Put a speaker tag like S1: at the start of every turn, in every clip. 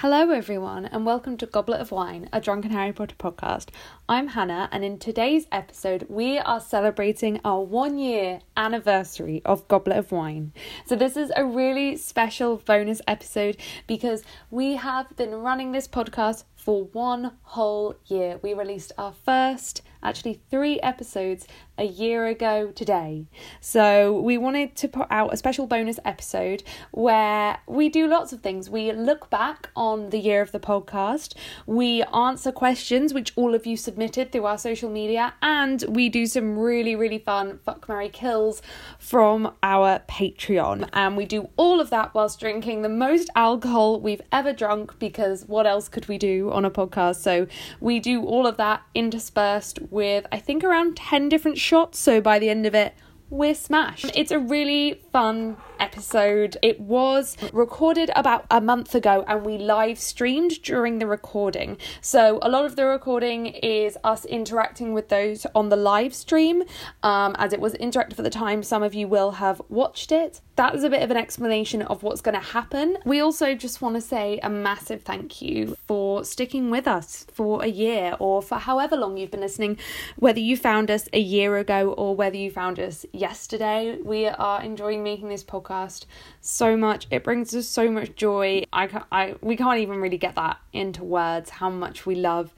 S1: Hello, everyone, and welcome to Goblet of Wine, a Drunken Harry Potter podcast. I'm Hannah, and in today's episode, we are celebrating our one year anniversary of Goblet of Wine. So, this is a really special bonus episode because we have been running this podcast for one whole year. We released our first, actually, three episodes a year ago today. So, we wanted to put out a special bonus episode where we do lots of things. We look back on the year of the podcast, we answer questions which all of you submitted through our social media, and we do some really, really fun Fuck Mary Kills from our Patreon. And we do all of that whilst drinking the most alcohol we've ever drunk because what else could we do on a podcast? So, we do all of that interspersed with, I think, around 10 different shots. So, by the end of it, we're smashed. It's a really fun episode. It was recorded about a month ago and we live streamed during the recording. So a lot of the recording is us interacting with those on the live stream. Um, as it was interactive at the time, some of you will have watched it. That is a bit of an explanation of what's going to happen. We also just want to say a massive thank you for sticking with us for a year or for however long you've been listening, whether you found us a year ago or whether you found us yesterday. We are enjoying making this podcast podcast so much. It brings us so much joy. I, ca- I we can't even really get that into words how much we love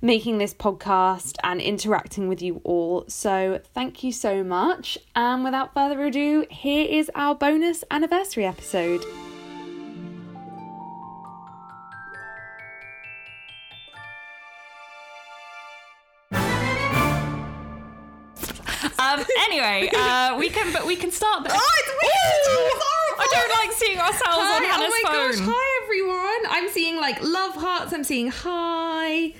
S1: making this podcast and interacting with you all. So thank you so much. And without further ado, here is our bonus anniversary episode.
S2: Um, anyway, uh, we can but we can start
S1: Oh,
S2: this. I don't like seeing ourselves on
S1: Hi,
S2: Hannah's
S1: oh my
S2: phone.
S1: gosh, hi everyone. I'm seeing like love hearts, I'm seeing hi.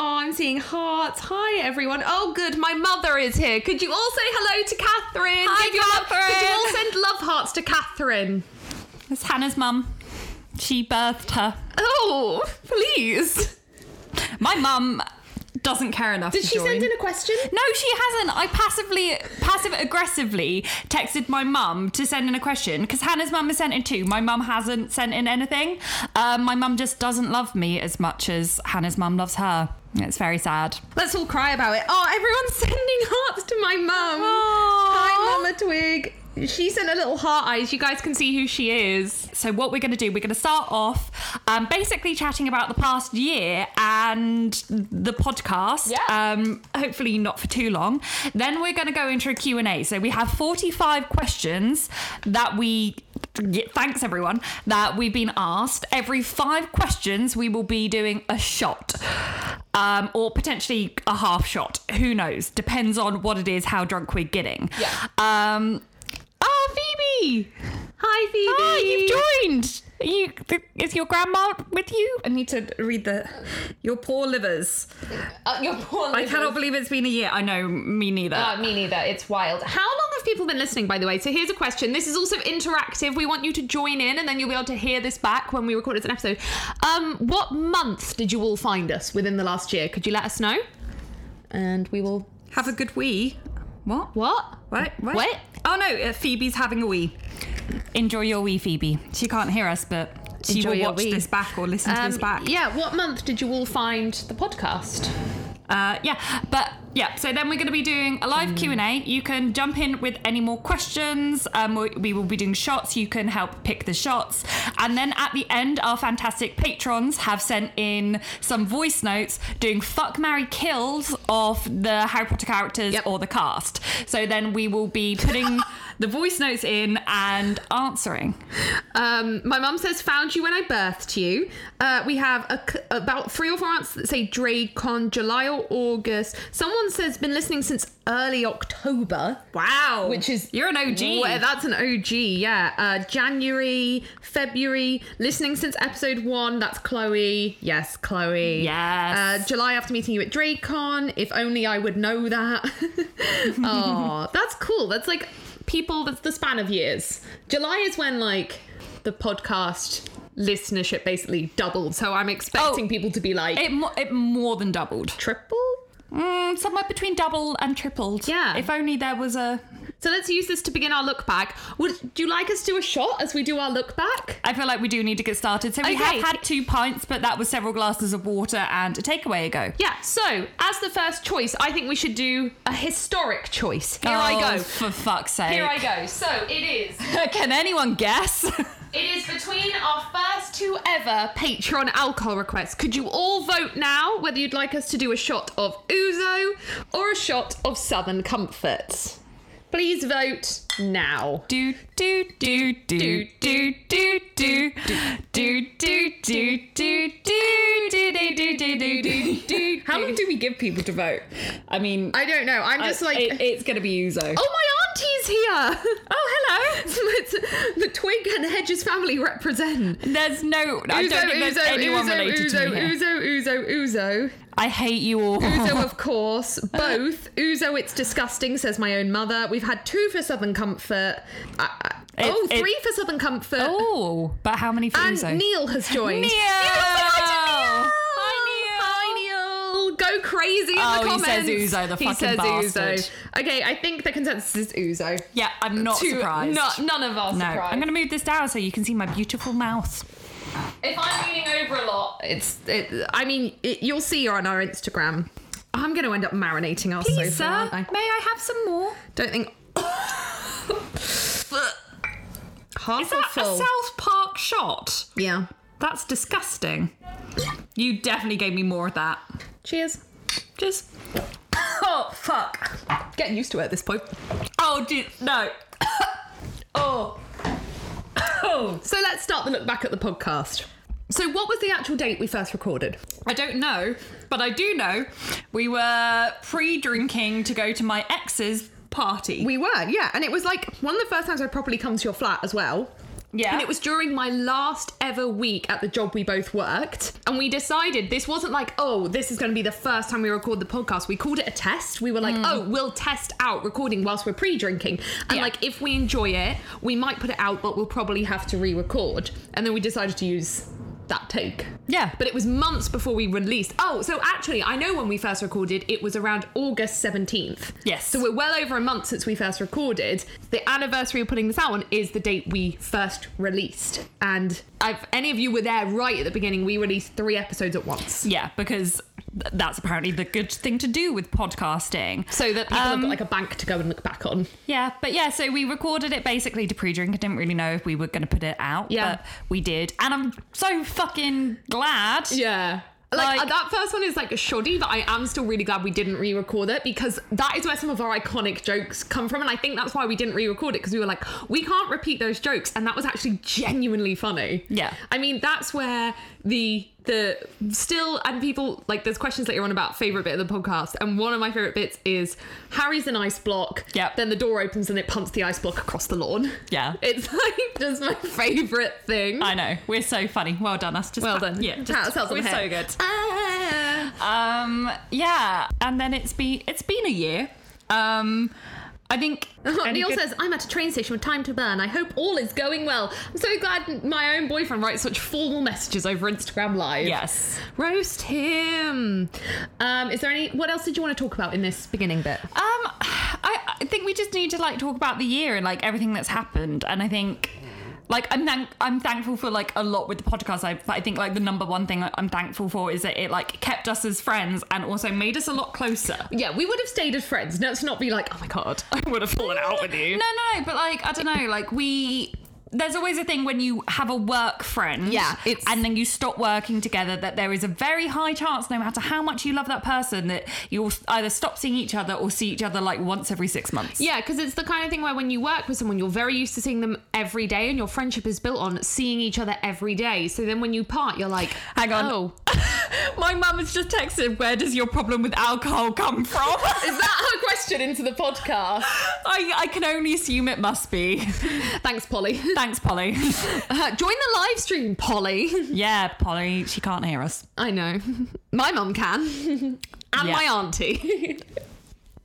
S1: Oh, I'm seeing hearts. Hi everyone. Oh good, my mother is here. Could you all say hello to Catherine?
S2: Hi,
S1: Could you all- Could you all
S2: Catherine.
S1: send love hearts to Catherine?
S2: It's Hannah's mum. She birthed her.
S1: Oh, please.
S2: My mum doesn't care enough.
S1: Did
S2: to
S1: she
S2: join.
S1: send in a question?
S2: No, she hasn't. I passively, passive aggressively texted my mum to send in a question because Hannah's mum has sent in two. My mum hasn't sent in anything. Um, my mum just doesn't love me as much as Hannah's mum loves her. It's very sad.
S1: Let's all cry about it. Oh, everyone's sending hearts to my mum. Hi, Mama Twig. She sent a little heart eyes. You guys can see who she is.
S2: So what we're going to do, we're going to start off um, basically chatting about the past year and the podcast.
S1: Yeah.
S2: Um, hopefully not for too long. Then we're going to go into a Q&A. So we have 45 questions that we yeah, thanks everyone that we've been asked. Every five questions we will be doing a shot. Um, or potentially a half shot. Who knows? Depends on what it is, how drunk we're getting.
S1: Yeah.
S2: Um, oh, Phoebe!
S1: Hi, Phoebe.
S2: Ah, you've joined. Are You th- is your grandma with you? I need to read the your poor livers.
S1: Uh, your poor
S2: I cannot believe it's been a year. I know, me neither.
S1: Uh, me neither. It's wild. How long have people been listening, by the way? So here's a question. This is also interactive. We want you to join in, and then you'll be able to hear this back when we record it as an episode. Um, what month did you all find us within the last year? Could you let us know? And we will.
S2: Have a good wee. What?
S1: What?
S2: What? What?
S1: What?
S2: Oh no, uh, Phoebe's having a wee. Enjoy your wee, Phoebe. She can't hear us, but she
S1: Enjoy
S2: will
S1: your
S2: watch
S1: wee.
S2: this back or listen to this
S1: Um,
S2: back.
S1: Yeah. What month did you all find the podcast?
S2: Uh, yeah, but yeah. So then we're going to be doing a live
S1: Mm.
S2: Q and A. You can jump in with any more questions. Um, we, we will be doing shots. You can help pick the shots, and then at the end, our fantastic patrons have sent in some voice notes doing fuck, marry, kills of the Harry Potter characters
S1: Yep.
S2: or the cast. So then we will be putting the voice notes in and answering.
S1: Um, my mum says, "Found you when I birthed you." Uh, we have a c about three or four answers that say Dracon, July or August. Someone says, "Been listening since early October."
S2: Wow,
S1: Which is
S2: you're an OG.
S1: Well, that's an OG, yeah. Uh, January, February, listening since episode one. That's Chloe. Yes, Chloe.
S2: Yes.
S1: Uh, July after meeting you at DrakeCon. If only I would know that. oh, that's cool. That's like people. That's the span of years. July is when like the podcast listenership basically doubled. So I'm expecting
S2: Oh.
S1: people to be like
S2: it mo- it more than doubled.
S1: triple.
S2: Mm, somewhere between double and tripled.
S1: Yeah.
S2: If only there was a
S3: So let's use this to begin our look back. Would do you like us to do a shot as we do our look back?
S2: I feel like we do need to get started. So we
S3: Okay.
S2: have had two pints, but that was several glasses of water and a takeaway ago.
S3: Yeah. So as the first choice, I think we should do a historic choice. Here I
S2: Oh,
S3: go.
S2: For fuck's sake.
S3: Here I go. So it is.
S2: Can anyone guess?
S3: It is between our first two ever Patreon alcohol requests. Could you all vote now whether you'd like us to do a shot of Uzo or a shot of Southern Comfort? Please vote now.
S2: do do do do do do do do do do do do do do do do do do do. How long do we give people to vote? I mean,
S3: I don't know. I'm just like.
S2: Uh, it- it's gonna be Uzo.
S3: Oh, my auntie's here! Oh, hello! the Twig and Hedges family represent.
S2: There's no. I don't think there's anyone related
S3: Uzo,
S2: to me. here.
S3: Uzo, Uzo, Uzo.
S2: I hate you all.
S3: Uzo, of course. Both. Uzo, it's disgusting, says my own mother. We've had two for Southern Comfort. Uh, oh,
S2: it-
S3: three for Southern Comfort.
S2: Oh, but how many for
S3: and
S2: Uzo?
S3: Neil has joined.
S2: Neil!
S3: You invited Neil!
S2: Hi, Neil!
S3: Hi, Neil. Go crazy in
S2: Oh,
S3: the
S2: he says
S3: comments.
S2: Uzo, the
S3: He
S2: fucking
S3: says
S2: bastard.
S3: Uzo. Okay, I think the consensus is Uzo.
S2: Yeah, I'm not
S3: Two-
S2: surprised.
S3: no- none of us
S2: no,
S3: surprised.
S2: I'm gonna move this down so you can see my beautiful mouth.
S3: If I'm leaning over a lot, it's. It, I mean, it, you'll see on our Instagram. I'm going to end up marinating our sofa, aren't I?
S2: may I have some more?
S3: Don't think. Half
S2: Is
S3: or
S2: that
S3: full?
S2: a South Park shot?
S3: yeah.
S2: That's disgusting. You definitely gave me more of that.
S3: Cheers.
S2: Just. Oh, fuck.
S3: Getting used to it at this point.
S2: Oh, do, no. oh. Oh.
S3: So let's start the look back at the podcast. So what was the actual date we first recorded?
S2: I don't know, but I do know we were pre drinking to go to my ex's party.
S3: We were, yeah, and it was like one of the first times I'd properly come to your flat as well.
S2: yeah.
S3: And it was during my last ever week at the job we both worked. And we decided this wasn't like, oh, this is going to be the first time we record the podcast. We called it a test. We were like, oh, we'll test out recording whilst we're pre drinking. And
S2: Hmm. Yeah.
S3: like, if we enjoy it, we might put it out, but we'll probably have to re record. And then we decided to use that take.
S2: Yeah.
S3: But it was months before we released. Oh, so actually, I know when we first recorded, it was around August 17th.
S2: Yes.
S3: So we're well over a month since we first recorded. The anniversary of putting this out on is the date we first released. And if any of you were there right at the beginning, we released three episodes at once.
S2: Yeah, because th- that's apparently the good thing to do with podcasting.
S3: So that people have
S2: Um,
S3: got like a bank to go and look back on.
S2: Yeah, but yeah, so we recorded it basically to pre-drink. I didn't really know if we were going to put it out,
S3: Yeah.
S2: but we did, and I'm so fucking glad.
S3: Yeah. Like,
S2: Like-
S3: that first one is like a shoddy, but I am still really glad we didn't re-record it because that is where some of our iconic jokes come from, and I think that's why we didn't re-record it because we were like, we can't repeat those jokes, and that was actually genuinely funny.
S2: Yeah.
S3: I mean that's where the the still and people like there's questions that you're on about favorite bit of the podcast, and one of my favorite bits is Harry's an ice block.
S2: Yep.
S3: Then the door opens and it pumps the ice block across the lawn.
S2: Yeah.
S3: It's like just my favorite thing.
S2: I know we're so funny. Well done us. Just
S3: well
S2: pat-
S3: done.
S2: Yeah, just,
S3: Pat ourselves on
S2: we're
S3: the
S2: so
S3: head.
S2: good.
S3: Ah.
S2: Um, yeah, and then it's been it's been a year. Um, I think any
S3: Uh-huh, Neil
S2: good-
S3: says, I'm at a train station with time to burn. I hope all is going well. I'm so glad my own boyfriend writes such formal messages over Instagram Live.
S2: yes.
S3: Roast him. Um, is there any, what else did you want to talk about in this beginning bit?
S2: Um, I, I think we just need to like talk about the year and like everything that's happened, and I think. Like I'm, thank- I'm thankful for like a lot with the podcast. I, I think like the number one thing I- I'm thankful for is that it like kept us as friends and also made us a lot closer.
S3: Yeah, we would have stayed as friends. Let's not be like, oh my God, I would have fallen out with
S2: No,
S3: you.
S2: no, no. But like I don't know. Like we, there's always a thing when you have a work friend.
S3: Yeah, it's-
S2: and then you stop working together. That there is a very high chance, no matter how much you love that person, that you'll either stop seeing each other or see each other like once every six months.
S3: Yeah, because it's the kind of thing where when you work with someone, you're very used to seeing them every day, and your friendship is built on seeing each other every day. So then when you part, you're like,
S2: Hang on.
S3: Oh,
S2: My mum has just texted, where does your problem with alcohol come from?
S3: is that her question into the podcast?
S2: I, I can only assume it must be.
S3: Thanks, Polly.
S2: Thanks, Polly.
S3: Uh, join the live stream, Polly.
S2: yeah, Polly, she can't hear us.
S3: I know. My mum can. and
S2: Yeah.
S3: my auntie.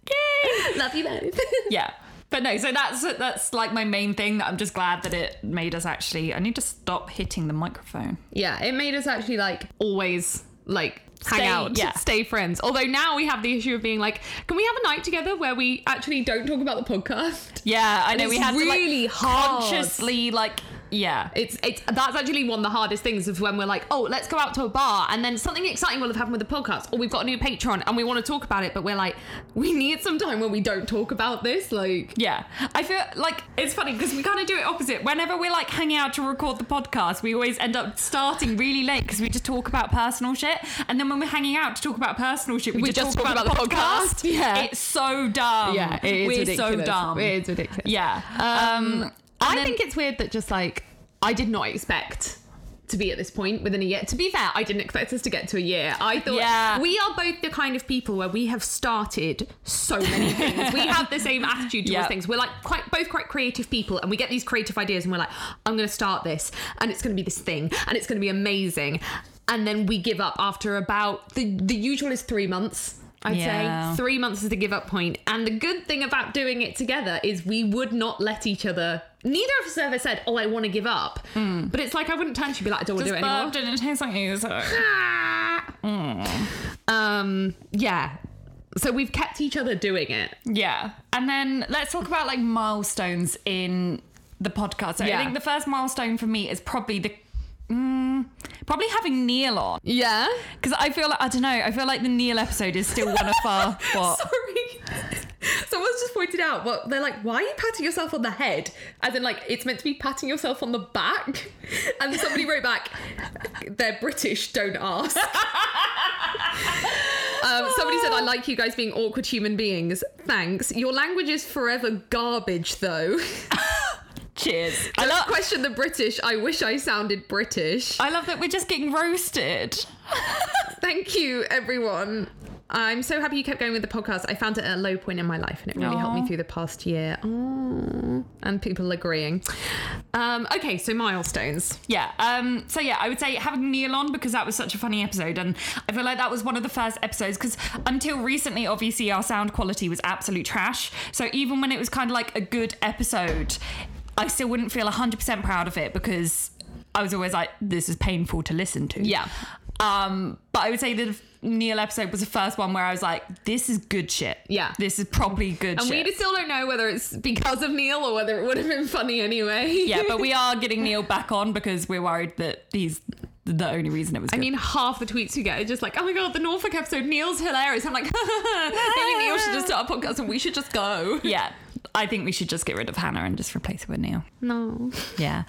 S3: Yay! Love you both.
S2: Yeah. But no, so that's that's like my main thing that I'm just glad that it made us actually I need to stop hitting the microphone.
S3: Yeah, it made us actually like always like
S2: Stay-
S3: hang out,
S2: yeah.
S3: stay friends. Although now we have the issue of being like, can we have a night together where we actually don't talk about the podcast?
S2: Yeah, I know
S3: it's
S2: we had to
S3: really
S2: like
S3: hard.
S2: consciously like yeah.
S3: It's it's that's actually one of the hardest things is when we're like, oh, let's go out to a bar, and then something exciting will have happened with the podcast, or we've got a new Patreon, and we want to talk about it, but we're like, we need some time when we don't talk about this. Like,
S2: Yeah, I feel like it's funny because we kind of do it opposite. Whenever we're like hanging out to record the podcast, we always end up starting really late because we just talk about personal shit, and then when we're hanging out to talk about personal shit, we,
S3: We
S2: just, talk, about, the podcast.
S3: Yeah.
S2: it's so dumb.
S3: yeah, it is
S2: Um, we're
S3: ridiculous.
S2: so dumb.
S3: It is ridiculous.
S2: Yeah,
S3: Um, I
S2: then-
S3: think it's weird that just like I did not expect to be at this point within a year. To be fair, I didn't expect us to get to a year. I thought
S2: Yeah.
S3: we are both the kind of people where we have started so many things. we have the same attitude towards
S2: Yep.
S3: things. We're like quite both quite creative people and we get these creative ideas and we're like, I'm gonna start this and it's gonna be this thing and it's gonna be amazing. And then we give up after about the the usual is three months. I'd
S2: Yeah.
S3: say three months is the give up point. And the good thing about doing it together is we would not let each other. Neither of us ever said, "Oh, I want to give up," but it's like I wouldn't turn to you and be like, "I don't want to do it anymore."
S2: didn't taste like you.
S3: Ah! Um, yeah. So we've kept each other doing it.
S2: Yeah. And then let's talk about like milestones in the podcast. So
S3: Yeah.
S2: I think the first milestone for me is probably the mm, probably having Neil on
S3: Yeah.
S2: because I feel like I don't know. I feel like the Neil episode is still one of our what.
S3: Sorry. Someone's just pointed out, what they're like, why are you patting yourself on the head? As in, like, it's meant to be patting yourself on the back. And somebody wrote back, they're British, don't ask. um, somebody said, I like you guys being awkward human beings. Thanks. Your language is forever garbage, though.
S2: Cheers. I
S3: I
S2: love.
S3: question the British. I wish I sounded British.
S2: I love that we're just getting roasted.
S3: Thank you, everyone. I'm so happy you kept going with the podcast. I found it at a low point in my life, and it really helped me
S2: Aw.
S3: through the past year. Aw. And people agreeing. Um, okay, so milestones.
S2: Yeah. Um, so yeah, I would say having Neil on because that was such a funny episode, and I feel like that was one of the first episodes because until recently, obviously, our sound quality was absolute trash. So even when it was kind of like a good episode, I still wouldn't feel hundred percent proud of it because I was always like, this is painful to listen to.
S3: Yeah.
S2: Um, but I would say the Neil episode was the first one where I was like, this is good shit.
S3: Yeah.
S2: This is probably good
S3: And
S2: shit.
S3: we still don't know whether it's because of Neil or whether it would have been funny anyway.
S2: yeah, but we are getting Neil back on because we're worried that he's the only reason it was.
S3: I mean, half the tweets we get are just like, oh my god, the Norfolk episode, Neil's hilarious. I'm like, maybe Neil should just start a podcast and we should just go.
S2: yeah i think we should just get rid of hannah and just replace her with neil
S3: No.
S2: yeah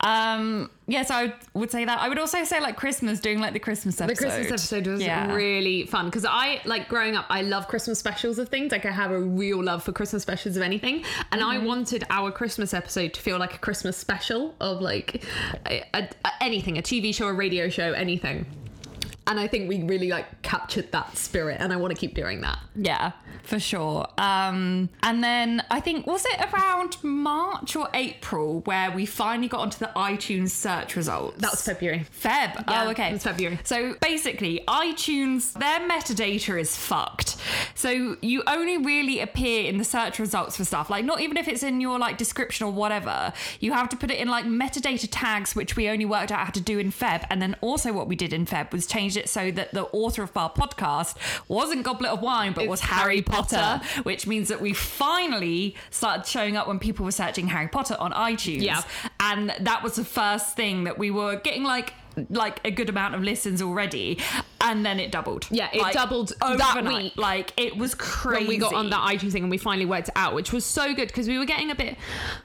S2: um yeah so i would say that i would also say like christmas doing like the christmas episode
S3: The Christmas episode was
S2: Yeah.
S3: really fun because I like growing up. I love Christmas specials of things. Like I have a real love for Christmas specials of anything, and I wanted our Christmas episode to feel like a Christmas special of like a, a, a- anything, a TV show, a radio show, anything. And I think we really like captured that spirit, and I want to keep doing that.
S2: yeah for sure um and then i think was it around march or april where we finally got onto the itunes search results
S3: That was February.
S2: Feb.
S3: Yeah,
S2: oh, okay.
S3: it's February.
S2: So basically, iTunes, their metadata is fucked. So you only really appear in the search results for stuff. Like, not even if it's in your like description or whatever, you have to put it in like metadata tags, which we only worked out how to do in Feb. And then also, what we did in Feb was changed it so that the author of our podcast wasn't Goblet of Wine, but was Harry Potter, which means that we finally started showing up when people were searching Harry Potter on iTunes
S3: Yeah.
S2: and that was the first thing that we were getting like like a good amount of listens already and then it doubled
S3: Yeah, it
S2: Like,
S3: doubled that
S2: overnight
S3: week.
S2: like it was crazy
S3: when we got on that iTunes thing and we finally worked it out, which was so good because we were getting a bit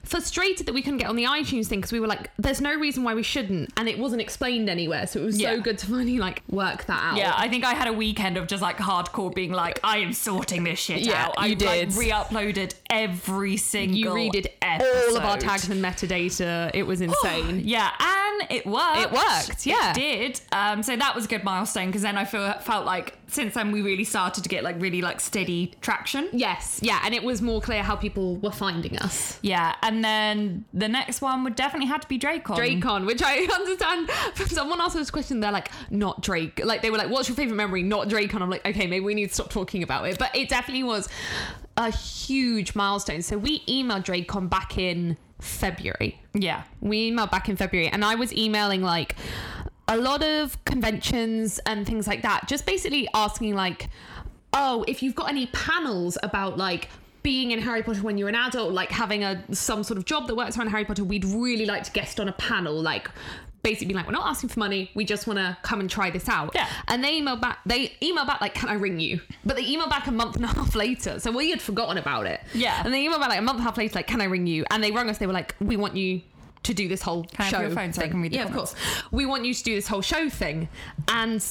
S3: frustrated that we couldn't get on the iTunes thing because we were like, there's no reason why we shouldn't, and it wasn't explained anywhere. So it was
S2: Yeah.
S3: so good to finally like work that out.
S2: yeah, I think I had a weekend of just like hardcore being like, I am sorting this shit
S3: Yeah,
S2: out.
S3: you
S2: I
S3: did.
S2: like re-uploaded every single.
S3: you redid all of our tags and metadata. It was insane.
S2: Yeah, and it worked.
S3: It worked, yeah.
S2: It did. Um, so that was a good milestone because then I feel, felt like since then we really started to get like really like steady traction.
S3: yes, yeah, and it was more clear how people were finding us.
S2: Yeah, and then the next one would definitely have to be Dracon.
S3: Dracon, which I understand. Someone asked us a question. They're like, not Drake. Like they were like, what's your favorite memory? Not Dracon. I'm like, okay, maybe we need to stop talking about it. But it definitely was a huge milestone. So we emailed Dracon back in February.
S2: Yeah.
S3: We emailed back in February, and I was emailing like. a lot of conventions and things like that, just basically asking like, oh, if you've got any panels about like being in Harry Potter when you're an adult, like having a some sort of job that works around Harry Potter, we'd really like to guest on a panel, like basically being like, we're not asking for money, we just want to come and try this out.
S2: Yeah.
S3: And they emailed back, they emailed back like, can I ring you? But they emailed back a month and a half later, so we had forgotten about it.
S2: Yeah.
S3: And they emailed back like a month and a half later, like, can I ring you? And they rang us, they were like, we want you to do this whole
S2: I have
S3: show
S2: your phone so I
S3: thing.
S2: can read the
S3: yeah,
S2: comments?
S3: of course. We want you to do this whole show thing, and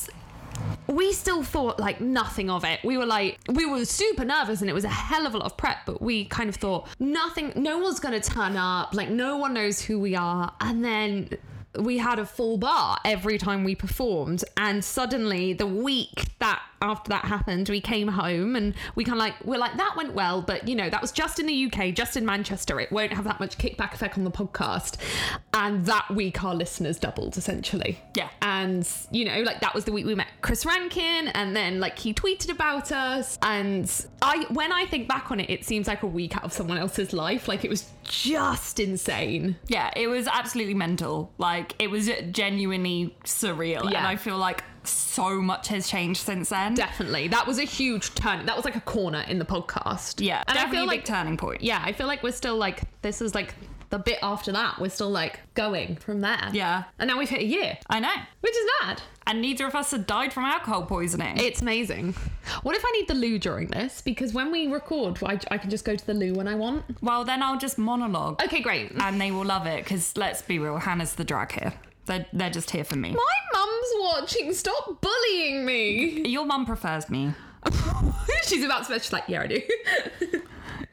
S3: we still thought like nothing of it. We were like, we were super nervous, and it was a hell of a lot of prep. But we kind of thought nothing. No one's gonna turn up. Like no one knows who we are, and then. We had a full bar every time we performed, and suddenly the week that after that happened, we came home and we kind of like we're like that went well, but you know that was just in the UK, just in Manchester. It won't have that much kickback effect on the podcast, and that week our listeners doubled essentially.
S2: Yeah.
S3: And, you know, like that was the week we met Chris Rankin and then like he tweeted about us. And I when I think back on it, it seems like a week out of someone else's life. Like it was just insane.
S2: Yeah, it was absolutely mental. Like it was genuinely surreal, and
S3: Yeah.
S2: I feel like so much has changed since then.
S3: Definitely. That was a huge turn. That was like a corner in the podcast.
S2: yeah,
S3: And I
S2: definitely
S3: feel
S2: a big
S3: like
S2: turning point.
S3: yeah, I feel like we're still like this is like the bit after that. We're still like going from there.
S2: Yeah.
S3: And now we've hit a year,
S2: I know.
S3: which is mad.
S2: And neither of us had died from alcohol poisoning.
S3: It's amazing. What if I need the loo during this? Because when we record, I, I can just go to the loo when I want.
S2: well, then I'll just monologue,
S3: Okay, great. My
S2: and they will love it. Because let's be real, Hannah's the drag here. They're, they're just here for me.
S3: mum's watching. Stop bullying me.
S2: Your mum prefers me.
S3: She's about to. She's like, yeah, I do.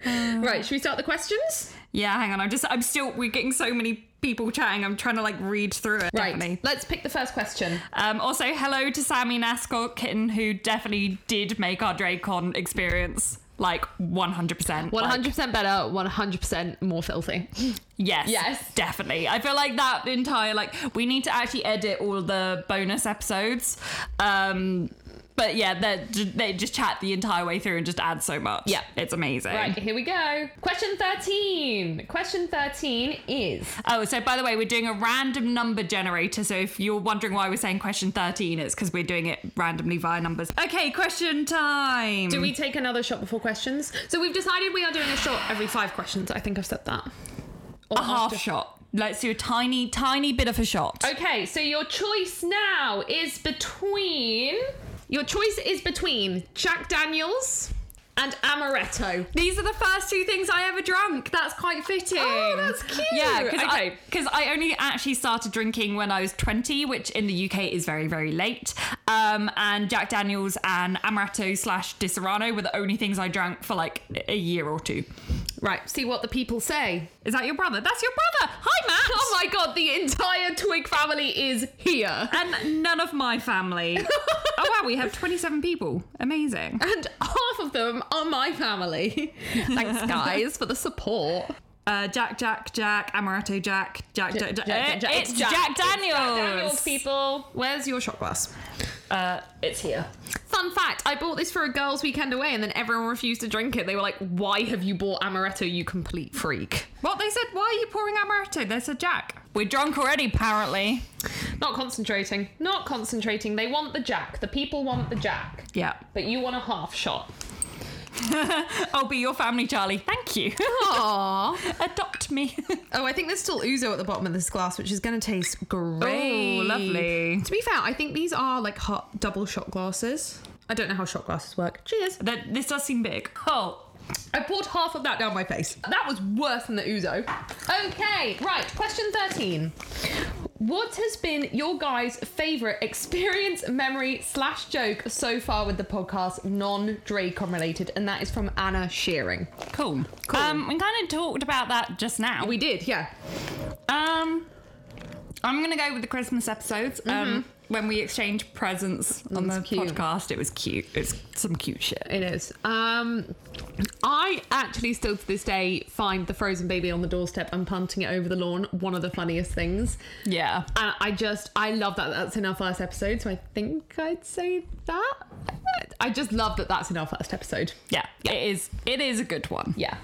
S3: right, should we start the questions?
S2: Yeah, hang on. I'm just. I'm still. We're getting so many people chatting. I'm trying to like read through it.
S3: Right.
S2: Definitely.
S3: Let's pick the first question.
S2: Um, also, hello to Sammy Nascott Kitten, who definitely did make our DrakeCon experience like 100%.
S3: One
S2: Like,
S3: hundred percent better. One hundred percent more filthy.
S2: yes.
S3: Yes.
S2: Definitely. I feel like that entire, like, we need to actually edit all the bonus episodes. Um, but yeah, they're- they just chat the entire way through and just add so much.
S3: Yeah.
S2: It's amazing.
S3: Right, here we go. Question 13. Question 13 is
S2: Oh, so by the way, we're doing a random number generator. So if you're wondering why we're saying question 13, it's because we're doing it randomly via numbers. Okay, question time.
S3: Do we take another shot before questions? So we've decided we are doing a shot every five questions. I think I've said that. Or
S2: a half
S3: after-
S2: shot. Let's do a tiny, tiny bit of a shot.
S3: Okay, so your choice now is between. Your choice is between Jack Daniels and Amaretto.
S2: These are the first two things I ever drank.
S3: That's quite fitting. Oh, that's cute.
S2: Um, Yeah, because
S3: okay.
S2: I, only actually started drinking when I was 20, which in the UK is very, very late. Um, and Jack Daniels and Amaretto slash Di Serrano were the only things I drank for like a year or two.
S3: right, see what the people say.
S2: Is that your brother? That's your brother. Hi, Matt.
S3: Oh my god, the entire Twig family is here.
S2: And none of my family. oh wow, we have 27 people. Amazing.
S3: And half of them are my family. Thanks, guys, for the support.
S2: Uh, Jack, Jack, Jack, Amaretto, Jack, Jack, Jack, Jack. Eh, It's Jack,
S3: It's Jack
S2: Daniels.
S3: Daniels, people. Where's your shot glass?
S2: Uh, it's here.
S3: Fun fact I bought this for a girls' weekend away and then everyone refused to drink it. They were like, Why have you bought Amaretto, you complete freak?
S2: What they said? Why are you pouring amaretto? They said Jack. We're drunk already, apparently.
S3: Not concentrating. Not concentrating. They want the Jack. The people want the Jack.
S2: Yeah.
S3: But you want a half shot.
S2: I'll be your family, Charlie. Thank you.
S3: Aww.
S2: Adopt me.
S3: Oh, I think there's still ouzo at the bottom of this glass, which is going to taste great.
S2: Oh, lovely.
S3: To be fair, I think these are like hot double shot glasses. I don't know how shot glasses work. Cheers.
S2: that this does seem big. Oh,
S3: I poured half of that down my face. That was worse than the ouzo. Okay, right. Question 13. What has been your guys' favorite experience, memory, slash joke so far with the podcast, non Dracon related? And that is from Anna Shearing.
S2: cool. Cool. Um, we kind of talked about that just now.
S3: We did, yeah.
S2: Um, I'm gonna go with the Christmas episodes. Um, when we exchange presents on
S3: That's
S2: the
S3: cute.
S2: podcast, it was cute. It's some cute shit.
S3: It is. Um, I actually still to this day find the frozen baby on the doorstep and punting it over the lawn one of the funniest things.
S2: Yeah.
S3: And I just, I love that that's in our first episode. So I think I'd say that. I just love that that's in our first episode.
S2: Yeah. It is. It is a good one.
S3: Yeah.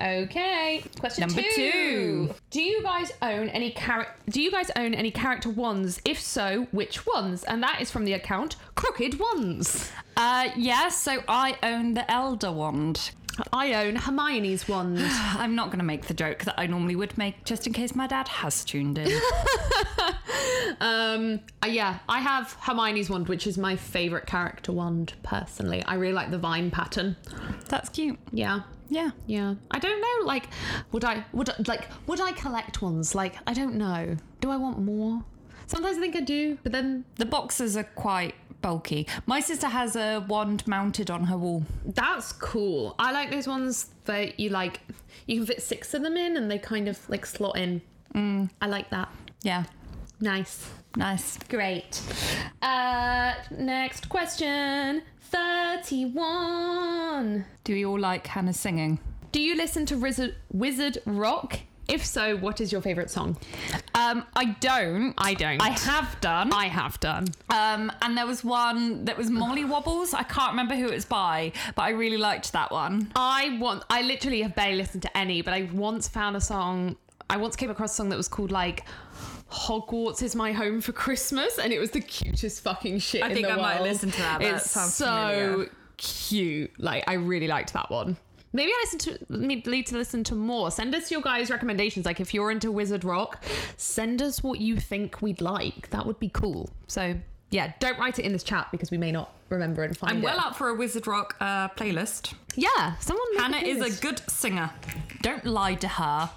S3: Okay. Question
S2: Number two.
S3: Do you guys own any character? Do you guys own any character ones? If so, which ones? And that is from the account Crooked Ones.
S2: Uh, yeah, so I own the Elder Wand.
S3: I own Hermione's wand.
S2: I'm not going to make the joke that I normally would make just in case my dad has tuned in.
S3: Um, uh, yeah, I have Hermione's wand, which is my favorite character wand personally. I really like the vine pattern.
S2: That's cute.
S3: Yeah.
S2: Yeah.
S3: Yeah. I don't know like would I would I- like would I collect ones? Like I don't know. Do I want more? Sometimes I think I do, but then
S2: The boxes are quite bulky. My sister has a wand mounted on her wall.
S3: that's cool. I like those ones that you like you can fit six of them in and they kind of like slot in. Mm. I like that.
S2: Yeah.
S3: Nice.
S2: Nice.
S3: Great. Uh next question. 31.
S2: Do we all like Hannah singing?
S3: Do you listen to Wizard, Wizard Rock? If so, what is your favorite song?
S2: Um, I don't.
S3: I don't.
S2: I have done.
S3: I have done.
S2: Um, and there was one that was Molly Wobbles. I can't remember who it was by, but I really liked that one.
S3: I want. I literally have barely listened to any, but I once found a song. I once came across a song that was called like "Hogwarts is my home for Christmas," and it was the cutest fucking shit.
S2: I
S3: in
S2: think
S3: the
S2: I might
S3: world.
S2: listen to that. That
S3: It's
S2: sounds
S3: so
S2: familiar.
S3: cute. Like I really liked that one. Maybe I listen to need need to listen to more. Send us your guys' recommendations. Like if you're into Wizard Rock, send us what you think we'd like. That would be cool. So yeah, don't write it in this chat because we may not remember and find
S2: I'm
S3: it.
S2: well up for a Wizard Rock uh, playlist.
S3: Yeah, someone. make
S2: Hannah
S3: playlist.
S2: is a good singer. Don't lie to her.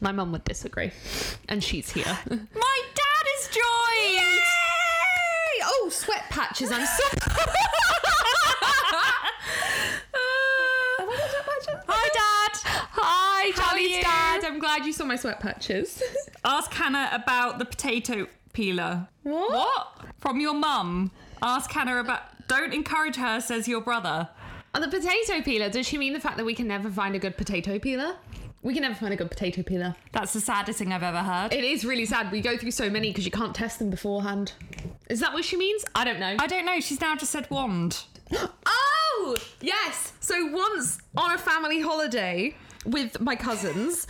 S3: My mum would disagree. And she's here.
S2: My dad is joined.
S3: Oh, sweat patches. I'm so.
S2: Hi, Dad.
S3: Hi, Charlie's
S2: you?
S3: dad. I'm glad you saw my sweat patches.
S2: Ask Hannah about the potato peeler.
S3: What?
S2: From your mum. Ask Hannah about. Don't encourage her, says your brother.
S3: Oh, the potato peeler. Does she mean the fact that we can never find a good potato peeler? We can never find a good potato peeler.
S2: That's the saddest thing I've ever heard.
S3: It is really sad. We go through so many because you can't test them beforehand. Is that what she means? I don't know.
S2: I don't know. She's now just said wand.
S3: Oh, yes. So once on a family holiday with my cousins,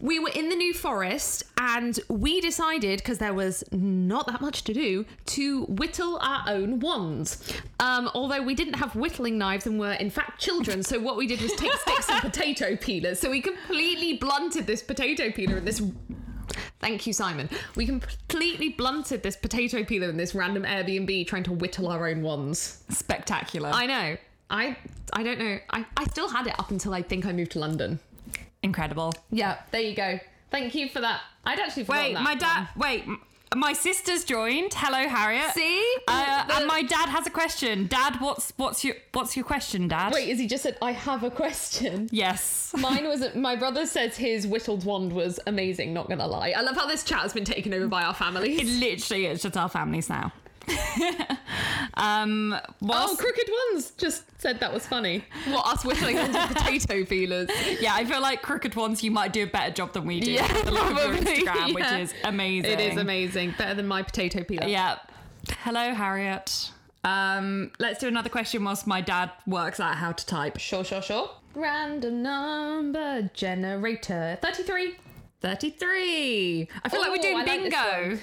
S3: we were in the New Forest and we decided, because there was not that much to do, to whittle our own wands. Um, although we didn't have whittling knives and were in fact children, so what we did was take sticks and potato peelers. So we completely blunted this potato peeler and this Thank you, Simon. We completely blunted this potato peeler in this random Airbnb trying to whittle our own wands.
S2: Spectacular.
S3: I know. I I don't know. I, I still had it up until I think I moved to London.
S2: Incredible.
S3: Yeah, there you go. Thank you for that. I'd actually forgotten
S2: Wait,
S3: that
S2: my
S3: one.
S2: dad. Wait, m- my sister's joined. Hello, Harriet.
S3: See?
S2: Uh,
S3: The-
S2: and my dad has a question. Dad, what's what's your what's your question, Dad?
S3: Wait, is he just said I have a question?
S2: Yes.
S3: Mine was my brother says his whittled wand was amazing. Not gonna lie, I love how this chat has been taken over by our
S2: It
S3: families.
S2: literally is just our families now. um,
S3: Oh,
S2: whilst-
S3: crooked ones just said that was funny. What us whittling onto potato peelers?
S2: yeah, I feel like crooked ones. You might do a better job than we do.
S3: Yeah,
S2: Have a look at your
S3: probably,
S2: Instagram,
S3: yeah.
S2: which is amazing.
S3: It is amazing, better than my potato peeler.
S2: Yeah. Hello, Harriet. Um, let's do another question whilst my dad works out how to type.
S3: Sure, sure, sure. Random number generator 33.
S2: 33. I feel like we're
S3: Ooh,
S2: doing
S3: I like this
S2: bingo.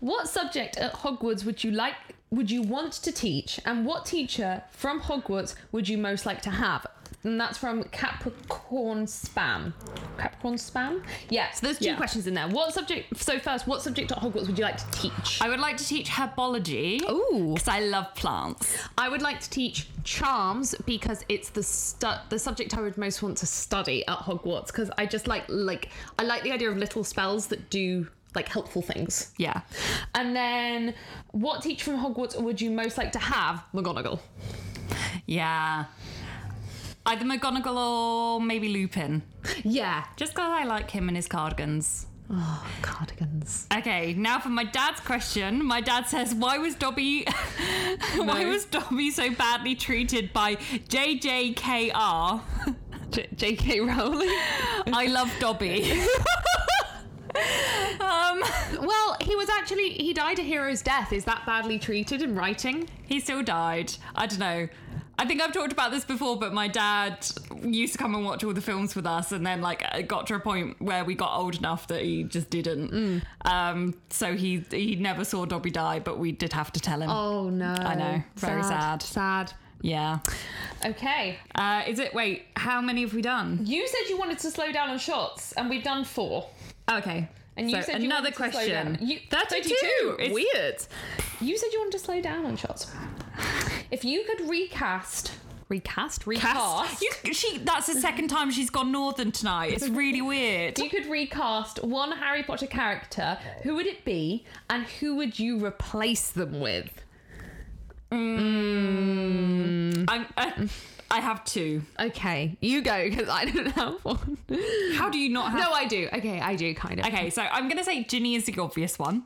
S3: What subject at Hogwarts would you like would you want to teach and what teacher from Hogwarts would you most like to have? And that's from Capricorn Spam. Capricorn Spam? Yeah, so there's two
S2: Yeah.
S3: questions in there. What subject so first, what subject at Hogwarts would you like to teach?
S2: I would like to teach herbology.
S3: Ooh.
S2: Because I love plants.
S3: I would like to teach charms because it's the stu- the subject I would most want to study at Hogwarts because I just like like I like the idea of little spells that do like helpful things.
S2: Yeah.
S3: And then, what teacher from Hogwarts would you most like to have? McGonagall.
S2: Yeah. Either McGonagall or maybe Lupin.
S3: Yeah.
S2: Just because I like him and his cardigans.
S3: Oh, cardigans.
S2: Okay, now for my dad's question. My dad says, "Why was Dobby, why
S3: No.
S2: was Dobby so badly treated by JJKR?"
S3: J- J.K. Rowling.
S2: I love Dobby. um,
S3: well, he was actually he died a hero's death. Is that badly treated in writing?
S2: he still died. I don't know. I think I've talked about this before, but my dad used to come and watch all the films with us, and then like it got to a point where we got old enough that he just didn't.
S3: Mm.
S2: Um, so he he never saw Dobby die, but we did have to tell him.
S3: Oh no. I
S2: know. Very sad.
S3: Sad.
S2: Yeah.
S3: Okay.
S2: Uh, is it? Wait, how many have we done?
S3: You said you wanted to slow down on shots, and we've done four.
S2: Okay.
S3: And you
S2: So
S3: said you
S2: another
S3: wanted to slow
S2: question.
S3: down. You-
S2: 32.
S3: 32.
S2: It's-
S3: Weird. You said you wanted to slow down on shots. If you could recast,
S2: Recast,
S3: Recast.
S2: You, she. That's the second time she's gone northern tonight. It's really weird.
S3: if you could recast one Harry Potter character, who would it be, and who would you replace them with?
S2: I'm, I, I have two.
S3: Okay, you go because I don't have one.
S2: How do you not have?
S3: No, I do. Okay, I do kind of.
S2: Okay, so I'm gonna say Ginny is the obvious one.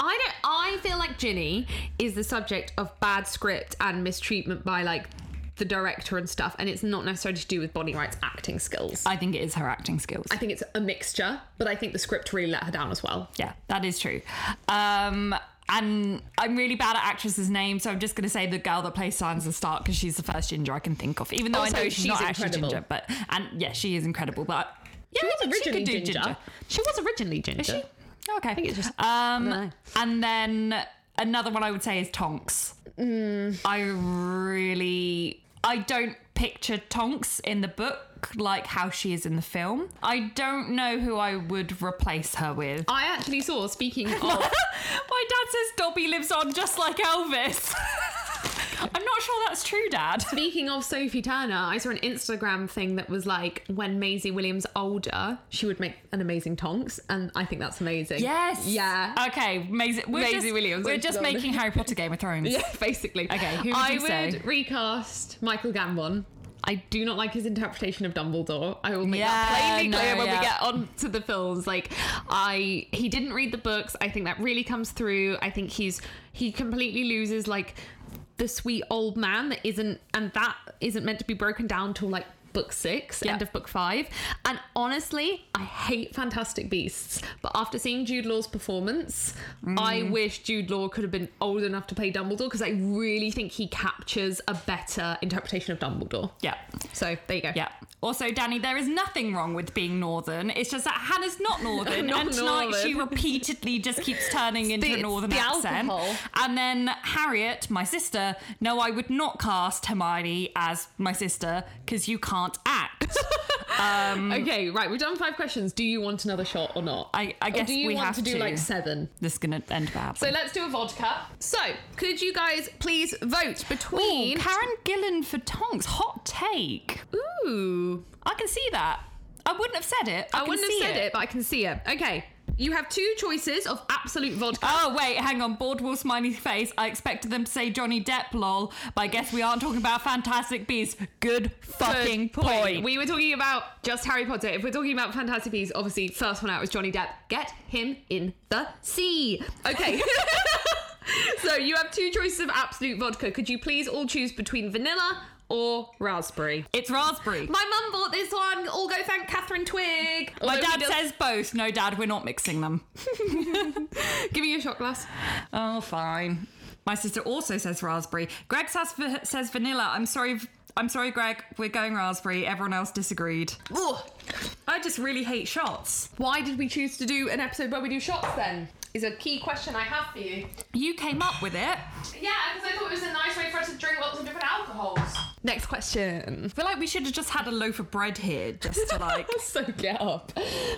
S3: I don't. I feel like Ginny is the subject of bad script and mistreatment by like the director and stuff, and it's not necessarily to do with Bonnie Wright's acting skills.
S2: I think it is her acting skills.
S3: I think it's a mixture, but I think the script really let her down as well.
S2: yeah, that is true. Um, and I'm really bad at actresses' names, so I'm just going to say the girl that plays Sansa Stark because she's the first ginger I can think of. Even though
S3: Also,
S2: I know she's,
S3: she's
S2: not actually
S3: incredible.
S2: ginger, but and yeah, she is incredible. But yeah, I
S3: She was
S2: think
S3: originally
S2: she could do
S3: ginger. She was originally ginger.
S2: Is she? Okay. I
S3: think it's just- don't
S2: um,
S3: know.
S2: and then another one I would say is Tonks.
S3: Hmm.
S2: I really I don't picture Tonks in the book like how she is in the film. I don't know who I would replace her with.
S3: I actually saw. Speaking of,
S2: My dad says Dobby lives on just like Elvis. I'm not sure that's true, Dad.
S3: Speaking of Sophie Turner, I saw an Instagram thing that was like when Maisie Williams older, she would make an amazing tonks, and I think that's amazing. Yeah.
S2: Okay, Maisie, we're
S3: Maisie
S2: just,
S3: Williams,
S2: We're
S3: that's
S2: just
S3: the one.
S2: making Harry Potter Game of Thrones.
S3: yeah, basically.
S2: Okay, who would
S3: I
S2: you
S3: would
S2: say?
S3: recast Michael Gambon. I do not like his interpretation of Dumbledore. I will make
S2: Yeah,
S3: that plainly
S2: no,
S3: clear when
S2: yeah.
S3: we get on to the films. Like, I he didn't read the books. I think that really comes through. I think he's he completely loses like the sweet old man that isn't and that isn't meant to be broken down till like book six,
S2: Yeah.
S3: end of book five. And honestly, I hate Fantastic Beasts, but after seeing Jude Law's performance, I
S2: Mm.
S3: wish Jude Law could have been old enough to play Dumbledore because I really think he captures a better interpretation of Dumbledore.
S2: Yeah.
S3: So there you go.
S2: Yeah. Also, Danny, there is nothing wrong with being northern. It's just that Hannah's not northern,
S3: Not
S2: and tonight
S3: northern.
S2: she repeatedly just keeps turning into
S3: the-
S2: a
S3: it's
S2: northern
S3: the
S2: accent.
S3: alcohol.
S2: And then Harriet, my sister, no, I would not cast Hermione as my sister because you can't act.
S3: Okay, right. We've done five questions. Do you want another shot or not?
S2: Mm. I- I
S3: or
S2: guess
S3: do you
S2: we
S3: want
S2: have
S3: to do
S2: to.
S3: like seven?
S2: this is gonna end bad.
S3: So let's do a vodka. So could you guys please vote
S2: Ooh,
S3: between?
S2: Karen Gillan for Tonks, hot take.
S3: Ooh.
S2: I can see that. I wouldn't have said it. I,
S3: I
S2: can
S3: wouldn't
S2: see
S3: have said it. but I can see it. Okay. You have two choices of absolute vodka.
S2: Oh wait, hang on. Boardwall smiley face. I expected them to say Johnny Depp, lol. But I guess we aren't talking about Fantastic Beasts. Good fucking
S3: Good
S2: point.
S3: We were talking about just Harry Potter. If we're talking about Fantastic Beasts, obviously first one out was Johnny Depp. Get him in the sea. Okay. so you have two choices of absolute vodka. Could you please all choose between vanilla or raspberry?
S2: It's raspberry. My,
S3: My mum bought this one. All go thank Catherine Twig. Although
S2: dad
S3: he does-
S2: says both. No, Dad, we're not mixing them.
S3: "Give me a shot glass."
S2: Oh, fine. My sister also says raspberry. Greg says va- says vanilla. I'm sorry. v- I'm sorry, Greg. We're going raspberry. Everyone else disagreed.
S3: Ugh.
S2: I just really hate shots.
S3: Why did we choose to do an episode where we do shots? Then is a key question I have for you.
S2: You came up with it.
S3: Yeah, because I thought it was a nice way for us to drink lots of different alcohols. Next question.
S2: I feel like we should have just had a loaf of bread here, just to like.
S3: so get up.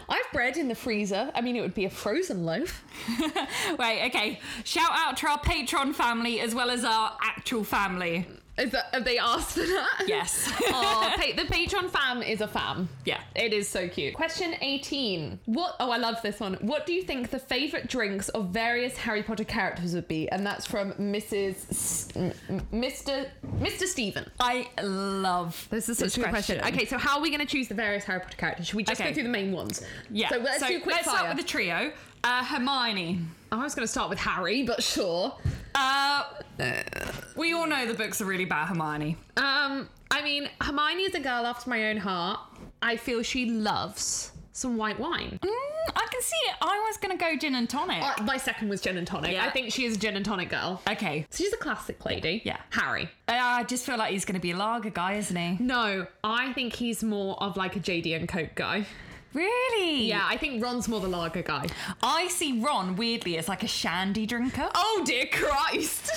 S3: I've bread in the freezer. I mean, it would be a frozen loaf.
S2: Wait, okay. Shout out to our Patreon family as well as our actual family.
S3: Is that have they asked for that?
S2: Yes.
S3: oh, pa- the Patreon fam is a fam.
S2: Yeah.
S3: It is so cute. Question 18. What oh I love this one. What do you think the favourite drinks of various Harry Potter characters would be? And that's from Mrs. S- m- m- Mr. Mr. Stephen.
S2: I love
S3: This is such a good question. Okay, so how are we going to choose the various Harry Potter characters? Should we just
S2: Okay.
S3: go through the main ones?
S2: Yeah.
S3: So let's do quick
S2: let's
S3: fire.
S2: start with the trio. Uh, Hermione.
S3: I was going to start with Harry, but sure.
S2: Uh,
S3: Oh,
S2: we all know the books are really about Hermione.
S3: Um, I mean, Hermione is a girl after my own heart. I feel she loves some white wine.
S2: Mm, I can see it. I was going to go gin and tonic.
S3: Uh, my second was gin and tonic.
S2: Yeah.
S3: I think she is a gin and tonic girl.
S2: okay.
S3: So she's a classic lady.
S2: Yeah.
S3: Harry.
S2: Uh, I just feel like he's going to be a lager guy, isn't he?
S3: No, I think he's more of like a JD and Coke guy.
S2: Really?
S3: Yeah, I think Ron's more the lager guy.
S2: I see Ron weirdly as like a shandy drinker.
S3: Oh dear Christ!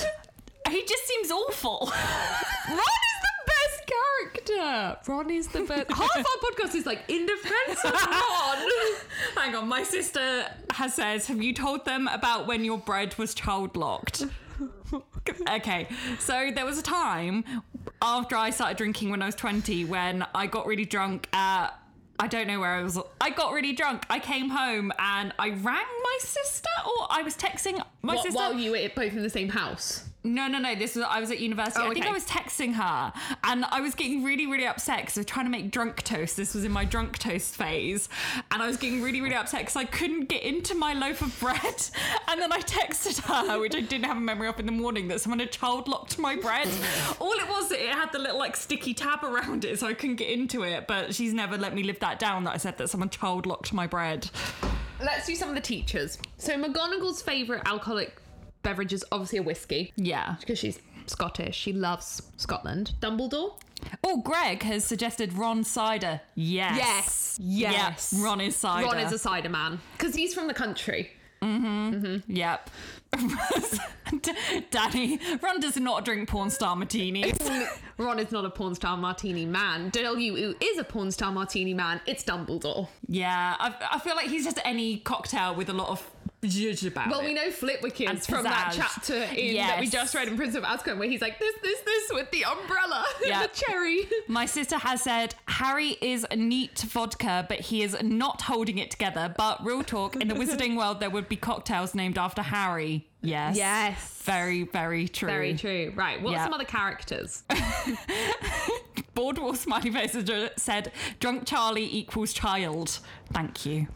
S2: He just seems awful.
S3: Ron is the best character. Ron is the best. Half our podcast is like in defense of Ron.
S2: Hang on, my sister has says, have you told them about when your bread was child locked? okay, so there was a time after I started drinking when I was 20 when I got really drunk at I don't know where I was. I got really drunk. I came home and I rang my sister, or I was texting my
S3: Wh-
S2: sister.
S3: While you were both in the same house.
S2: No, no, no. This was I was at university.
S3: Oh,
S2: I think
S3: okay.
S2: I was texting her, and I was getting really, really upset because I was trying to make drunk toast. This was in my drunk toast phase, and I was getting really, really upset because I couldn't get into my loaf of bread. And then I texted her, which I didn't have a memory of in the morning, that someone had child locked my bread. All it was, it had the little like sticky tab around it, so I couldn't get into it. But she's never let me live that down. That I said that someone child locked my bread.
S3: Let's do some of the teachers. So McGonagall's favorite alcoholic beverage is obviously a whiskey
S2: Yeah.
S3: because she's Scottish. She loves Scotland. Dumbledore.
S2: Oh, Greg has suggested Ron cider. Yes.
S3: Yes. Yes.
S2: Yep. Ron is cider.
S3: Ron is a cider man because he's from the country.
S2: Yep. D- Danny, Ron does not drink porn star martinis.
S3: Ron is not a porn star martini man. Tell you who is a porn star martini man? It's Dumbledore.
S2: yeah, I, I feel like he's just any cocktail with a lot of zhuzh about
S3: Well,
S2: it.
S3: we know Flitwick
S2: And
S3: is from that
S2: pizzazz.
S3: chapter in that we
S2: Yes.
S3: just read in Prince of Azkaban, where he's like this, this, this with the umbrella,
S2: Yeah.
S3: and the cherry.
S2: My sister has said Harry is neat vodka, but he is not holding it together. But real talk, in the wizarding world, there would be cocktails named after Harry. Yes.
S3: Yes.
S2: Very, very true.
S3: Very true. Right. What
S2: Yeah.
S3: are some other characters?
S2: Boardwalk smiley face has ju- said, "Drunk Charlie equals child." Thank you.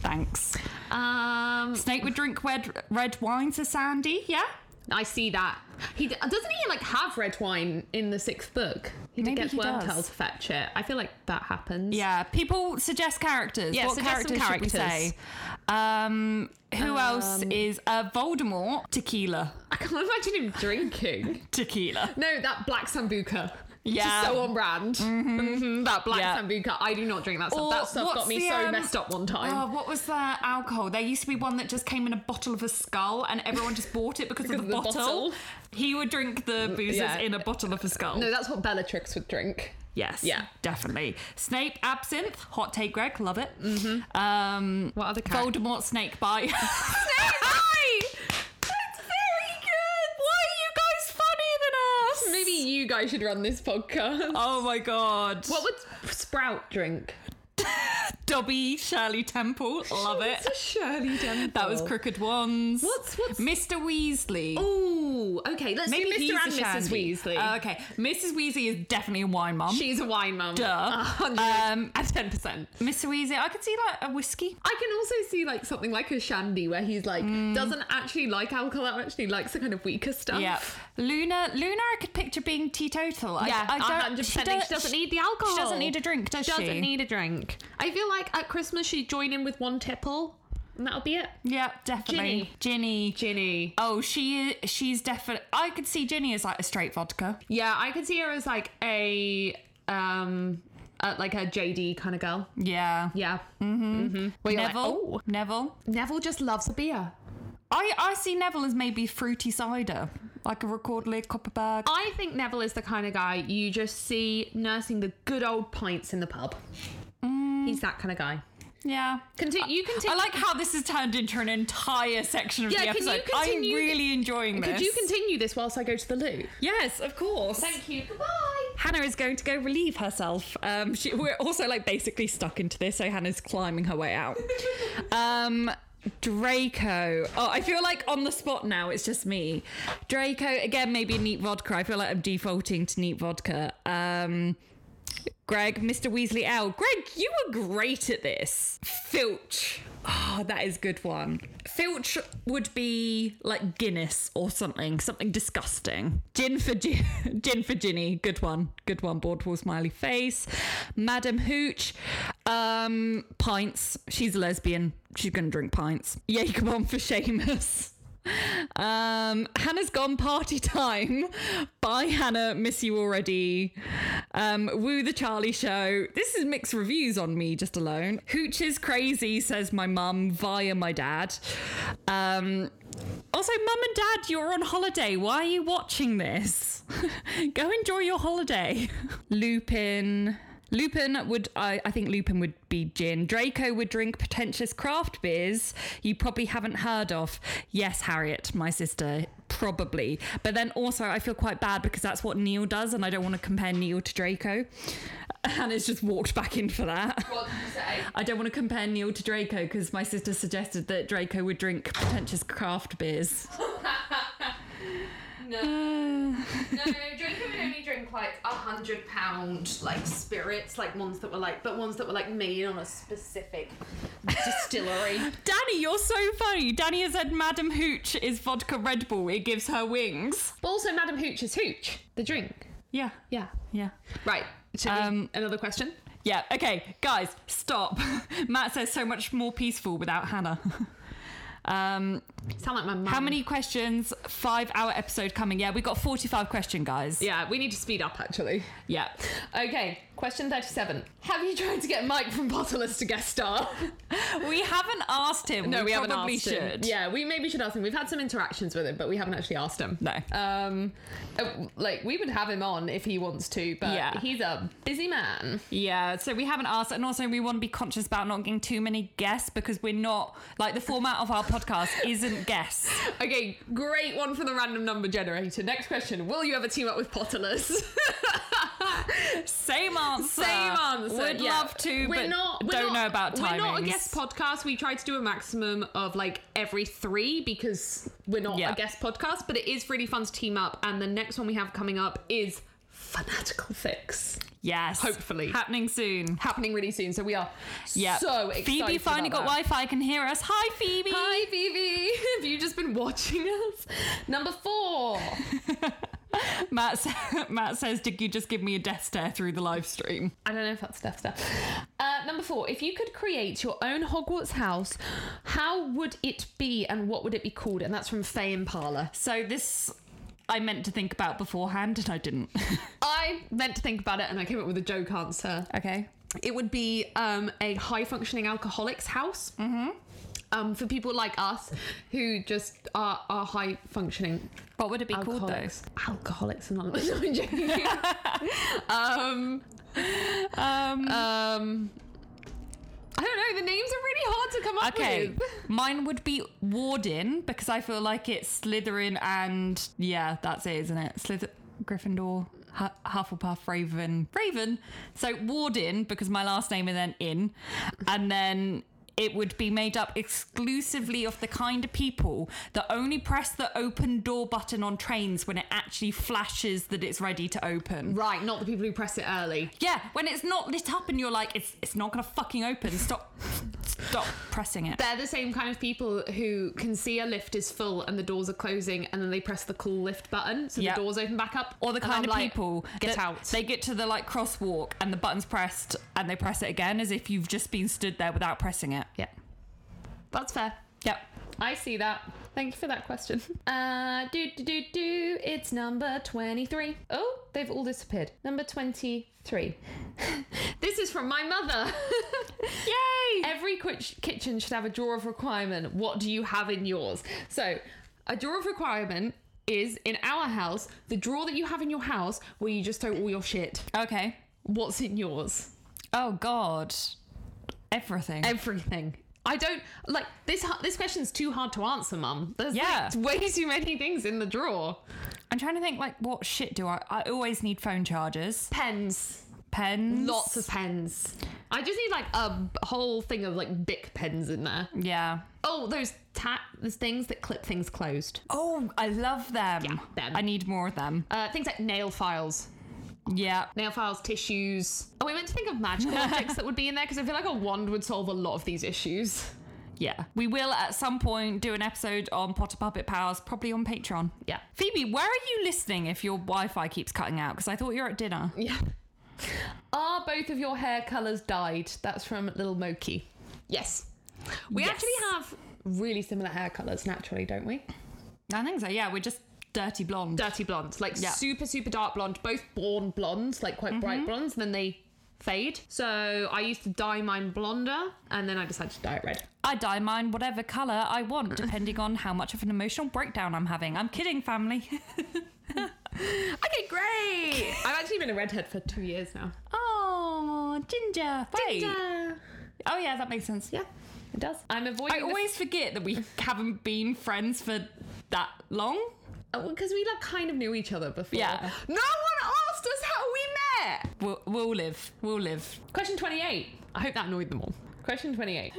S2: Thanks.
S3: Um,
S2: Snake would drink red red wine to Sandy. Yeah.
S3: I see that. He d- doesn't he like have red wine in the sixth book. He did
S2: Maybe
S3: gets
S2: he
S3: Wormtail
S2: does.
S3: to fetch it. I feel like that happens.
S2: Yeah. People suggest characters.
S3: Yeah,
S2: what
S3: suggest some
S2: characters, should we
S3: characters.
S2: say? Um, who else is uh, Voldemort? Tequila.
S3: I can't imagine him drinking.
S2: Tequila.
S3: No, that black sambuca.
S2: Yeah. Mm-hmm.
S3: Just so on brand. Mhm, That black
S2: Yeah.
S3: sambuca. I do not drink that stuff.
S2: Or
S3: that stuff
S2: what's
S3: got me
S2: the,
S3: so
S2: um,
S3: messed up one time.
S2: Oh, what was that alcohol? There used to be one that just came in a bottle of a skull, and everyone just bought it because, of the,
S3: of the
S2: bottle.
S3: bottle.
S2: He would drink the boozers
S3: yeah.
S2: in a bottle of a skull.
S3: no, that's what Bellatrix would drink.
S2: Yes.
S3: Yeah.
S2: Definitely. Snape absinthe. Hot take, Greg. Love it. Mm-hmm. Um,
S3: What other characters?
S2: Voldemort snake bite. snake That's very good. Why are you guys funnier than us?
S3: Maybe you guys should run this podcast.
S2: Oh my god.
S3: What would Sprout drink?
S2: Dobby Shirley Temple. Love it.
S3: It's a Shirley Temple.
S2: That was crooked wands.
S3: What's- what's-
S2: Mr. Weasley?
S3: Ooh, okay. Let's
S2: Maybe
S3: do
S2: he's
S3: Mr.
S2: a
S3: and Mrs.
S2: shandy.
S3: Weasley.
S2: Oh, okay, Mrs. Weasley is definitely a wine mum.
S3: She's a wine mum.
S2: Duh.
S3: A hundred
S2: Um,
S3: and ten percent.
S2: Mr. Weasley, I could see like a whiskey.
S3: I can also see like something like a shandy where he's like doesn't actually like alcohol, actually likes the kind of weaker stuff.
S2: Mm. Yeah, Oh. Luna. Luna, I could picture being teetotal. I-
S3: Yeah,
S2: I, don't-
S3: 100%. She,
S2: don't-
S3: doesn't need the alcohol.
S2: She doesn't need a drink, does
S3: doesn't
S2: she?
S3: need a drink. I feel like at Christmas she'd join in with one tipple and that'll be it.
S2: Yeah, definitely. Ginny.
S3: Ginny.
S2: Oh, she is. She's definitely. I could see Ginny as like a straight vodka.
S3: Yeah, I could see her as like a um uh, like a JD kind of girl.
S2: Yeah.
S3: Yeah. Mm-hmm. Where you're like,
S2: Neville.
S3: "Oh,
S2: Neville.
S3: Neville just loves a beer.
S2: I I see Neville as maybe fruity cider, like a recordly copper bag.
S3: I think Neville is the kind of guy you just see nursing the good old pints in the pub. He's that kind of guy.
S2: Yeah.
S3: Conti- you
S2: I
S3: continue.
S2: like how this has turned into an entire section of
S3: Yeah,
S2: the
S3: can you
S2: episode.
S3: continue-
S2: I'm really enjoying this.
S3: Could you continue this whilst I go to the loo?
S2: Yes, of course.
S3: Thank you. Goodbye.
S2: Hannah is going to go relieve herself. Um, she, we're also like basically stuck into this, so Hannah's climbing her way out. um, Draco. Oh, I feel like on the spot now. It's just me. Draco again. Maybe a neat vodka. I feel like I'm defaulting to neat vodka. Um, Greg, Mr. Weasley L. Greg, you were great at this. Filch. Oh, that is a good one. Filch would be like Guinness or something, something disgusting. Gin for gin, gin for Ginny. Good one, good one. Boardwall smiley face. Madam Hooch. Um, pints. She's a lesbian. She's gonna drink pints. Yay, come on for Seamus. Um, Hannah's gone party time. Bye, Hannah. Miss you already. Um, woo the Charlie show. This is mixed reviews on me just alone. Hooch is crazy, says my mum via my dad. Um, also, mum and dad, you're on holiday. Why are you watching this? Go enjoy your holiday. Lupin. Lupin would, I, I think Lupin would be gin. Draco would drink pretentious craft beers you probably haven't heard of. Yes, Harriet, my sister, probably. But then also, I feel quite bad because that's what Neil does, and I don't want to compare Neil to Draco. And it's just walked back in for that.
S3: What did you say?
S2: I don't want to compare Neil to Draco because my sister suggested that Draco would drink pretentious craft beers.
S3: Uh. No, Draco would only drink like a hundred pound like spirits, like ones that were like, but ones that were like made on a specific distillery.
S2: Danny, you're so funny. Danny has said Madam Hooch is vodka Red Bull. It gives her wings.
S3: but also, Madam Hooch is hooch, the drink.
S2: Yeah,
S3: Yeah.
S2: yeah.
S3: Right.
S2: Um,
S3: um, another question.
S2: Yeah, okay, guys, stop. Matt says so much more peaceful without Hannah. um,
S3: Sound like my mum.
S2: how many questions? Five hour episode coming. Yeah, we got 45 question, guys.
S3: Yeah, we need to speed up actually.
S2: Yeah.
S3: Okay, question 37. Have you tried to get Mike from Bottleless to guest star?
S2: We haven't asked him.
S3: No, we, haven't
S2: probably
S3: asked him.
S2: should.
S3: Yeah, we maybe should ask him. We've had some interactions with him, but we haven't actually asked him.
S2: No.
S3: Um, uh, like we would have him on if he wants to, but
S2: Yeah.
S3: he's a busy man.
S2: Yeah, so we haven't asked, and also we want to be conscious about not getting too many guests because we're not like the format of our podcast isn't guests.
S3: Okay, great one for the random number generator. Next question: Will you ever team up with Potterless?
S2: Same answer.
S3: Same answer.
S2: Uh, Would
S3: yeah.
S2: love to,
S3: We're
S2: but
S3: not. We're
S2: don't
S3: not,
S2: know about timings.
S3: We're not a guest podcast. We try to do a maximum of like every three because we're not
S2: Yeah.
S3: a guest podcast. But it is really fun to team up. And the next one we have coming up is fanatical fix
S2: Yes,
S3: Hopefully.
S2: happening soon.
S3: happening really soon. So we are
S2: Yeah,
S3: so excited.
S2: Phoebe finally
S3: about
S2: got
S3: that.
S2: Wi-Fi. Can hear us. Hi, Phoebe.
S3: Hi Phoebe, have you just been watching us? Number four.
S2: Matt. sa- Matt says, "Did you just give me a death stare through the live stream?"
S3: I don't know if that's Death Star. Uh, number four. If you could create your own Hogwarts house, how would it be and what would it be called? And that's from Faye Impala.
S2: So this. I meant to think about beforehand and I didn't.
S3: I meant to think about it and I came up with a joke answer.
S2: Okay.
S3: It would be um, a high functioning alcoholics house. Mm-hmm. Um, for people like us who just are, are high functioning
S2: What would it be called though?
S3: alcoholics. Alcoholics Anonymous. No, I'm joking. um,
S2: Um,
S3: um, I don't know. The names are really hard to come up
S2: okay.
S3: with.
S2: Mine would be Warden because I feel like it's Slytherin and yeah, that's it, isn't it? Slither Gryffindor, Hu- Hufflepuff, Raven, Raven. So Warden because my last name and then in, and then. It would be made up exclusively of the kind of people that only press the open door button on trains when it actually flashes that it's ready to open.
S3: Right, not the people who press it early.
S2: Yeah, when it's not lit up and you're like, it's it's not gonna fucking open. Stop, stop pressing it.
S3: They're the same kind of people who can see a lift is full and the doors are closing, and then they press the cool lift button so
S2: Yeah.
S3: the doors open back up.
S2: Or the
S3: And
S2: kind
S3: I'm
S2: of
S3: like,
S2: people
S3: get
S2: that
S3: out.
S2: They get to the like crosswalk and the button's pressed and they press it again as if you've just been stood there without pressing it.
S3: yeah, that's fair.
S2: Yep.
S3: I see that. Thank you for that question. Uh, do do do do. It's number twenty-three. Oh, they've all disappeared. Number twenty-three. this is from my mother.
S2: Yay!
S3: Every quich- kitchen should have a drawer of requirement. What do you have in yours? So, a drawer of requirement is in our house the drawer that you have in your house where you just throw all your shit.
S2: Okay.
S3: What's in yours?
S2: Oh god. Everything.
S3: Everything. I don't like this. hu- This question's too hard to answer, Mum. There's
S2: Yeah.
S3: like, way too many things in the drawer.
S2: I'm trying to think like what shit do I I always need phone chargers,
S3: Pens.
S2: pens.
S3: Lots of pens. I just need like a b- whole thing of like Bic pens in there.
S2: Yeah.
S3: Oh, those tat, those things that clip things closed.
S2: Oh, I love them.
S3: Yeah, them.
S2: I need more of them.
S3: Uh, things like nail files.
S2: Yeah.
S3: Nail files, tissues. Oh, we meant to think of magical objects that would be in there because I feel like a wand would solve a lot of these issues.
S2: Yeah. We will at some point do an episode on Potter Puppet Powers, probably on Patreon.
S3: Yeah.
S2: Phoebe, where are you listening if your Wi Fi keeps cutting out? Because I thought you were at dinner.
S3: Yeah. Are both of your hair colours dyed? That's from Little Moki. Yes. We
S2: Yes.
S3: actually have really similar hair colours naturally, don't we?
S2: I think so. Yeah. We're just dirty blonde.
S3: Dirty blonde, like
S2: Yeah.
S3: super, super dark blonde, both born blondes, like quite bright blondes, and then they fade. So I used to dye mine blonder and then I decided to dye it red.
S2: I dye mine whatever colour I want, depending on how much of an emotional breakdown I'm having. I'm kidding, family.
S3: Okay, great. I've actually been a redhead for two years now.
S2: oh, Ginger. Wait.
S3: Yeah.
S2: Oh, yeah, that makes sense.
S3: Yeah, it does. I'm avoiding.
S2: I always forget that we haven't been friends for that long.
S3: because oh, we like kind of knew each other before.
S2: Yeah.
S3: No one asked us how we met.
S2: We'll, we'll live. We'll live.
S3: Question 28. I hope that annoyed them all. Question 28.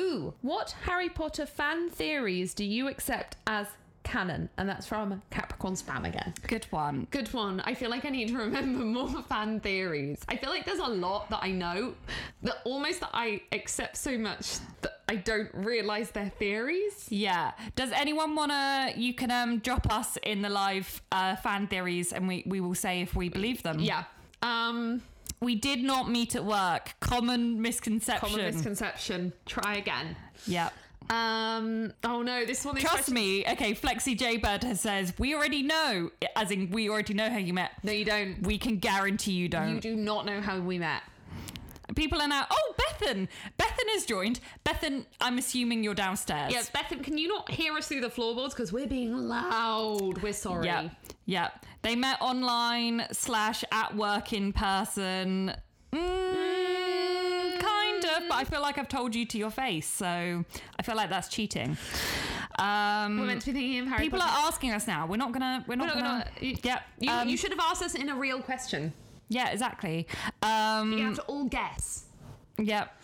S3: Ooh, what Harry Potter fan theories do you accept as canon? And that's from Capricorn Spam again.
S2: Good one.
S3: Good one. I feel like I need to remember more fan theories. I feel like there's a lot that I know that almost that I accept so much that I don't realize they're theories.
S2: Yeah. Does anyone wanna? You can um drop us in the live uh, fan theories, and we we will say if we believe them.
S3: Yeah. Um
S2: We did not meet at work. Common misconception.
S3: common misconception. Try again.
S2: yeah.
S3: Um oh no, this one is
S2: Trust me. Okay. Flexi J Bird has says we already know, as in we already know how you met.
S3: No, you don't.
S2: We can guarantee you don't.
S3: You do not know how we met.
S2: People are now. Oh, Bethan. Bethan has joined. Bethan, I'm assuming you're downstairs.
S3: Yes, Bethan, can you not hear us through the floorboards? Because we're being loud. We're sorry.
S2: Yeah. Yeah. They met online slash at work in person. Mm, kind of, but I feel like I've told you to your face, so I feel like that's cheating. Um,
S3: We're meant to be thinking of Harry
S2: people
S3: Potter.
S2: are asking us now. We're not gonna. We're not,
S3: We're
S2: gonna,
S3: not gonna-
S2: Yep.
S3: You,
S2: um,
S3: you should have asked us in a real question.
S2: yeah. Exactly. Um,
S3: You have to all guess.
S2: Yep.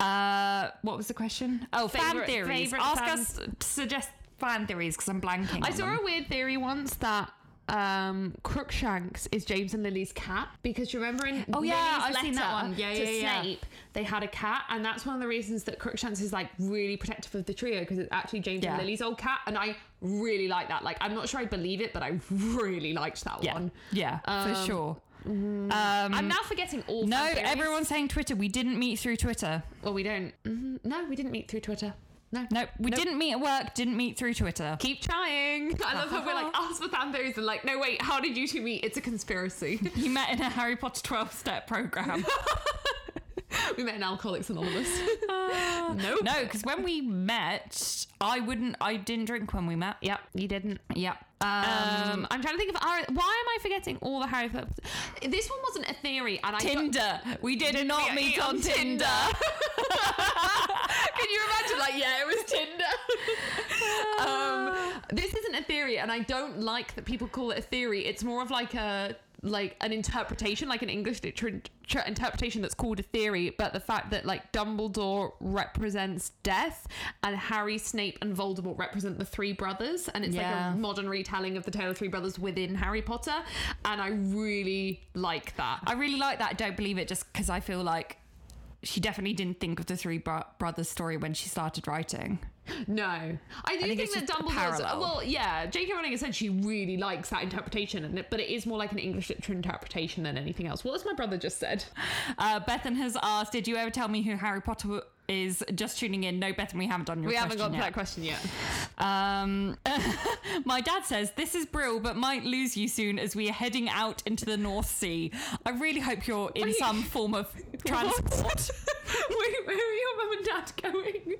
S2: Uh, what was the question? Oh, fan
S3: Favourite-
S2: theories.
S3: favourite
S2: Ask
S3: fan-
S2: us. Suggest fan theories because I'm blanking.
S3: I
S2: on
S3: saw
S2: them.
S3: a weird theory once that um Crookshanks is James and Lily's cat because you remember in
S2: Oh, yeah,
S3: Lily's
S2: I've seen that
S3: letter
S2: one. Yeah,
S3: to
S2: yeah, yeah.
S3: Snape they had a cat and that's one of the reasons that Crookshanks is like really protective of the trio because it's actually James
S2: Yeah.
S3: and Lily's old cat and I really like that like I'm not sure I believe it but I really liked that
S2: Yeah.
S3: one Mm.
S2: Yeah. for
S3: Um,
S2: sure. Um,
S3: I'm now forgetting all
S2: No,
S3: fan theories.
S2: everyone's saying Twitter. We didn't meet through Twitter.
S3: Well, we don't. Mhm. No, we didn't meet through Twitter. No.
S2: No, we didn't meet at work. Didn't meet through Twitter.
S3: Keep trying. I love how we're like, ask for fan theories and like, no, wait, how did you two meet? It's a conspiracy.
S2: You met in a Harry Potter 12 step program.
S3: we met in Alcoholics Anonymous.
S2: Uh, no. No, because when we met, I wouldn't, I didn't drink when we met.
S3: yep, you didn't.
S2: Yeah. Um,
S3: Um, I'm trying to think of our, why am I forgetting all the Harry Potter? This one wasn't a theory, and I
S2: Tinder. We did not
S3: We-
S2: meet
S3: on
S2: on Tinder.
S3: Tinder. Can you imagine? Like, yeah, it was Tinder. um, this isn't a theory, and I don't like that people call it a theory. It's more of like a like an interpretation, like an English literature interpretation that's called a theory. But the fact that like Dumbledore represents death, and Harry, Snape, and Voldemort represent the three brothers, and it's
S2: Yeah.
S3: like a modern retelling of the tale of three brothers within Harry Potter. And I really like that.
S2: I really like that. I don't believe it just because I feel like she definitely didn't think of the Three bro- Brothers story when she started writing.
S3: No, I
S2: think
S3: do think,
S2: it's
S3: that
S2: just a
S3: Dumbledore's.
S2: parallel.
S3: Well, yeah, J.K. Rowling has said she really likes that interpretation, and it, but it is more like an English literature interpretation than anything else. What has my brother just said?
S2: Uh, Bethan has asked, Did you ever tell me who Harry Potter is? Just tuning in. No, Bethan, we haven't done your
S3: We haven't got
S2: question
S3: to
S2: yet.
S3: that question yet.
S2: Um, my dad says this is Brill, but might lose you soon as we are heading out into the North Sea. I really hope you're in
S3: Wait.
S2: some form of transport.
S3: Wait, where are your mum and dad going?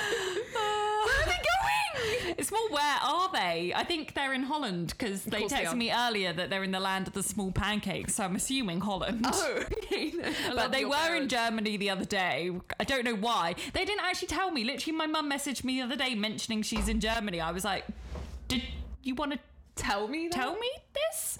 S2: Where are they going? It's more where are they? I think they're in Holland because they
S3: course they
S2: texted
S3: are.
S2: me earlier that they're in the land of the small pancakes. So I'm assuming Holland.
S3: Oh, okay.
S2: But they were in Germany the other day. I don't know why. They didn't actually tell me. Literally, my mum messaged me the other day mentioning she's in Germany. I was like, "Did you want to
S3: Tell me. That?
S2: tell me this?"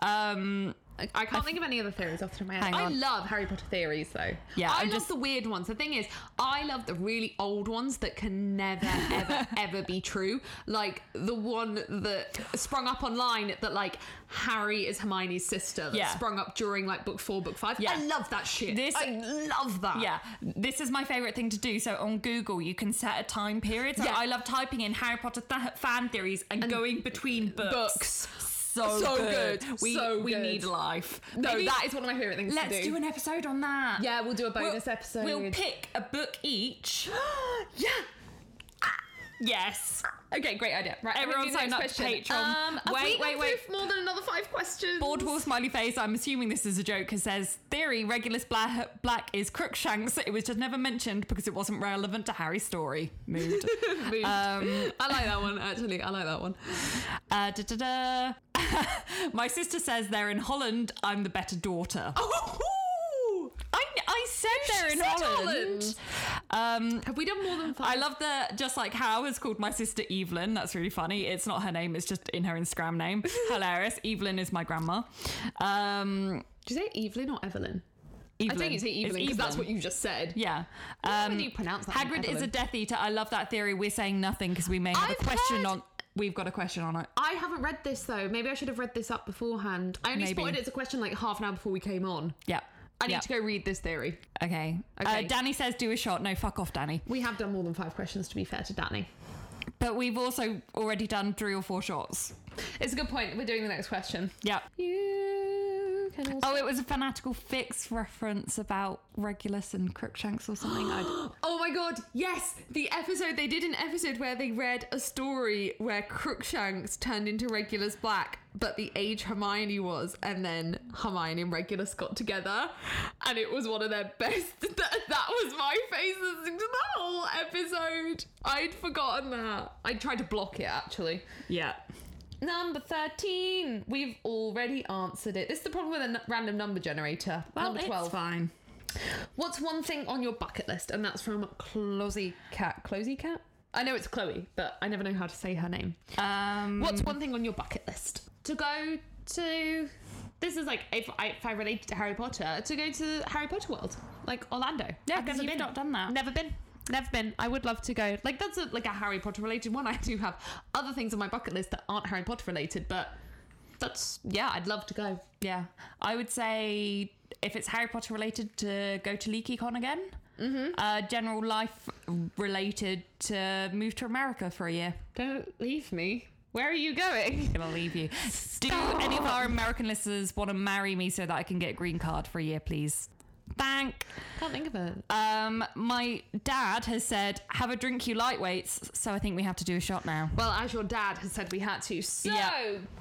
S2: Um,
S3: I I can't think of any other theories off the top of my head.
S2: Hang
S3: I
S2: on.
S3: love Harry Potter theories though.
S2: Yeah,
S3: I
S2: I'm
S3: love
S2: just-
S3: the weird ones. The thing is, I love the really old ones that can never, ever, ever be true. Like the one that sprung up online that like Harry is Hermione's sister. That
S2: Yeah.
S3: sprung up during like book four, book five.
S2: Yeah.
S3: I love that shit.
S2: This-
S3: I love that.
S2: Yeah, this is my favorite thing to do. So on Google, you can set a time period. So
S3: Yeah.
S2: I love typing in Harry Potter th- fan theories and, going between books.
S3: books.
S2: So,
S3: So
S2: good.
S3: good.
S2: We
S3: So
S2: we
S3: good.
S2: need life.
S3: No,
S2: Maybe
S3: that is one of my favorite things.
S2: Let's
S3: to
S2: do. an episode on that.
S3: Yeah, we'll do a bonus episode.
S2: We'll pick a book each.
S3: yeah.
S2: yes.
S3: Okay, great idea. Right,
S2: Everyone
S3: everyone sign
S2: sign up to Patreon.
S3: Um, have
S2: Wait,
S3: we gone
S2: wait, wait.
S3: through More than another five questions.
S2: Boardwall smiley face. I'm assuming this is a joke. Because says theory Regulus Bla- Black is Crookshanks. It was just never mentioned because it wasn't relevant to Harry's story. Mood.
S3: Moved. I like that one. Actually, I like that one.
S2: Uh, da, da, da. My sister says they're in Holland. I'm the better daughter.
S3: Oh,
S2: I, I said they're in
S3: said
S2: Holland. Um,
S3: have we done more than five?
S2: I love the just like how is called my sister Evelyn. That's really funny. It's not her name. It's just in her Instagram name. Hilarious. Evelyn is my grandma. Um,
S3: Do you say Evelyn or Evelyn?
S2: Evelyn.
S3: I think you say
S2: It's
S3: Evelyn because that's what you just said.
S2: Yeah. Um,
S3: How do you pronounce that?
S2: Hagrid is a
S3: Evelyn?
S2: Death Eater. I love that theory. We're saying nothing because we may have
S3: I've
S2: a question
S3: heard-
S2: on. We've got a question on it.
S3: I haven't read this though. Maybe I should have read this up beforehand. I only
S2: Maybe.
S3: spotted it as a question like half an hour before we came on.
S2: Yeah.
S3: I need
S2: Yeah.
S3: to go read this theory.
S2: Okay.
S3: Okay.
S2: Uh, Danny says, "Do a shot." No, fuck off, Danny.
S3: We have done more than five questions. To be fair to Danny,
S2: But we've also already done three or four shots.
S3: it's a good point. We're doing the next question.
S2: Yeah.
S3: You can also.
S2: Oh, it was a fanatical fix reference about Regulus and Crookshanks or something. I
S3: Oh my god, yes! The episode they did an episode where they read a story where Crookshanks turned into Regulus Black, but the age Hermione was, and then Hermione and Regulus got together, and it was one of their best. That, that was my face listening to the whole episode. I'd forgotten that. I tried to block it actually.
S2: yeah.
S3: Number 13. We've already answered it. This is the problem with a n- random number generator.
S2: Well,
S3: number
S2: it's
S3: 12.
S2: fine.
S3: What's one thing on your bucket list? And that's from Closey Cat. Closey Cat? I know it's Chloe, but I never know how to say her name.
S2: Um,
S3: What's one thing on your bucket list? To go to. This is like if I, if I relate to Harry Potter, to go to Harry Potter World, like Orlando.
S2: Yeah,
S3: I've
S2: 'cause
S3: never
S2: you've not done that.
S3: Never been. Never been. I would love to go. Like that's a, like a Harry Potter related one. I do have other things on my bucket list that aren't Harry Potter related, but that's yeah. I'd love to go.
S2: Yeah, I would say if it's Harry Potter related, to go to LeakyCon again. Mm-hmm. Uh, general life related to move to America for a year.
S3: Don't leave me. Where are you going?
S2: Gonna leave you. Do any of our American listeners want to marry me so that I can get a green card for a year, please? Thank.
S3: Can't think of it.
S2: Um, my dad has said, "Have a drink, you lightweights." So I think we have to do a shot now.
S3: Well, as your dad has said, we had to. So,
S2: Yeah.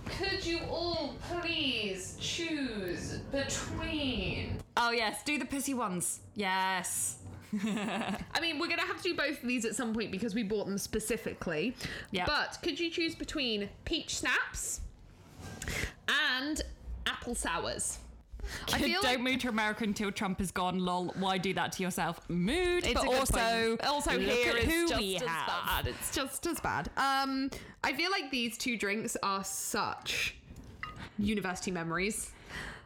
S3: could you all please choose between?
S2: Oh yes, do the pissy ones. Yes.
S3: I mean, we're gonna have to do both of these at some point because we bought them specifically.
S2: Yeah.
S3: But could you choose between peach snaps and apple sours? I feel
S2: Don't
S3: like-
S2: move to America until Trump is gone. Lol. Why do that to yourself? Mood.
S3: It's
S2: but
S3: a good
S2: also,
S3: point. also
S2: look
S3: here
S2: at
S3: is
S2: who
S3: just
S2: we
S3: as
S2: have.
S3: bad. It's just as bad. Um, I feel like these two drinks are such university memories.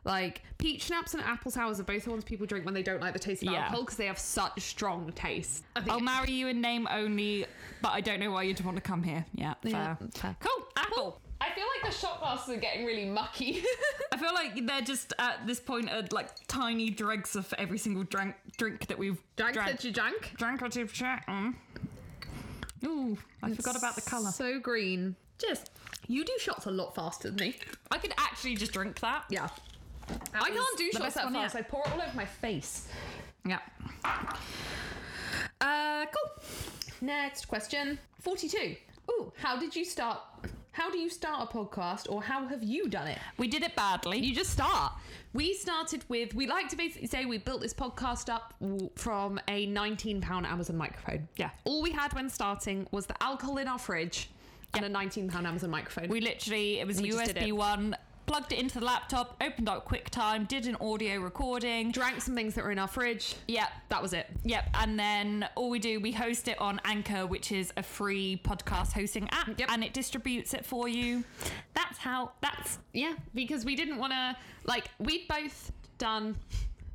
S3: Like peach schnapps and apple sours are both the ones people drink when they don't like the taste of
S2: Yeah. Oh,
S3: alcohol because they have such strong taste. I think
S2: I'll marry you in name only, but I don't know why you'd want to come here. Yeah,
S3: Yeah,
S2: fair.
S3: fair.
S2: Cool. Apple.
S3: I feel like the shot glasses are getting really mucky.
S2: I feel like they're just at this point are like tiny dregs of every single drink drink that we've
S3: Drank
S2: drank.
S3: that you drank.
S2: drank or two. Mm. Ooh, I forgot about the colour.
S3: So green. Just you do shots a lot faster than me.
S2: I could actually just drink that.
S3: Yeah. I can't do
S2: the
S3: shots
S2: best
S3: that
S2: one
S3: fast.
S2: yet.
S3: I pour it all over my face.
S2: Yeah.
S3: Uh, cool. Next question. 42. Ooh, how did you start? How do you start a podcast or how have you done it?
S2: We did it badly.
S3: You just start. We started with, we like to basically say we built this podcast up w- from a 19 pound Amazon microphone.
S2: Yeah.
S3: All we had when starting was the alcohol in our fridge and a 19 pound Amazon microphone.
S2: We literally, it was a
S3: We just did
S2: USB
S3: it.
S2: one, plugged it into the laptop, opened up QuickTime, did an audio recording.
S3: drank some things that were in our fridge.
S2: Yep.
S3: That was it.
S2: Yep, and then all we do, we host it on Anchor, which is a free podcast hosting app,
S3: Yep.
S2: and it distributes it for you. That's
S3: how that's yeah because we didn't want to like we'd both done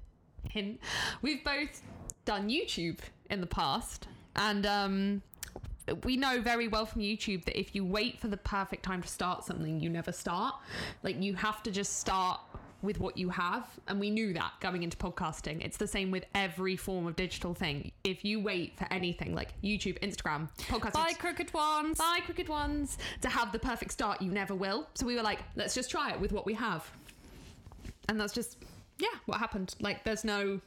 S3: hint we've both done youtube in the past and um we know very well from YouTube that if you wait for the perfect time to start something, you never start. Like you have to just start with what you have. And we knew that going into podcasting. It's the same with every form of digital thing. If you wait for anything like YouTube, Instagram, podcasting,
S2: Bye, crooked ones.
S3: buy crooked ones to have the perfect start, you never will. So we were like, let's just try it with what we have. And that's just, yeah, what happened. Like there's no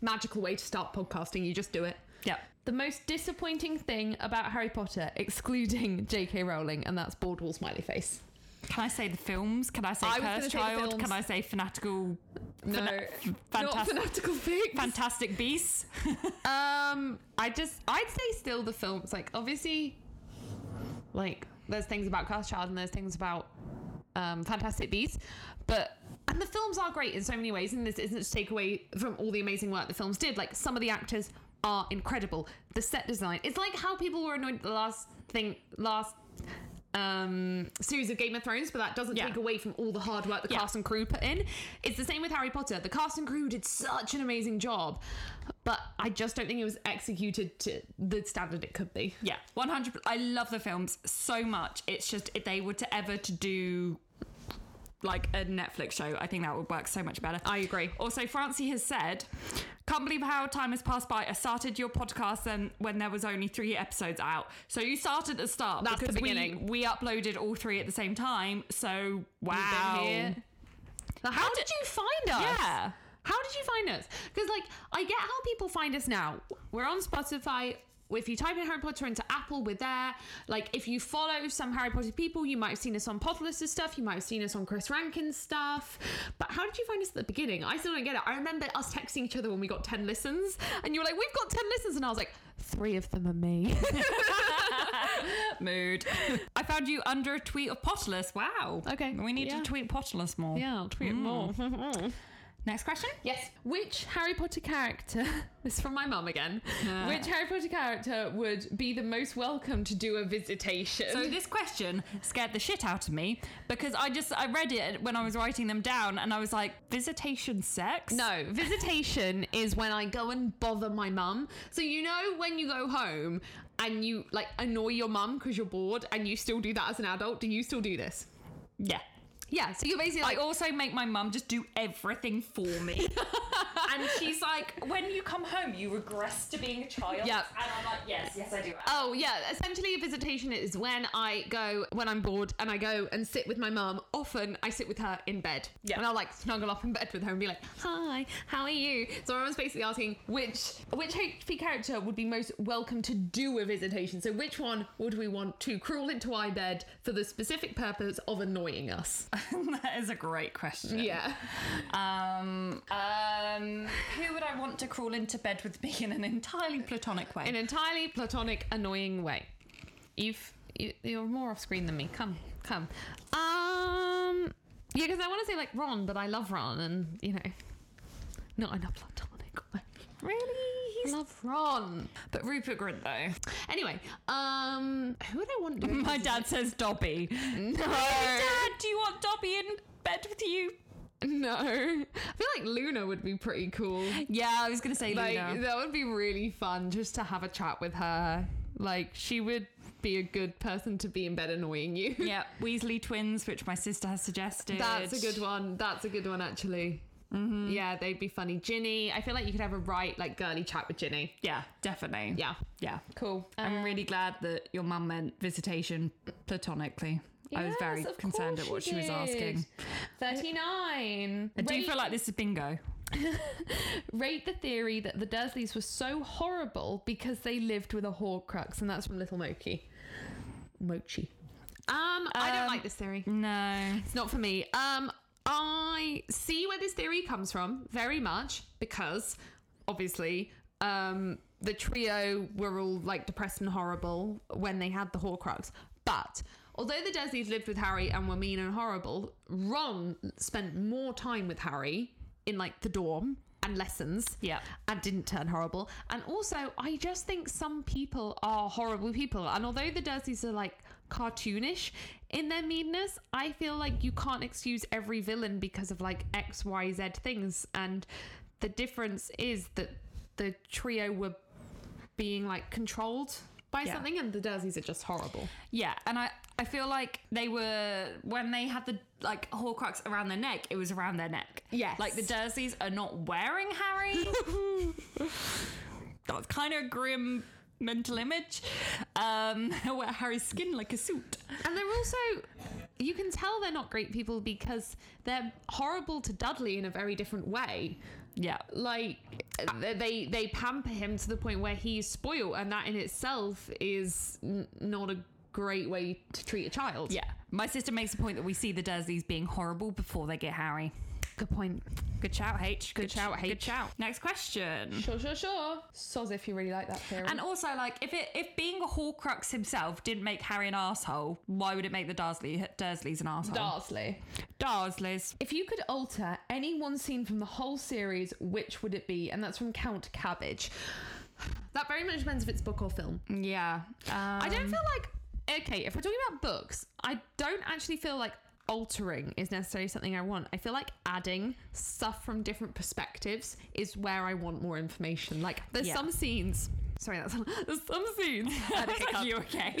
S3: magical way to start podcasting, you just do it.
S2: Yep.
S3: The most disappointing thing about Harry Potter, excluding J.K. Rowling, and that's Boardwall Smiley Face.
S2: Can I say the films? Can I say
S3: I was gonna
S2: Cursed
S3: say the
S2: Child?
S3: films.
S2: Can I say fanatical,
S3: No, not
S2: fantastic-
S3: fanatical things.
S2: fantastic beasts?
S3: Um, I just I'd say still the films. Like obviously, like there's things about Cursed Child and there's things about um, Fantastic Beasts, but and the films are great in so many ways. And this isn't to take away from all the amazing work the films did. Like some of the actors are incredible. The set design. It's like how people were annoyed at the last thing last. Um, series of Game of Thrones, but that doesn't
S2: Yeah.
S3: take away from all the hard work the
S2: Yeah.
S3: cast and crew put in. It's the same with Harry Potter. The cast and crew did such an amazing job, but I just don't think it was executed to the standard it could be.
S2: Yeah, one hundred. I love the films so much. It's just if they were to ever to do like a Netflix show, I think that would work so much better.
S3: I agree.
S2: Also, Francie has said, "Can't believe how time has passed by. I started your podcast and when there was only three episodes out. So you started at the start.
S3: That's the
S2: because we-
S3: beginning.
S2: We, uploaded all three at the same time. So wow.
S3: Wow. Now, How did you find us?
S2: Yeah.
S3: How did you find us? Because like I get how people find us now. We're on Spotify. If you type in Harry Potter into Apple, we're there. Like if you follow some Harry Potter people, you might have seen us on Podlist's stuff. You might have seen us on Chris Rankin's stuff. But how did you find us at the beginning? I still don't get it. I remember us texting each other when we got ten listens, and you were like, "We've got ten listens," and I was like, three of them are me."
S2: Mood. I found you under a tweet of Potterless. Wow.
S3: Okay.
S2: We need
S3: Yeah.
S2: to tweet Potterless more. Mm.
S3: yeah, I'll tweet more.
S2: Next question.
S3: Yes. Which Harry Potter character? This is from my mum again. Which Harry Potter character would be the most welcome to do a visitation?
S2: So this question scared the shit out of me because I just I read it when I was writing them down and I was like visitation sex.
S3: no, visitation is when I go and bother my mum. So you know when you go home and you like annoy your mum because you're bored, and you still do that as an adult. Do you still do this?
S2: Yeah.
S3: Yeah. So you're basically
S2: I
S3: like,
S2: also make my mum just do everything for me. and she's like, when you come home, you regress to being a child.
S3: Yep.
S2: And I'm like, yes, yes, I do.
S3: Oh yeah, essentially a visitation is when I go when I'm bored and I go and sit with my mum. Often I sit with her in bed.
S2: Yeah.
S3: And I'll like snuggle up in bed with her and be like, "Hi, how are you?" So I was basically asking which which HP character would be most welcome to do a visitation. So which one would we want to crawl into our bed for the specific purpose of annoying us?
S2: that is a great question.
S3: yeah.
S2: Um, um, who would I want to crawl into bed with me in an entirely platonic way?
S3: In an entirely platonic, annoying way. You've, you, you're more off screen than me. Come, come. Um, yeah, because I want to say like Ron, but I love Ron, and you know, not in a platonic way.
S2: really?
S3: I love Ron.
S2: But Rupert Grint though.
S3: Anyway, um, who would I want to?
S2: My dad says Dobby. No. Dad, do you want Dobby in bed with you?
S3: No, I feel like Luna would be pretty cool.
S2: Yeah, I was going to say
S3: Like
S2: Luna.
S3: that would be really fun just to have a chat with her. Like she would be a good person to be in bed annoying you.
S2: yeah, Weasley twins, which my sister has suggested.
S3: That's a good one. That's a good one, actually.
S2: Mm-hmm.
S3: Yeah, they'd be funny. Ginny, I feel like you could have a right, like, girly chat with Ginny.
S2: Yeah, definitely.
S3: Yeah. Uh, Um,
S2: Yeah.
S3: Cool.
S2: I'm really glad that your mum meant visitation platonically. I was very
S3: Yes, of
S2: concerned at
S3: course
S2: what she was
S3: did.
S2: asking.
S3: 39.
S2: I do
S3: rate,
S2: feel like this is bingo.
S3: rate the theory that the Dursleys were so horrible because they lived with a Horcrux, and that's from Little Mochi. Mochi. Um, I don't
S2: Um,
S3: like this theory.
S2: No.
S3: It's not for me. Um, I see where this theory comes from very much because obviously um, the trio were all like depressed and horrible when they had the Horcrux. But although the Dursleys lived with Harry and were mean and horrible, Ron spent more time with Harry in like the dorm and lessons
S2: Yeah.
S3: and didn't turn horrible. And also, I just think some people are horrible people. And although the Dursleys are like cartoonish in their meanness. I feel like you can't excuse every villain because of like X, Y, Z things. And the difference is that the trio were being like controlled by
S2: Yeah.
S3: something and the Dursleys are just horrible.
S2: Yeah, and I I feel like they were when they had the like Horcrux around their neck, it was around their neck.
S3: Yes.
S2: like the Dursleys are not wearing Harry. that was kind of a grim mental image. Um, wear Harry's skin like a suit.
S3: And they're also, you can tell they're not great people because they're horrible to Dudley in a very different way.
S2: Yeah,
S3: Like they- they they pamper him to the point where he's spoiled, and that in itself is n- not a great way to treat a child.
S2: yeah. My sister makes the point that we see the Dursleys being horrible before they get Harry.
S3: good point.
S2: Good shout, H. Good,
S3: shout,
S2: Good
S3: H.
S2: shout. Next question.
S3: Sure, sure, sure. Soz if you really like that theory.
S2: And also, like, if it if being a Horcrux himself didn't make Harry an asshole, why would it make the Dursley Dursleys an asshole?
S3: Darsley.
S2: Dursleys.
S3: If you could alter any one scene from the whole series, which would it be? And that's from Count Cabbage. That very much depends if it's book or film.
S2: Yeah.
S3: I
S2: Um,
S3: don't feel like okay, if we're talking about books, I don't actually feel like altering is necessarily something I want. I feel like adding stuff from different perspectives is where I want more information. Like there's
S2: Yeah.
S3: some scenes. Sorry, that's there's some scenes.
S2: Are you okay?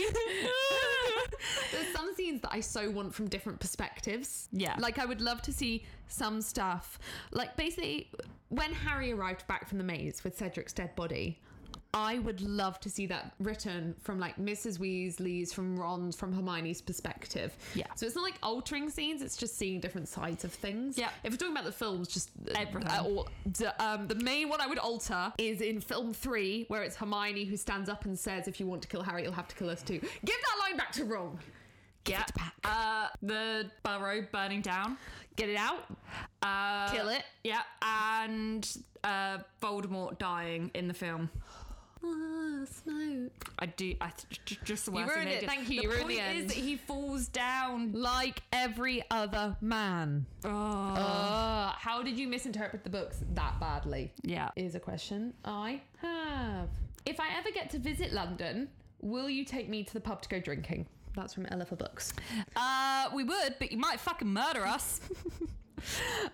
S3: there's some scenes that I so want from different perspectives.
S2: Yeah.
S3: Like I would love to see some stuff. Like basically when Harry arrived back from the maze with Cedric's dead body, I would love to see that written from like Mrs. Weasley's, from Ron's, from Hermione's perspective.
S2: Yeah.
S3: So it's not like altering scenes, it's just seeing different sides of things.
S2: Yeah.
S3: If we're talking about the films, just
S2: Everything.
S3: uh, or, d- um, the main one I would alter is in film three, where it's Hermione who stands up and says, If you want to kill Harry, you'll have to kill us too. Give that line back to Ron.
S2: yeah. Uh, the burrow burning down.
S3: Get it out.
S2: Uh,
S3: Kill it.
S2: Yeah. And uh, Voldemort dying in the film.
S3: Ah, smoke.
S2: I do. I th- j- just the worst thing
S3: ruined
S2: they
S3: it,
S2: did.
S3: thank you,
S2: The
S3: you ruined
S2: point
S3: the end.
S2: is that he falls down.
S3: Like every other man.
S2: Oh.
S3: Uh, how did you misinterpret the books that badly?
S2: Yeah.
S3: Is a question I have. If I ever get to visit London, will you take me to the pub to go drinking? That's from Ella for Books.
S2: Uh, we would, but you might fucking murder us.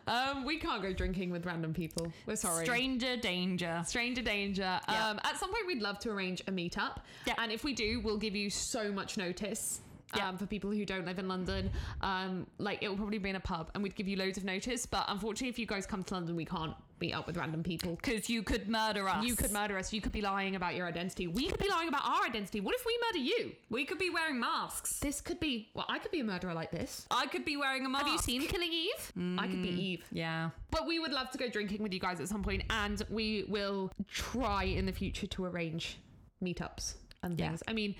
S3: Um, we can't go drinking with random people. We're sorry.
S2: Stranger danger.
S3: Stranger danger.
S2: Yeah.
S3: Um, at some point, we'd love to arrange a meetup.
S2: Yeah.
S3: And if we do, we'll give you so much notice.
S2: Yeah.
S3: Um, for people who don't live in London, um, like it will probably be in a pub, and we'd give you loads of notice. But unfortunately, if you guys come to London, we can't meet up with random people.
S2: Because you could murder us.
S3: You could murder us. You could be lying about your identity. We could be lying about our identity. What if we murder you?
S2: We could be wearing masks.
S3: This could be. Well, I could be a murderer like this.
S2: I could be wearing a mask.
S3: Have you seen Killing Eve? I could be
S2: Hmm.
S3: Eve.
S2: Yeah.
S3: But we would love to go drinking with you guys at some point, and we will try in the future to arrange meetups and
S2: Yeah.
S3: things. I mean,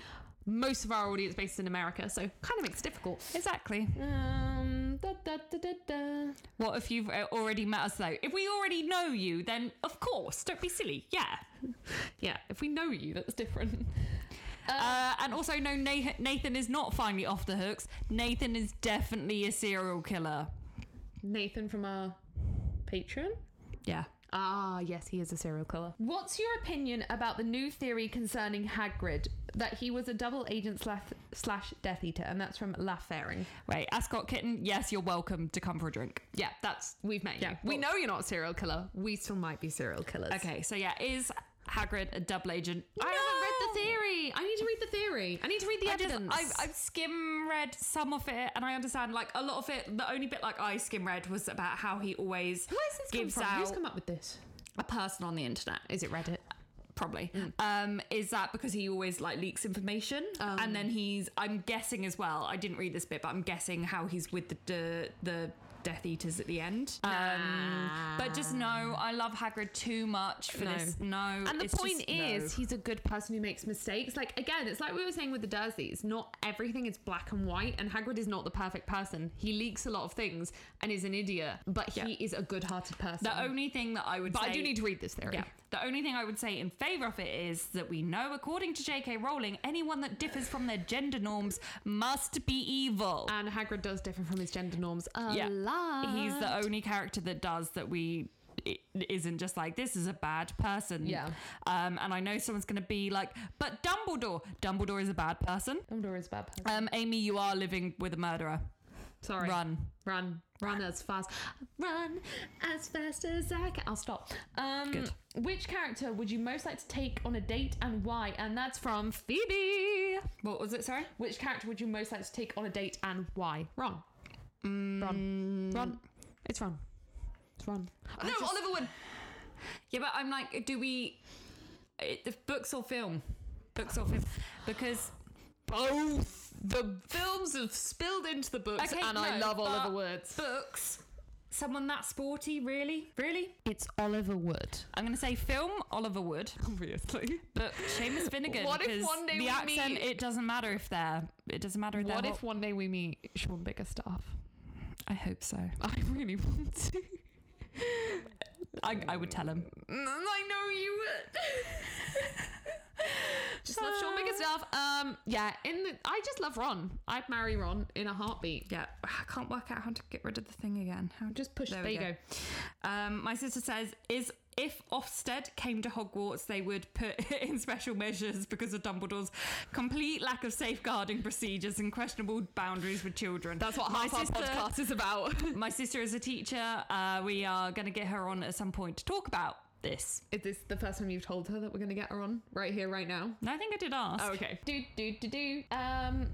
S3: most of our audience base is in America, so kind of makes it difficult.
S2: Exactly.
S3: Um, da, da, da, da, da.
S2: What if you've uh, already met us though? If we already know you, then of course, don't be silly. Yeah.
S3: Yeah, if we know you, that's different.
S2: Uh, and also, no, Nathan, Nathan is not finally off the hooks. Nathan is definitely a serial killer.
S3: Nathan from our Patreon.
S2: Yeah.
S3: Ah, yes, he is a serial killer. What's your opinion about the new theory concerning Hagrid that he was a double agent slash, slash Death Eater? And that's from Laughing.
S2: Wait, Ascot Kitten, yes, you're welcome to come for a drink.
S3: Yeah, that's we've met
S2: Yeah,
S3: you. we
S2: well-
S3: know you're not a serial killer. We still might be serial killers.
S2: Okay, so yeah, is Hagrid a double agent?
S3: I haven't
S2: No!
S3: read the theory. I need to read the theory. I need to read the
S2: I just,
S3: evidence.
S2: I've, I've skim read some of it, and I understand like a lot of it. The only bit like I skim read was about how he always
S3: Where's this come
S2: gives
S3: from? Who's
S2: out
S3: come up with this?
S2: a person on the internet.
S3: Is it Reddit?
S2: probably
S3: Hmm.
S2: um is that because he always like leaks information
S3: Um.
S2: and then he's i'm guessing as well i didn't read this bit but i'm guessing how he's with the the, the death eaters at the end um but just no i love hagrid too much for
S3: Ah. No.
S2: this no
S3: And the
S2: it's
S3: point
S2: just no.
S3: is, he's a good person who makes mistakes. Like again, it's like we were saying with the Dursleys. Not everything is black and white, and Hagrid is not the perfect person. He leaks a lot of things and is an idiot, but he is a good-hearted person.
S2: the only thing that i would
S3: but
S2: say
S3: I do need to read this theory.
S2: yeah the only thing i would say in favor of it is that we know according to jk rowling anyone that differs from their gender norms must be evil
S3: And Hagrid does differ from his gender norms a
S2: yeah
S3: lot.
S2: he's the only character that does that we it isn't just like this is a bad person.
S3: Yeah.
S2: Um, and I know someone's going to be like, but Dumbledore, Dumbledore is a bad person.
S3: Dumbledore is a bad person.
S2: Um, Amy, you are living with a murderer.
S3: Sorry.
S2: Run.
S3: Run. Run as fast. Run as fast as I can. I'll stop. Um,
S2: Good.
S3: Which character would you most like to take on a date and why? And that's from Phoebe.
S2: What was it? Sorry.
S3: Which character would you most like to take on a date and why? Ron.
S2: Mm,
S3: Ron. Ron. It's Ron. It's Ron.
S2: no, Oliver Wood. Yeah, but I'm like, do we? It, if books or film? Books or film? Because
S3: Both the films have spilled into the books,
S2: okay,
S3: and I
S2: no,
S3: love
S2: but
S3: Oliver Woods.
S2: Books. Someone that sporty, really, really.
S3: It's Oliver Wood.
S2: I'm gonna say film Oliver Wood,
S3: Obviously.
S2: but Seamus Finnegan.
S3: What if
S2: 'cause
S3: one day
S2: the
S3: we
S2: accent?
S3: meet-
S2: It doesn't matter if they're. It doesn't matter if they're.
S3: What
S2: hot.
S3: if one day we meet Sean Biggerstaff?
S2: I hope so.
S3: I really want to.
S2: I, I would tell him.
S3: Mm, I know you would. just love Sean Biggerstaff. Um, yeah, in the, I just love Ron. I'd marry Ron in a heartbeat.
S2: Yeah, I can't work out how to get rid of the thing again. How
S3: Just push-
S2: There,
S3: there
S2: we
S3: you
S2: go.
S3: go.
S2: Um, my sister says is if Ofsted came to Hogwarts, they would put in special measures because of Dumbledore's complete lack of safeguarding procedures and questionable boundaries with children.
S3: That's what half our podcast is about.
S2: My sister is a teacher. Uh, we are going to get her on at some point to talk about this.
S3: is this the first time you've told her that we're going to get her on right here, right now? Oh,
S2: And I think I did ask.
S3: Okay. Do do do do. Um,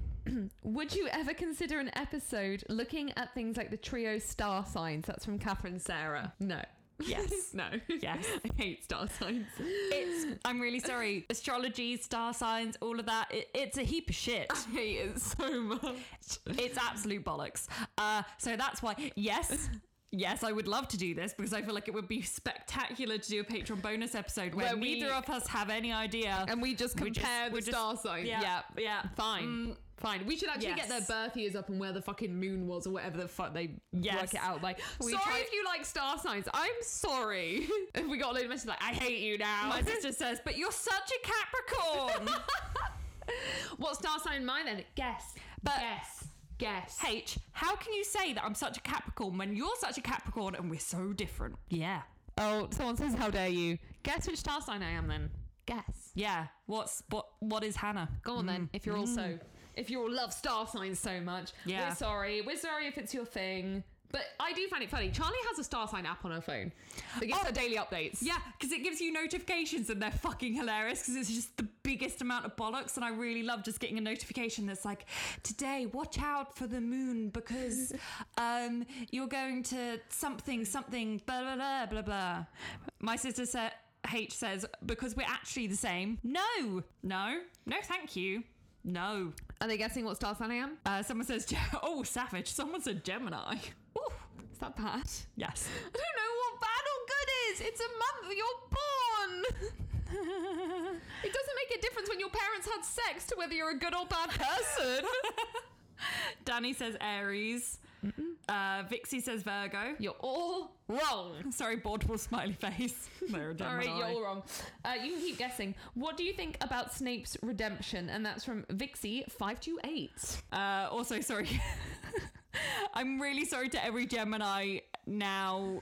S3: would you ever consider an episode looking at things like the trio star signs? That's from Catherine Sarah. No.
S2: Yes.
S3: no.
S2: Yes.
S3: I hate star signs.
S2: It's, I'm really sorry. Astrology, star signs, all of that. It, it's a heap of shit.
S3: hate it so much.
S2: It's absolute bollocks. Uh, so that's why, yes. Yes, I would love to do this because I feel like it would be spectacular to do a Patreon bonus episode where,
S3: Where we-
S2: neither of us have any idea.
S3: And we just
S2: We're
S3: compare the
S2: we're
S3: star signs.
S2: Yeah, Mm,
S3: Yeah.
S2: yeah.
S3: Fine. Fine. We should actually
S2: Yes.
S3: get their birth years up and where the fucking moon was or whatever the fuck they
S2: Yes.
S3: work it out. Like,
S2: We
S3: sorry
S2: try-
S3: if you like star signs. I'm sorry. and we got a load of messages like, I hate you now.
S2: My sister says, but you're such a Capricorn.
S3: what star sign am I then? Guess.
S2: But-
S3: guess. Guess.
S2: H, how can you say that I'm such a Capricorn when you're such a Capricorn and we're so different? Yeah.
S3: Oh, someone says, how dare you? Guess which star sign I am then. Guess.
S2: Yeah. What's what what is Hannah?
S3: Go on then. If you're also, if you all love star signs so much,
S2: Yeah.
S3: we're sorry. We're sorry if it's your thing. But I do find it funny. Charlie has a star sign app on her phone that gives
S2: Oh.
S3: her daily updates.
S2: Yeah, because it gives you notifications and they're fucking hilarious because it's just the biggest amount of bollocks. And I really love just getting a notification that's like, today, watch out for the moon because um, you're going to something, something, blah, blah, blah, blah, blah. My sister said, H says, because we're actually the same. No, no, no, thank you. No.
S3: Are they guessing what star sign I am?
S2: Uh, someone says, Ge- oh, savage. Someone said Gemini. Ooh,
S3: Is that bad?
S2: yes.
S3: I don't know what bad or good is. It's a month you're born. it doesn't make a difference when your parents had sex to whether you're a good or bad person.
S2: Danny says Aries. Uh, Vixie says Virgo.
S3: you're all wrong.
S2: Sorry, boardable smiley face. They're a
S3: Sorry,
S2: Gemini.
S3: you're all wrong. Uh, you can keep guessing. What do you think about Snape's redemption? And that's from Vixie five two eight.
S2: Uh, also, sorry. I'm really sorry to every Gemini now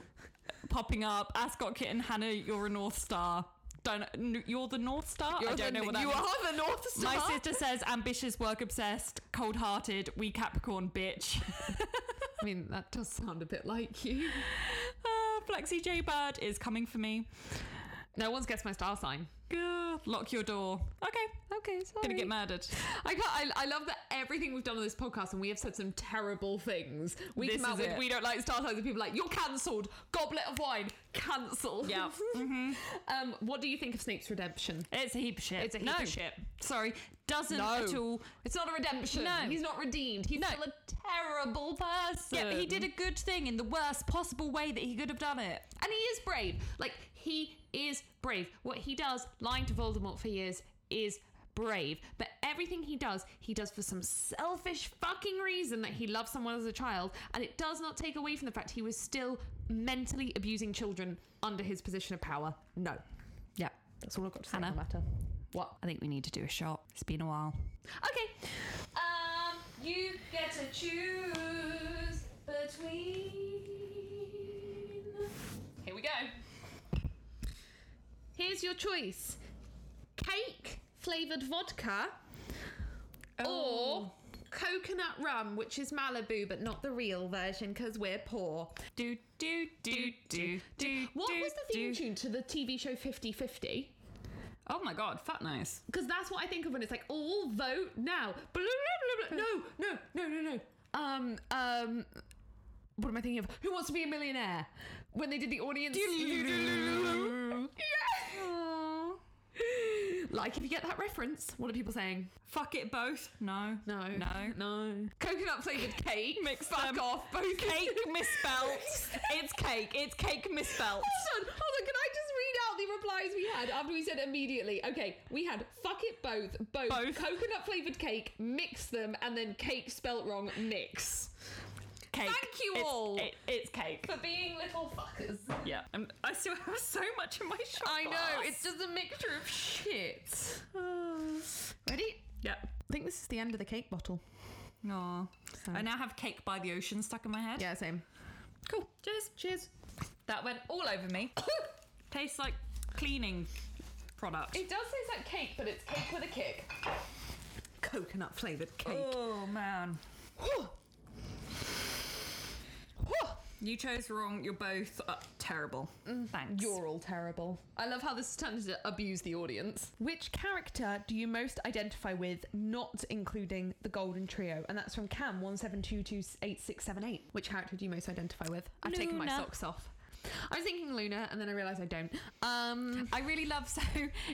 S2: popping up. Ascot Kitten, Hannah, you're a North Star. Don't n- you're the North Star. I don't know what that
S3: you
S2: means.
S3: are. The North Star.
S2: My sister says ambitious, work obsessed, cold hearted, we Capricorn bitch.
S3: I mean, that does sound a bit like you.
S2: Uh, Flexi J Bird is coming for me.
S3: No one's guessed my star sign.
S2: God, lock your door. Okay,
S3: Okay, sorry.
S2: gonna get murdered.
S3: I, can't, I I love that everything we've done on this podcast, and we have said some terrible things. We
S2: This
S3: come out
S2: is
S3: with
S2: it.
S3: we don't like star signs, and people are like you're cancelled. Goblet of wine, cancelled.
S2: Yeah.
S3: um, what do you think of Snape's redemption?
S2: It's a heap of shit.
S3: It's a heap
S2: no.
S3: of shit.
S2: Sorry, doesn't
S3: No.
S2: at all.
S3: It's not a redemption.
S2: No.
S3: he's not redeemed. He's still a terrible person.
S2: Yeah, but he did a good thing in the worst possible way that he could have done it.
S3: and he is brave. Like he is brave. What he does, lying to Voldemort for years, is brave. But everything he does, he does for some selfish fucking reason that he loved someone as a child, and it does not take away from the fact he was still mentally abusing children under his position of power. No,
S2: Yeah.
S3: that's all I've got to say on
S2: Hannah?
S3: the matter. What?
S2: I think we need to do a shot. It's been a while.
S3: Okay. Um, you get to choose between. Here we go. here's your choice cake flavored vodka
S2: Oh.
S3: or coconut rum, which is Malibu, but not the real version because we're poor.
S2: Do do do do do.
S3: What
S2: do,
S3: was the theme
S2: do.
S3: tune to the TV show 50 50?
S2: Oh my god, fat nice.
S3: Because that's what I think of when it's like all vote now. Blah, blah, blah, blah. No, no, no, no, no. Um, um, what am I thinking of? Who wants to be a millionaire? When they did the audience. Yeah. Like, if you get that reference, what are people saying?
S2: Fuck it both. No.
S3: No.
S2: No.
S3: No. Coconut flavored cake.
S2: Mix
S3: Fuck
S2: them.
S3: off. Both
S2: Cake misspelled. It's cake. It's cake misspelled.
S3: Hold on, hold on. Can I just read out the replies we had after we said immediately? Okay, we had fuck it both, both,
S2: Both.
S3: coconut flavored cake, mix them, and then cake spelt wrong, mix.
S2: Cake.
S3: Thank you
S2: It's-
S3: all.
S2: it- it's cake.
S3: For being little fuckers.
S2: Yeah. Um, I still have so much in my shot.
S3: I know,
S2: glass.
S3: it's just a mixture of shit. Ready?
S2: Yeah.
S3: I think this is the end of the cake bottle.
S2: Aw. I now have cake by the ocean stuck in my head.
S3: Yeah, same.
S2: Cool. Cheers. Cheers. That went all over me. Tastes like cleaning product.
S3: It does taste like cake, but it's cake with a kick. Coconut flavored cake.
S2: Oh man.
S3: Whew. Whew.
S2: You chose wrong. You're both uh, terrible. Thanks.
S3: Mm, You're all terrible. I love how this turns to abuse the audience. Which character do you most identify with, not including the Golden Trio? And that's from Cam one seven two two eight six seven eight. Which character do you most identify with? I've taken my
S2: Luna.
S3: socks off. I was thinking Luna, and then I realised I don't. Um,
S2: I really love so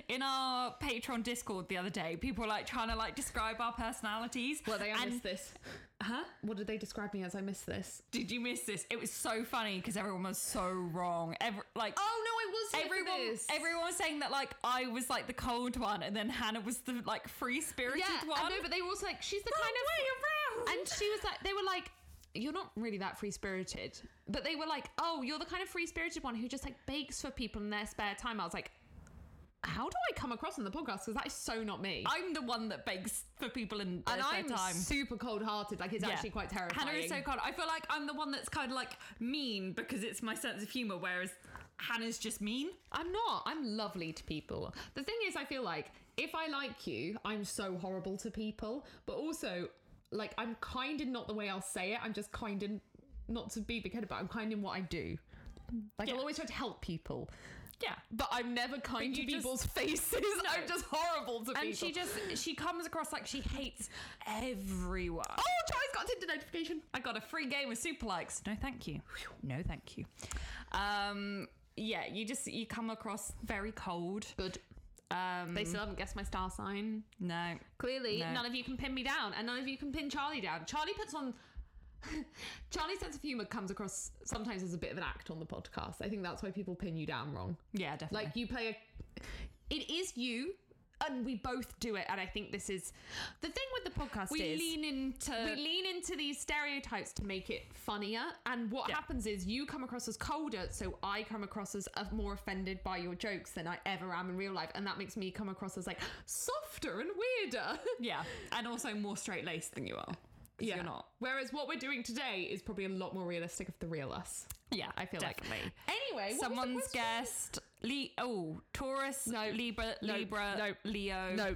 S2: in our Patreon Discord the other day, people were like trying to like describe our personalities.
S3: well, they I
S2: and
S3: missed this. Huh? What did they describe me as? I missed this.
S2: did you miss this? It was so funny because everyone was so wrong. Every, like
S3: Oh no, I was
S2: everyone everyone was saying that like I was like the cold one and then Hannah was the like free spirited
S3: yeah,
S2: one.
S3: I know, but they were also like, she's the
S2: Wrong
S3: kind of
S2: way around.
S3: and she was like they were like you're not really that free spirited but they were like oh you're the kind of free spirited one who just like bakes for people in their spare time i was like how do i come across in the podcast because that is so not me
S2: I'm the one that begs for people in their
S3: and
S2: spare
S3: i'm
S2: time.
S3: super cold hearted like it's
S2: Yeah.
S3: actually quite terrifying
S2: Hannah is so cold. I feel like I'm the one that's kind of like mean because it's my sense of humor, whereas Hannah's just mean.
S3: i'm not i'm lovely to people the thing is i feel like if i like you i'm so horrible to people but also like i'm kind in not the way i'll say it i'm just kind in not to be big-headed but i'm kind in what i do like i'll
S2: Yeah.
S3: always try to help people
S2: Yeah.
S3: but I'm never kind to
S2: you just-
S3: people's faces. I'm Oh, just horrible to people.
S2: And she just she comes across like she hates everyone.
S3: oh, Charlie's got a Tinder notification.
S2: I got a free game of super likes. No, thank you. No, thank you. Um, yeah, you just you come across very cold.
S3: Good.
S2: Um,
S3: They still haven't guessed my star sign.
S2: no,
S3: Clearly,
S2: No.
S3: none of you can pin me down, and none of you can pin Charlie down. Charlie puts on. Charlie's sense of humor comes across sometimes as a bit of an act on the podcast. I think that's why people pin you down wrong.
S2: yeah, definitely.
S3: Like you play a it is you and we both do it and I think this is the thing with the podcast
S2: we
S3: is
S2: lean into
S3: we lean into these stereotypes to make it funnier and what
S2: Yeah.
S3: happens is you come across as colder so i come across as uh, more offended by your jokes than i ever am in real life and that makes me come across as like softer and weirder
S2: yeah, and also more straight laced than you are. 'Cause you're not.
S3: whereas what we're doing today is probably a lot more realistic of the real us
S2: Yeah,
S3: i feel
S2: definitely.
S3: like anyway what was the
S2: Someone's
S3: question?
S2: guessed Lee. Oh, Taurus,
S3: No.
S2: Libra,
S3: No.
S2: Libra,
S3: No.
S2: Leo.
S3: no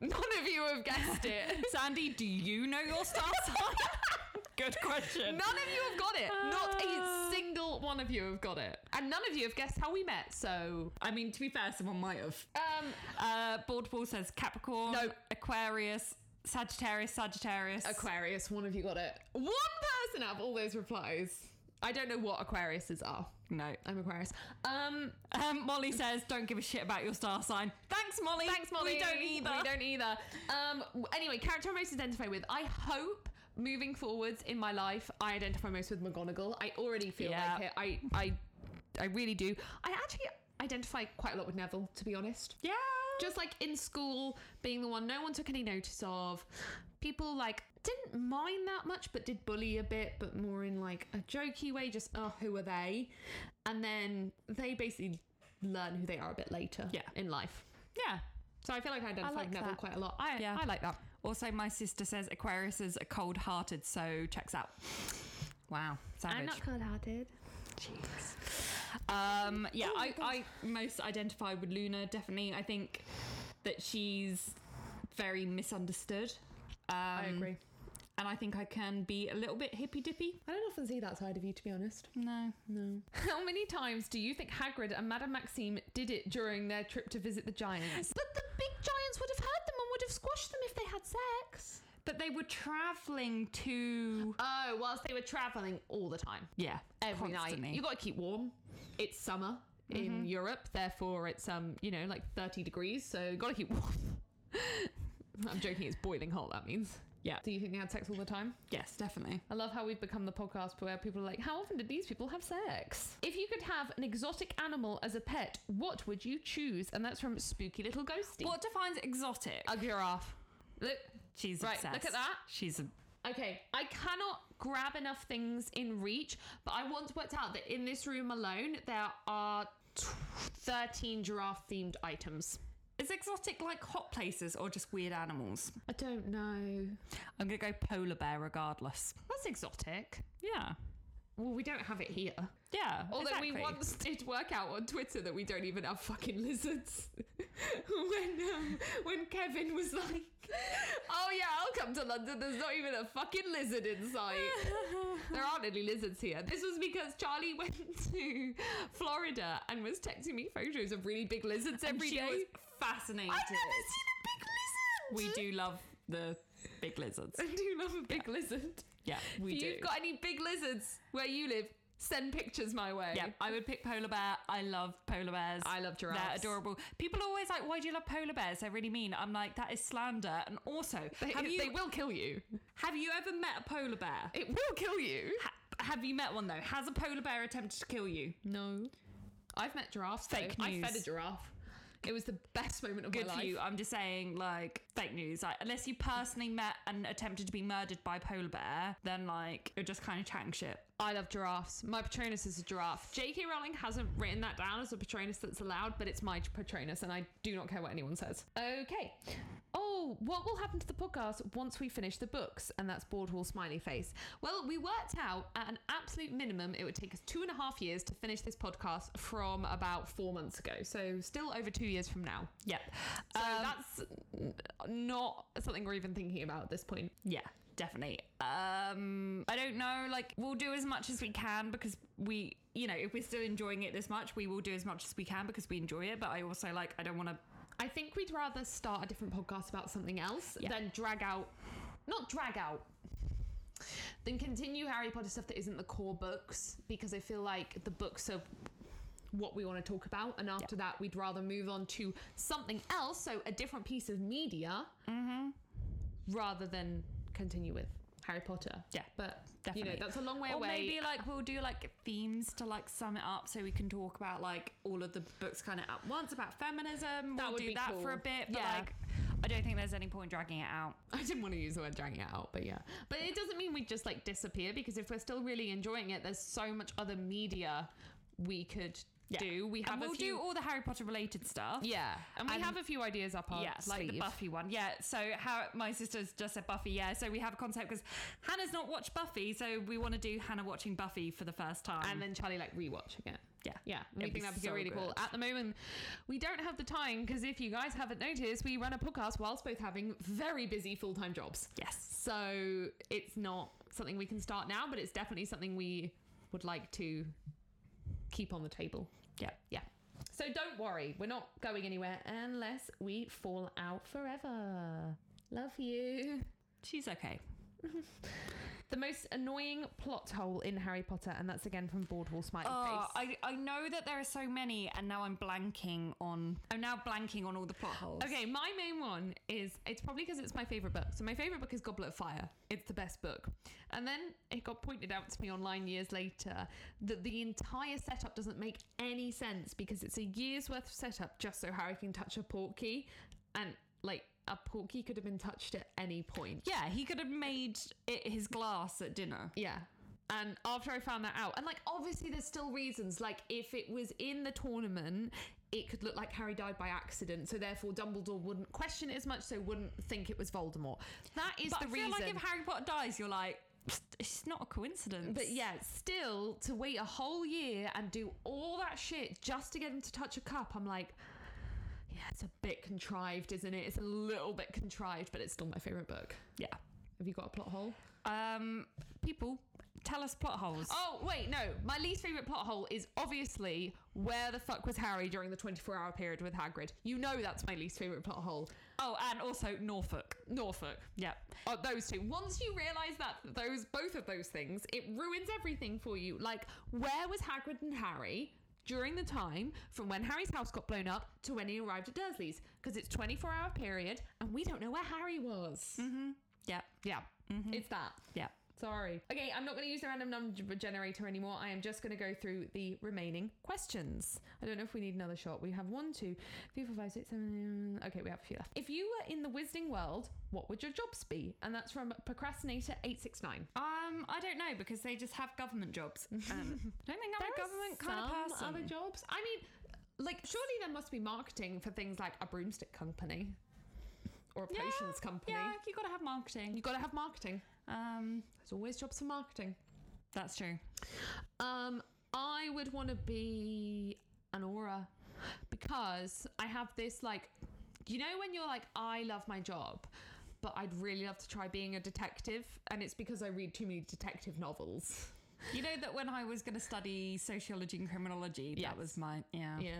S3: none of you have guessed it
S2: Sandy, do you know your star sign? Good question.
S3: None of you have got it. Not a single one of you have got it. And none of you have guessed how we met, so.
S2: I mean, to be fair, someone might have.
S3: Um,
S2: Uh, Bald Bull says Capricorn.
S3: No.
S2: Aquarius. Sagittarius. Sagittarius.
S3: Aquarius, one of you got it. One person out of all those replies. I don't know what Aquariuses are.
S2: no.
S3: I'm Aquarius. Um,
S2: Um, Molly says, "Don't give a shit about your star sign." Thanks, Molly.
S3: thanks, Molly.
S2: We don't either.
S3: We don't either. Um, w- anyway, character I most identify with. I hope moving forwards in my life, I identify most with McGonagall. I already feel
S2: Yeah.
S3: like it. I, I, I really do. I actually identify quite a lot with Neville, to be honest.
S2: Yeah.
S3: just like in school being the one no one took any notice of people like didn't mind that much but did bully a bit but more in like a jokey way just oh who are they and then they basically learn who they are a bit later
S2: Yeah.
S3: in life
S2: yeah.
S3: so i feel like i identify
S2: I like
S3: with neville
S2: that.
S3: quite a lot I,
S2: Yeah.
S3: I like that
S2: Also, my sister says Aquarius is a cold-hearted, so checks out. Wow, savage.
S3: cold-hearted
S2: Jeez. Um, yeah,
S3: Oh
S2: I, I most identify with Luna, definitely. I think that she's very misunderstood. Um, I
S3: agree.
S2: And I think I can be a little bit hippy dippy.
S3: I don't often see that side of you, to be honest.
S2: No.
S3: How many times do you think Hagrid and Madame Maxime did it during their trip to visit the giants?
S2: But the big giants would have heard them and would have squashed them if they had sex. But they were travelling to.
S3: Oh, whilst they were traveling all the time.
S2: Yeah.
S3: Every
S2: constantly.
S3: night. You got to keep warm. It's summer in Europe, therefore it's um, you know, like 30 degrees, so you got to keep warm. I'm joking, it's boiling hot that means.
S2: Yeah.
S3: Do you think they had sex all the time?
S2: Yes, definitely.
S3: I love how we've become the podcast where people are like, how often did these people have sex? If you could have an exotic animal as a pet, what would you choose? And that's from Spooky Little Ghosty.
S2: What defines exotic?
S3: A giraffe. Look.
S2: She's
S3: Uh, Right,
S2: obsessed.
S3: look at that.
S2: She's a.
S3: Okay, I cannot grab enough things in reach, but I once worked out that in this room alone, there are t- 13 giraffe themed items.
S2: Is exotic like hot places or just weird animals?
S3: I don't know.
S2: I'm gonna go polar bear regardless.
S3: That's exotic.
S2: Yeah.
S3: Well, we don't have it here.
S2: Yeah.
S3: Although we
S2: exactly.
S3: once did work out on Twitter that we don't even have fucking lizards. when um, when Kevin was like, "Oh yeah, I'll come to London. There's not even a fucking lizard in sight. there aren't any lizards here." This was because Charlie went to Florida and was texting me photos of really big lizards every
S2: she
S3: day.
S2: was fascinated.
S3: I've never seen a big
S2: we
S3: lizard.
S2: do love the big lizards.
S3: I do love a big lizard.
S2: Yeah, we
S3: if
S2: do.
S3: you've got any big lizards where you live, send pictures my way.
S2: yeah, I would pick polar bear. I love polar bears.
S3: I love
S2: They're
S3: giraffes.
S2: adorable. People are always like, "Why do you love polar bears? They're really mean." I'm like, that is slander. And also,
S3: They-
S2: have you
S3: they will kill you.
S2: have you ever met a polar bear?
S3: It will kill you.
S2: Ha- have you met one though? Has a polar bear attempted to kill you?
S3: No. I've met giraffes.
S2: Fake
S3: though.
S2: news.
S3: I fed a giraffe. It was the best moment of
S2: Good
S3: my
S2: for
S3: life.
S2: you. I'm just saying, like, fake news. Like, unless you personally met and attempted to be murdered by a polar bear, then like you're just kind of chatting shit.
S3: I love giraffes. My Patronus is a giraffe. J.K. Rowling hasn't written that down as a Patronus that's allowed, but it's my Patronus, and I do not care what anyone says. Okay. Oh, what will happen to the podcast once we finish the books? And that's Boardwall Smiley Face. Well, we worked out at an absolute minimum, it would take us two and a half years to finish this podcast from about four months ago. So, still over two years from now.
S2: Yep.
S3: So
S2: Um,
S3: that's n- not something we're even thinking about at this point.
S2: Yeah, definitely. Um, I don't know. Like, we'll do as much as we can because we, you know, if we're still enjoying it this much, we will do as much as we can because we enjoy it. But I also like, I don't want to.
S3: I think we'd rather start a different podcast about something else than drag out, not drag out, than continue Harry Potter stuff that isn't the core books because I feel like the books are what we want to talk about. And after that, we'd rather move on to something else, so a different piece of media,
S2: Mm-hmm.
S3: rather than continue with Harry Potter.
S2: Yeah,
S3: But,
S2: Definitely.
S3: you know, that's a long way
S2: or
S3: away.
S2: maybe like we'll do like themes to like sum it up so we can talk about like all of the books kind of at once about feminism.
S3: That
S2: we'll
S3: would
S2: do
S3: be
S2: that
S3: cool.
S2: for a bit. But
S3: Yeah.
S2: like, I don't think there's any point dragging it out.
S3: I didn't want to use the word dragging it out, but yeah. But it doesn't mean we just like disappear because if we're still really enjoying it, there's so much other media we could
S2: Yeah.
S3: do. We have
S2: and
S3: a
S2: we'll
S3: few,
S2: do all the Harry Potter related stuff.
S3: yeah, and we
S2: And-
S3: have a few ideas up our
S2: yeah, like the
S3: sleeve.
S2: Buffy one. Yeah. So how my sister's just said Buffy. Yeah. So we have a concept because Hannah's not watched Buffy, so we want to do Hannah watching Buffy for the first time.
S3: and then Charlie like rewatching it.
S2: Yeah.
S3: yeah, we
S2: It'd be
S3: think that'd be
S2: so
S3: really cool.
S2: good.
S3: At the moment, we don't have the time because if you guys haven't noticed, we run a podcast whilst both having very busy full time jobs.
S2: yes,
S3: So it's not something we can start now, but it's definitely something we would like to keep on the table.
S2: yeah,
S3: Yeah. So don't worry, we're not going anywhere unless we fall out forever. Love you.
S2: she's okay.
S3: The most annoying plot hole in Harry Potter, and that's again from Boardwall Smiley
S2: Oh,
S3: Face.
S2: I I know that there are so many, and now I'm blanking on. I'm now blanking on all the plot holes.
S3: Okay, my main one is it's probably because it's my favorite book. So my favorite book is Goblet of Fire. It's the best book. And then it got pointed out to me online years later that the entire setup doesn't make any sense because it's a year's worth of setup just so Harry can touch a porky, and like a porky could have been touched at any point.
S2: Yeah, he could have made it his glass at dinner.
S3: Yeah. And after I found that out, and like obviously there's still reasons. Like if it was in the tournament, it could look like Harry died by accident, so therefore Dumbledore wouldn't question it as much, so wouldn't think it was Voldemort. That is
S2: But
S3: the
S2: I feel
S3: reason.
S2: like if Harry Potter dies, you're like, it's not a coincidence.
S3: But yeah, still to wait a whole year and do all that shit just to get him to touch a cup, I'm like, yeah, it's a bit contrived, isn't it? It's a little bit contrived, but it's still my favorite book.
S2: yeah.
S3: Have you got a plot hole?
S2: Um, people, tell us plot holes.
S3: Oh, wait, no. My least favorite plot hole is obviously where the fuck was Harry during the 24 hour period with Hagrid? You know that's my least favorite plot hole.
S2: Oh, and also Norfolk.
S3: Norfolk.
S2: Yeah.
S3: Oh, those two. Once you realize that those both of those things, it ruins everything for you. Like, where was Hagrid and Harry during the time from when Harry's house got blown up to when he arrived at Dursley's? Because it's 24 hour period and we don't know where Harry was.
S2: Yeah.
S3: Yeah, it's that.
S2: Yeah.
S3: Sorry. Okay, I'm not going to use the random number generator anymore. I am just going to go through the remaining questions. I don't know if we need another shot. We have one, two, three, four, five, six, seven. eight, nine. Okay, we have a few left. If you were in the Wizarding world, what would your jobs be? And that's from Procrastinator869.
S2: Um, I don't know because they just have government jobs. Um, I don't think I'm a government kind of
S3: some
S2: person.
S3: other jobs. I mean, like surely there must be marketing for things like a broomstick company or a
S2: yeah,
S3: potions company.
S2: Yeah, you got to have marketing.
S3: You got to have marketing.
S2: Um,
S3: There's always jobs for marketing.
S2: that's true.
S3: Um, I would want to be an aura because I have this like, you know, when you're like, I love my job, but I'd really love to try being a detective, and it's because I read too many detective novels.
S2: You know that when I was going to study sociology and criminology,
S3: Yes.
S2: that was my yeah.
S3: Yeah.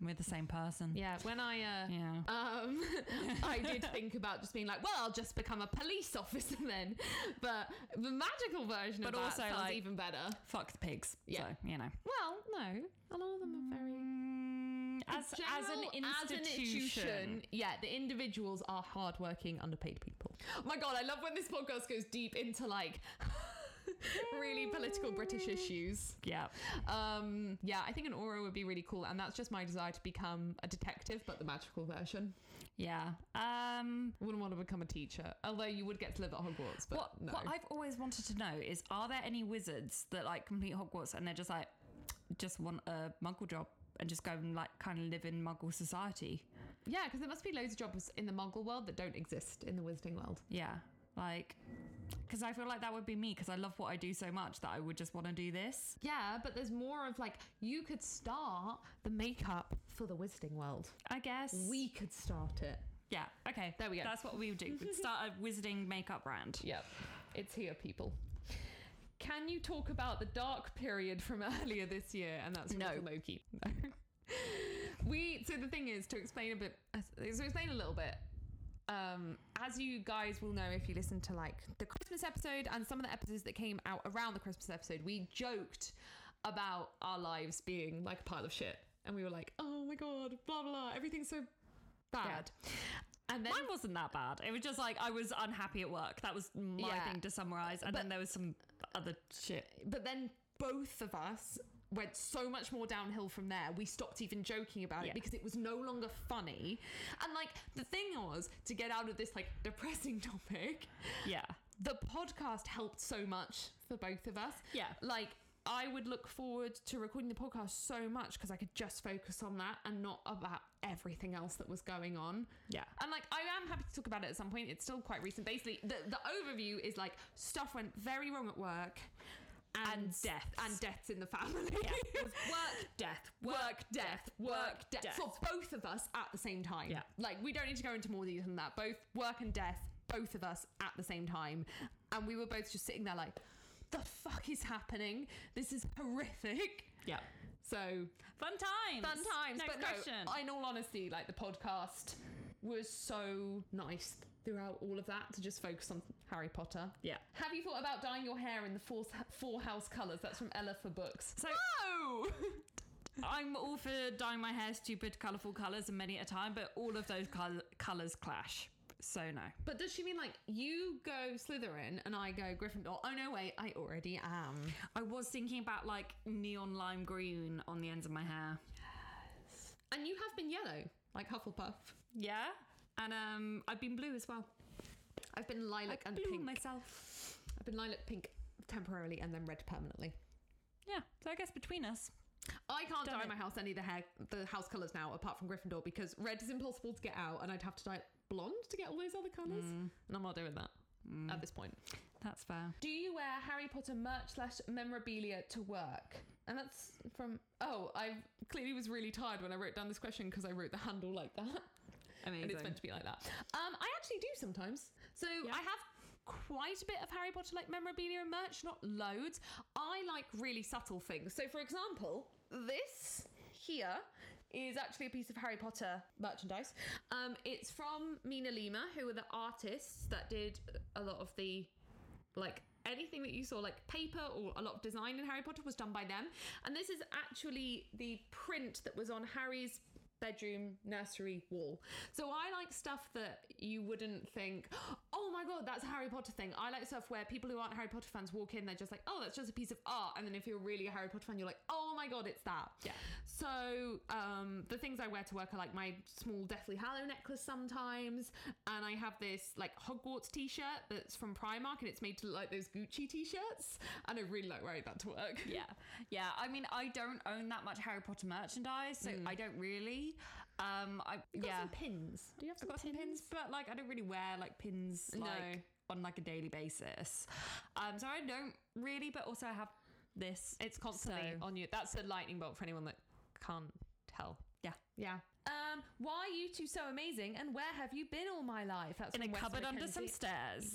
S2: We're the same person.
S3: Yeah, when I uh,
S2: Yeah.
S3: um, I did think about just being like, well, I'll just become a police officer then. But the magical version
S2: But
S3: of that
S2: also,
S3: sounds
S2: like-
S3: even better.
S2: Fuck the pigs.
S3: Yeah.
S2: So, you know.
S3: Well, no, a lot of them are very
S2: Mm, As, as an
S3: general- as an
S2: institution.
S3: institution, yeah, the individuals are hardworking, underpaid people. Oh my God, I love when this podcast goes deep into like really political British issues.
S2: Yeah.
S3: Um, yeah, I think an aura would be really cool, and that's just my desire to become a detective, but the magical version.
S2: Yeah. Um,
S3: I wouldn't want to become a teacher, although you would get to live at Hogwarts. But
S2: what,
S3: no,
S2: what I've always wanted to know is are there any wizards that like complete Hogwarts and they're just like, just want a muggle job and just go and like kind of live in muggle society?
S3: yeah, because there must be loads of jobs in the Muggle world that don't exist in the Wizarding world.
S2: Yeah. Like, because I feel like that would be me because I love what I do so much that I would just want to do this.
S3: Yeah, but there's more of like you could start the makeup for the Wizarding world.
S2: I guess.
S3: We could start it.
S2: Yeah. Okay.
S3: There we go.
S2: That's what we would do. We'd start a wizarding makeup brand.
S3: Yep. It's here, people. Can you talk about the dark period from earlier this year? And that's no. Loki. No. we so the thing is to explain a bit to explain a little bit. Um, as you guys will know if you listen to like the Christmas episode and some of the episodes that came out around the Christmas episode, we joked about our lives being like a pile of shit. And we were like, oh my god, blah blah, everything's so bad. And then
S2: Mine wasn't that bad. It was just like I was unhappy at work. That was my
S3: Yeah.
S2: thing to summarize. And then there was some other shit.
S3: but then both of us went so much more downhill from there. We stopped even joking about
S2: Yeah.
S3: it because it was no longer funny. And like the thing was to get out of this like depressing topic,
S2: Yeah.
S3: the podcast helped so much for both of us.
S2: Yeah.
S3: Like I would look forward to recording the podcast so much because I could just focus on that and not about everything else that was going on.
S2: Yeah.
S3: And like I am happy to talk about it at some point. It's still quite recent. Basically, the, the overview is like stuff went very wrong at work. And,
S2: And deaths.
S3: And deaths in the family.
S2: Work, death,
S3: work, death, work, death. For both of us at the same time.
S2: Yeah.
S3: Like, we don't need to go into more detail than that. Both work and death, both of us at the same time. And we were both just sitting there like, the fuck is happening? This is horrific.
S2: Yeah.
S3: So,
S2: Fun times.
S3: fun times.
S2: Next
S3: but
S2: question.
S3: no, in all honesty, like, the podcast was so nice throughout all of that to just focus on Harry Potter.
S2: Yeah.
S3: Have you thought about dyeing your hair in the four, four house colours? That's from Ella for Books.
S2: So-
S3: no!
S2: I'm all for dyeing my hair stupid, colourful colours and many at a time, but all of those col- colours clash. So no.
S3: But does she mean like you go Slytherin and I go Gryffindor? Oh no, wait, I already am.
S2: I was thinking about like neon lime green on the ends of my hair.
S3: And you have been yellow, like Hufflepuff.
S2: Yeah. And um, I've been blue as well.
S3: I've been lilac and
S2: blue
S3: pink.
S2: myself.
S3: I've been lilac, pink temporarily, and then red permanently.
S2: Yeah. So I guess between us.
S3: I can't
S2: Done
S3: dye
S2: it.
S3: my house any of the hair, the house colours now, apart from Gryffindor, because red is impossible Mm. to get out, and I'd have to dye it blonde to get all those other colours, and I'm not doing that at this point.
S2: Um, That's fair.
S3: Do you wear Harry Potter merch slash memorabilia to work? And that's from. Oh, I clearly was really tired when I wrote down this question because I wrote the handle like that. And it's
S2: Amazing.
S3: meant to be like that. Um, I actually do sometimes. So I have quite a bit of Harry Potter like memorabilia and merch, not loads. I like really subtle things. So, for example, this here is actually a piece of Harry Potter merchandise. Um, it's from Mina Lima, who are the artists that did a lot of the like anything that you saw like paper or a lot of design in harry potter was done by them and this is actually the print that was on harry's bedroom nursery wall so i like stuff that you wouldn't think oh my god that's a harry potter thing i like stuff where people who aren't harry potter fans walk in they're just like oh that's just a piece of art and then if you're really a harry potter fan you're like oh my god it's that
S2: Yeah.
S3: so um, the things I wear to work are like my small Deathly Hallow necklace sometimes, and I have this like Hogwarts T-shirt that's from Primark and it's made to look like those Gucci T-shirts, and I really like wearing that to work.
S2: Yeah. Yeah. I mean, I don't own that much Harry Potter merchandise, so I don't really. Um, I
S3: Mm. Got
S2: yeah.
S3: some pins. Do you have
S2: I've
S3: some
S2: got
S3: pins?
S2: some pins, but like I don't really wear like pins like
S3: No.
S2: on like a daily basis. Um, so I don't really, but also I have this.
S3: It's constantly
S2: So-
S3: on you. That's a lightning bolt for anyone that can't tell.
S2: yeah.
S3: Yeah. Um, why are you two so amazing? And where have you been all my life? That's
S2: In a
S3: from Wes
S2: cupboard under some
S3: Mackenzie.
S2: stairs.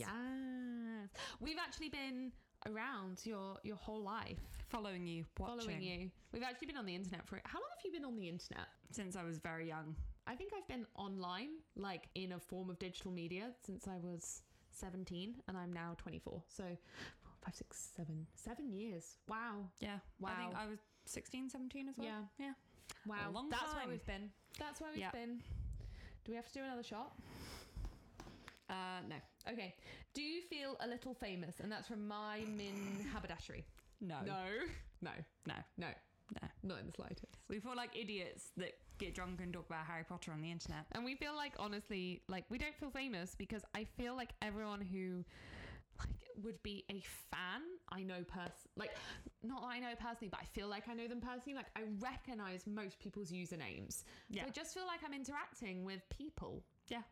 S3: Yes. We've actually been around your your whole life
S2: Following you, watching
S3: following you. We've actually been on the internet for how long have you been on the internet?
S2: since I was very young.
S3: I think I've been online like in a form of digital media since I was 17 and I'm now 24. So four, five, six, seven, seven years. Wow.
S2: Yeah. I think
S3: Wow.
S2: I was 16, 17 as well.
S3: Yeah.
S2: Yeah.
S3: Wow.
S2: A long
S3: That's where
S2: time.
S3: we've been. That's where we've
S2: Yeah.
S3: been. Do we have to do another shot?
S2: Uh, no.
S3: Okay. Do you feel a little famous? And that's from my min haberdashery.
S2: No.
S3: No. No.
S2: Oh. No.
S3: No.
S2: No.
S3: Not in the slightest.
S2: We feel like idiots that get drunk and talk about Harry Potter on the internet.
S3: And we feel like honestly, like we don't feel famous because I feel like everyone who like would be a fan, I know person like not that I know personally, but I feel like I know them personally. Like I recognize most people's usernames.
S2: Yeah.
S3: So I just feel like I'm interacting with people.
S2: Yeah.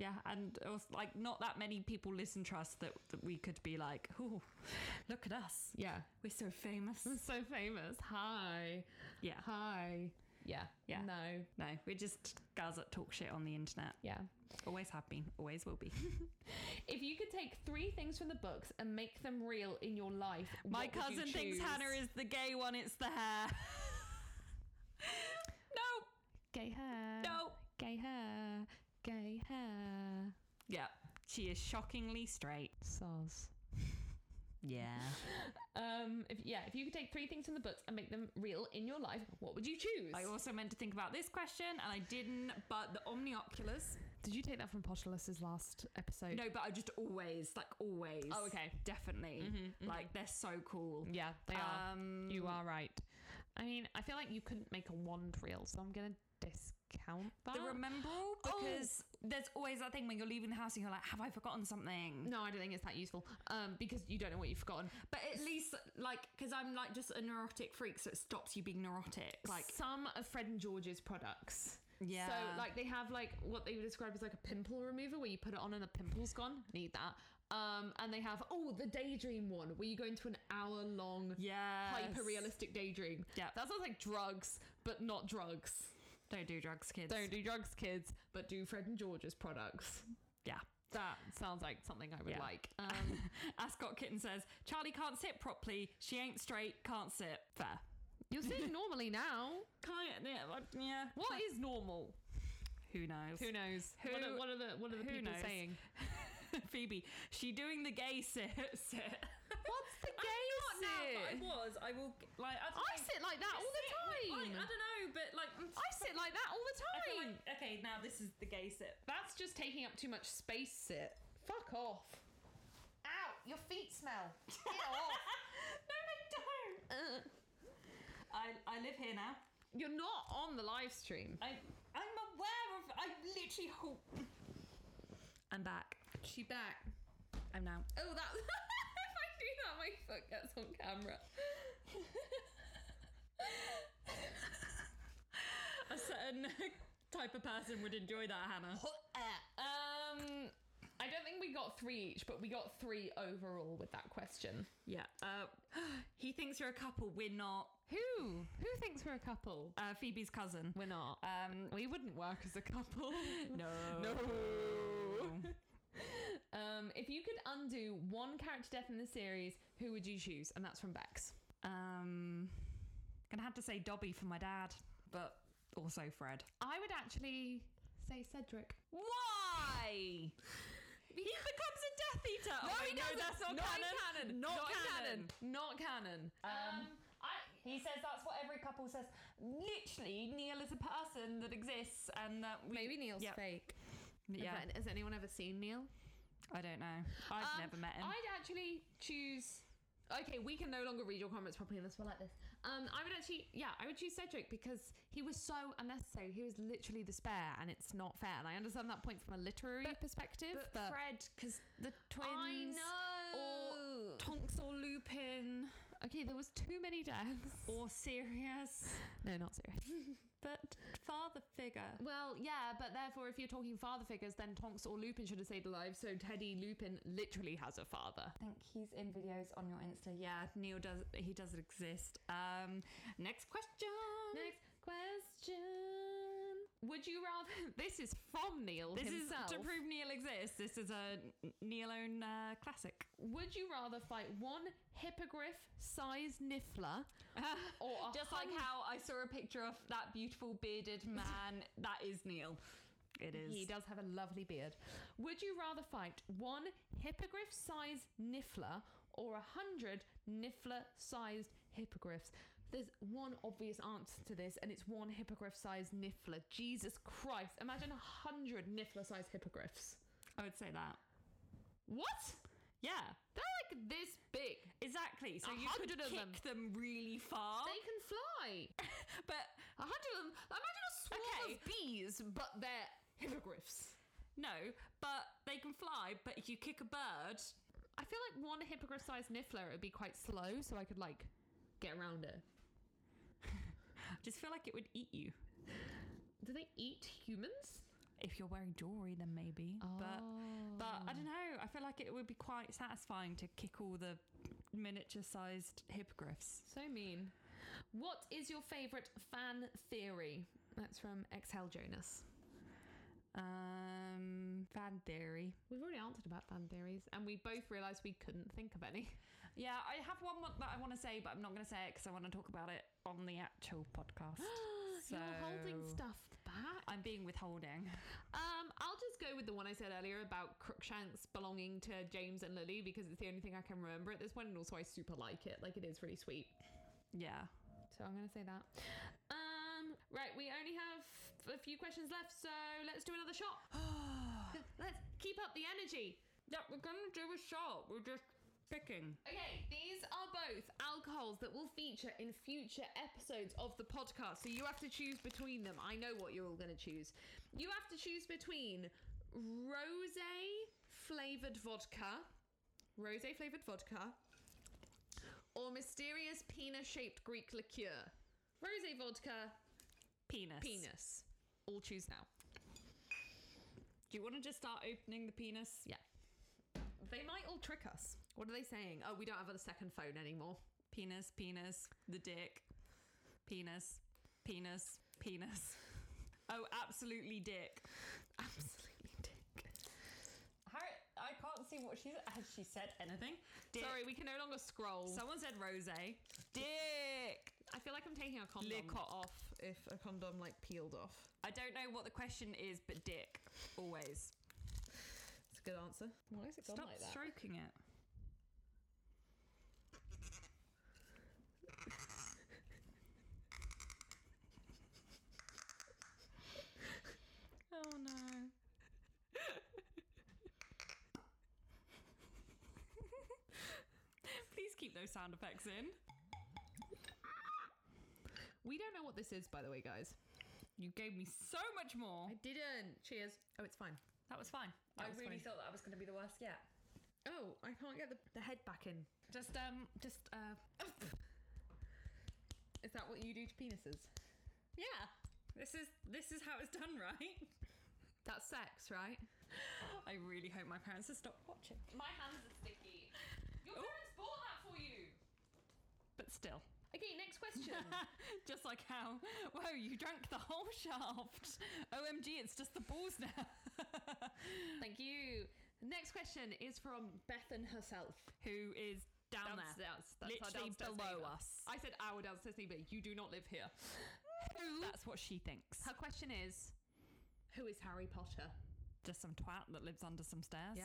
S2: Yeah, and also, like not that many people listen to us that, that we could be like, oh, look at us.
S3: Yeah.
S2: We're so famous.
S3: So famous. Hi.
S2: Yeah.
S3: Hi. Yeah.
S2: Yeah.
S3: No.
S2: No, we're just guys that talk shit on the internet.
S3: Yeah.
S2: Always have been, always will be.
S3: If you could take three things from the books and make them real in your life,
S2: My
S3: what would you
S2: cousin thinks
S3: choose?
S2: Hannah is the gay one, it's the hair. no.
S3: gay hair.
S2: No.
S3: Gay hair. Gay hair.
S2: Yeah, she is shockingly straight.
S3: Soz.
S2: Yeah.
S3: Um, if, yeah, if you could take three things from the books and make them real in your life, what would you choose?
S2: I also meant to think about this question and I didn't, but the omnioculars.
S3: Did you take that from Potulus's last episode?
S2: No, but I just always, like always.
S3: Oh, okay. Mm-hmm,
S2: Definitely. Like they're so cool.
S3: Yeah, they are.
S2: Um,
S3: you are right. I mean, I feel like you couldn't make a wand real, so I'm gonna discount that.
S2: The
S3: Oh.
S2: remember because there's always that thing when you're leaving the house and you're like, have I forgotten something?
S3: no, I don't think it's that useful. Um, because you don't know what you've forgotten.
S2: But at least, like, because I'm like just a neurotic freak, so it stops you being neurotic. Like,
S3: some of Fred and George's products.
S2: Yeah.
S3: So like they have like what they would describe as like a pimple remover where you put it on and the pimple's gone. Need that. Um, and they have oh the daydream one where you go into an hour long
S2: Yes.
S3: hyper realistic daydream.
S2: Yeah.
S3: That sounds like drugs, but not drugs.
S2: don't do drugs, kids.
S3: Don't do drugs, kids, but do Fred and George's products.
S2: Yeah.
S3: That sounds like something I would
S2: Yeah.
S3: like. Um,
S2: Ascot Kitten says, Charlie can't sit properly. She ain't straight, can't sit. Fair.
S3: you're sitting normally now.
S2: Can't, yeah, but- yeah.
S3: What is normal?
S2: Who knows?
S3: Who knows? what, are, what are the what are the
S2: who
S3: people
S2: knows?
S3: saying?
S2: Phoebe, she doing the gay sit. sit.
S3: What's the gay
S2: I'm not now, but I
S3: sit?
S2: was. I will, like, I, don't
S3: I
S2: know.
S3: sit like that all the
S2: Sit with-
S3: time.
S2: like, I don't know, but like, I'm-
S3: I sit like that
S2: I
S3: all the
S2: feel
S3: time.
S2: like- okay, now this is the gay sit.
S3: That's just taking up too much space. Sit. Fuck off. Ow! Your feet smell. Get off.
S2: no, they don't. I, I live here now.
S3: Uh, You're not on the live stream.
S2: I, I'm aware of. I literally hope. I'm back.
S3: She back.
S2: I'm now.
S3: Oh, that. if I do that, my foot gets on camera.
S2: A certain type of person would enjoy that, Hannah.
S3: um, I don't think we got three each, but we got three overall with that question.
S2: Yeah. Uh, he thinks you're a couple. We're not.
S3: Who? Who thinks we're a couple?
S2: Uh, Phoebe's cousin.
S3: We're not.
S2: Um,
S3: we wouldn't work as a couple.
S2: no.
S3: no. um, if you could undo one character death in the series, who would you choose? And that's from Bex.
S2: Um, gonna have to say Dobby for my dad, but also Fred.
S3: I would actually say Cedric.
S2: Why? He becomes a Death Eater. No,
S3: he doesn't.
S2: that's not, canon. Not, canon.
S3: Not canon. Um,
S2: I, he says that's what every couple says. Literally, Neil is a person that exists, and that we,
S3: maybe Neil's
S2: Yeah.
S3: fake.
S2: Yeah,
S3: Has anyone ever seen Neil?
S2: I don't know. I've
S3: Um,
S2: never met him.
S3: I'd actually choose. Okay, we can no longer read your comments properly unless we're like this. Um, I would actually, yeah, I would choose Cedric because he was so unnecessary. He was literally the spare, and it's not fair. And I understand that point from a literary perspective, but,
S2: Fred, because the twins.
S3: I know.
S2: Or Tonks or Lupin
S3: okay, there was too many deaths.
S2: or Sirius,
S3: No, not serious.
S2: but father figure.
S3: Well, yeah, but therefore, if you're talking father figures, then Tonks or Lupin should have saved the lives. So Teddy Lupin literally has a father.
S2: I think he's in videos on your Insta. Yeah, Neil does. He doesn't exist. Um, next question.
S3: Next question. Would you rather? This is from Neil
S2: This
S3: himself.
S2: is to prove Neil exists. This is a Neil own uh, classic.
S3: Would you rather fight one hippogriff sized niffler or a
S2: Just
S3: hun-
S2: like how I saw a picture of that beautiful bearded man, that is Neil. It is.
S3: he does have a lovely beard. Would you rather fight one hippogriff sized niffler or a hundred niffler sized hippogriffs? There's one obvious answer to this, and it's one hippogriff sized niffler. Jesus Christ. Imagine a hundred niffler sized hippogriffs.
S2: I would say that.
S3: What?
S2: Yeah,
S3: They're like this big.
S2: exactly. So
S3: A
S2: you could
S3: hundred of
S2: kick
S3: them.
S2: them. really far,
S3: They can fly.
S2: but
S3: A hundred of them. Imagine a swarm
S2: Okay.
S3: of bees, but they're hippogriffs.
S2: no, but they can fly. But if you kick a bird,
S3: I feel like one hippogriff-sized niffler would be quite slow, so I could like get around it.
S2: I just feel like it would eat you.
S3: Do they eat humans?
S2: If you're wearing jewelry, then maybe. But
S3: Mm.
S2: but I don't know. I feel like it would be quite satisfying to kick all the miniature-sized hippogriffs.
S3: So mean. What is your favourite fan theory? That's from Exhale Jonas.
S2: Um, fan theory.
S3: We've already answered about fan theories, and we both realised we couldn't think of any.
S2: Yeah, I have one mo- that I want to say, but I'm not going to say it because I want to talk about it on the actual podcast. so
S3: You're holding stuff back.
S2: I'm being withholding.
S3: Um, I'll just go with the one I said earlier about Crookshanks belonging to James and Lily because it's the only thing I can remember at this point, and also I super like it. Like it is really sweet.
S2: Yeah.
S3: So I'm gonna say that. Um, right, we only have a few questions left, so let's do another shot. let's keep up the energy.
S2: Yeah, we're going to do a shot. We're just picking.
S3: Okay, these are both alcohols that will feature in future episodes of the podcast. So you have to choose between them. I know what you're all going to choose. You have to choose between rose flavored vodka, rose flavored vodka, or mysterious penis shaped Greek liqueur. Rose vodka,
S2: Penis.
S3: penis. All choose now.
S2: Do you want to just start opening the penis?
S3: Yeah. They might all trick us. What are they saying? Oh, we don't have a second phone anymore.
S2: Penis, penis, the dick. Penis, penis, penis. Oh, absolutely dick.
S3: Absolutely dick.
S2: Harriet, I can't see what she's. Has she said anything? Dick.
S3: Sorry, we can no longer scroll.
S2: Someone said rose. Dick.
S3: I feel like I'm taking a condom
S2: Lick
S3: cut off if a condom like peeled off.
S2: I don't know what the question is, but dick. Always.
S3: It's a good answer. Why is it gone
S2: Stop
S3: like that?
S2: stroking it. oh no. Please keep those sound effects in.
S3: we don't know what this is, by the way, guys.
S2: You gave me so much more.
S3: didn't. Cheers. Oh, it's fine.
S2: That was fine.
S3: That
S2: I
S3: was
S2: really
S3: funny.
S2: thought that was going to be the worst yet.
S3: Oh, I can't get the, the head back in.
S2: Just um, just uh,
S3: Is that what you do to penises?
S2: yeah. This is this is how it's done, right?
S3: That's sex, right?
S2: I really hope my parents have stopped watching.
S3: My hands are sticky. Your
S2: Oh.
S3: parents bought that for you.
S2: But still.
S3: Okay, next question.
S2: just like how, whoa, you drank the whole shaft. OMG, it's just the balls now.
S3: Thank you. Next question is from Bethan herself.
S2: Who is down there?
S3: Downstairs. That's our
S2: Literally
S3: downstairs
S2: below
S3: neighbour.
S2: us.
S3: I said our downstairs neighbour. You do not live here.
S2: That's what she thinks.
S3: Her question is Who is Harry Potter?
S2: Just some twat that lives under some stairs.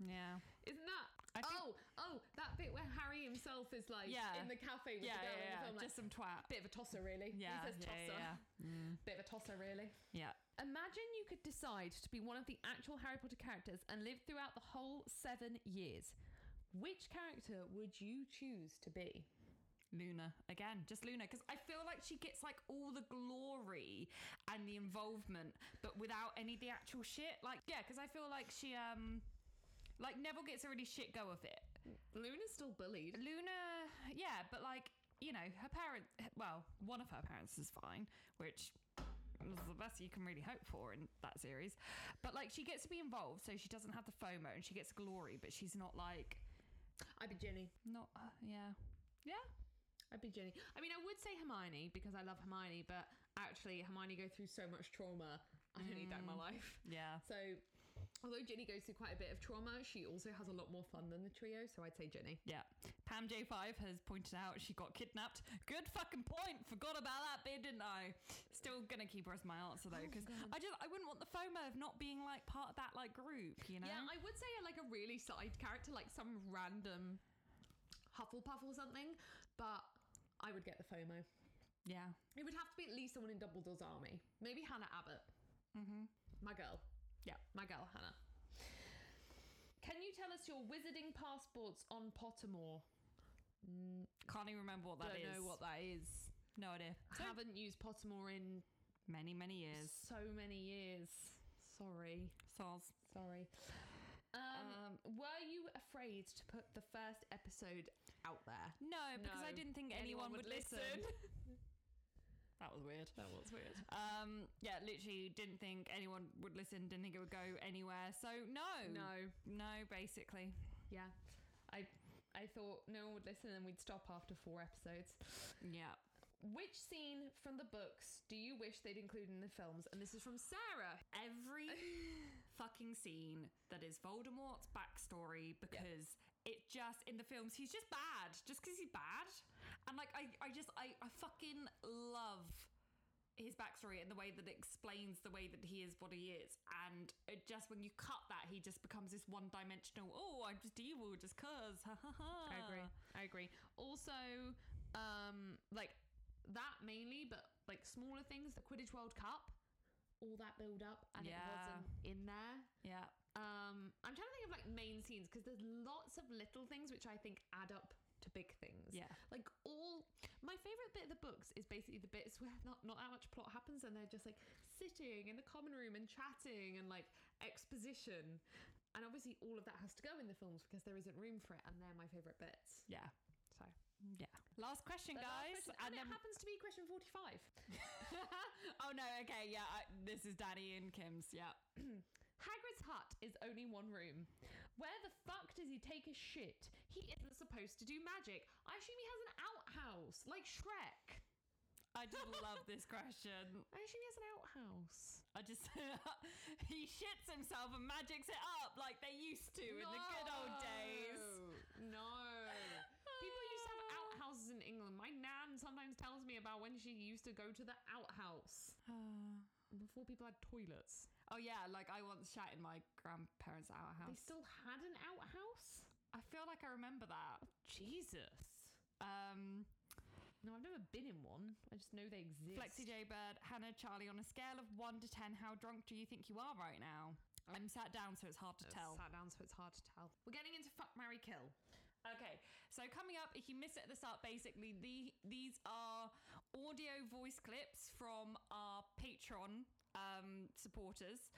S2: Yeah.
S3: Isn't that?
S2: I think-
S3: oh, oh, that bit where Harry himself is like
S2: Yeah.
S3: in the cafe with
S2: yeah,
S3: the girl
S2: yeah,
S3: in the
S2: yeah.
S3: film. Like,
S2: Just some twat.
S3: bit of a tosser, really.
S2: Yeah,
S3: He says
S2: yeah,
S3: tosser.
S2: yeah,
S3: Bit of a tosser, really.
S2: Yeah.
S3: Imagine you could decide to be one of the actual Harry Potter characters and live throughout the whole seven years. Which character would you choose to be?
S2: Luna again, just Luna, because I feel like she gets like all the glory and the involvement, but without any of the actual shit. Like, yeah, because I feel like she, um, like Neville gets a really shit go of it.
S3: Luna's still bullied.
S2: Luna, yeah, but like, you know, her parent, well, one of her parents is fine, which was the best you can really hope for in that series. But like, she gets to be involved, so she doesn't have the FOMO and she gets glory, but she's not like,
S3: I'd be Ginny.
S2: not, uh, yeah. Yeah.
S3: I'd be Ginny. I mean, I would say Hermione because I love Hermione, but actually, Hermione go through so much trauma. I don't need that in my
S2: Mm.
S3: life.
S2: Yeah.
S3: So, although Ginny goes through quite a bit of trauma, she also has a lot more fun than the trio. So I'd say Ginny.
S2: Yeah. Pam J5 has pointed out she got kidnapped. Good fucking point. Forgot about that bit, didn't I? Still gonna keep her as my answer
S3: Oh
S2: though, because I just I wouldn't want the FOMO of not being like part of that like group, you know?
S3: Yeah, I would say like a really side character, like some random Hufflepuff or something, but I would get the FOMO.
S2: yeah.
S3: It would have to be at least someone in Dumbledore's army. Maybe Hannah Abbott. Mm-hmm. My girl.
S2: Yeah.
S3: My girl, Hannah. Can you tell us your wizarding passports on Pottermore?
S2: Can't even remember what that
S3: Don't
S2: is.
S3: know what that is.
S2: No idea. So,
S3: Haven't used Pottermore in
S2: many, many years.
S3: so many years. Sorry.
S2: Soz.
S3: Sorry. Um, were you afraid to put the first episode out there?
S2: No, because I didn't think anyone, would listen. that was weird.
S3: that was weird.
S2: Um, yeah, literally didn't think anyone would listen, didn't think it would go anywhere. So no.
S3: No.
S2: No, basically.
S3: Yeah. I I thought no one would listen and we'd stop after four episodes.
S2: Yeah.
S3: Which scene from the books do you wish they'd include in the films? And this is from Sarah.
S2: every fucking scene that is Voldemort's backstory because it just in the films he's just bad just because he's bad and like I, I just I, I fucking love his backstory and the way that it explains the way that he is what he is and it just when you cut that he just becomes this one dimensional oh I'm just evil just cuz ha ha ha
S3: I agree. I agree. Also, um, like that mainly, but like smaller things, the Quidditch World Cup, all that build up, and
S2: Yeah.
S3: it wasn't in there.
S2: yeah
S3: Um, I'm trying to think of like main scenes because there's lots of little things which I think add up to big things.
S2: Yeah.
S3: Like all my favorite bit of the books is basically the bits where not not that much plot happens and they're just like sitting in the common room and chatting and like exposition. And obviously all of that has to go in the films because there isn't room for it and they're my favorite bits.
S2: yeah
S3: So
S2: yeah last question
S3: But last
S2: guys
S3: question- and, it happens to be question 45.
S2: oh no okay yeah I, this is Danny and Kim's yeah
S3: Hagrid's hut is only one room. Where the fuck does he take a shit? He isn't supposed to do magic. I assume he has an outhouse, like Shrek.
S2: I just love this question.
S3: I assume he has an outhouse.
S2: I just he shits himself and magics it up like they used to in the good old days.
S3: No. People used to have outhouses in England. My nan sometimes tells me about when she used to go to the outhouse. Before people had toilets.
S2: Oh yeah, like I once shat in my grandparents'
S3: They
S2: outhouse.
S3: still had an outhouse?
S2: I feel like I remember that.
S3: Jesus.
S2: Um,
S3: No, I've never been in one. I just know they exist.
S2: Flexi J Bird, Hannah, Charlie, on a scale of one to ten, how drunk do you think you are right now? I'm sat down, so it's hard to tell.
S3: Sat down, so it's hard to tell. We're getting into fuck, marry, kill.
S2: Okay, so coming up, if you missed it at the start, basically the these are audio voice clips from our Patreon um, supporters.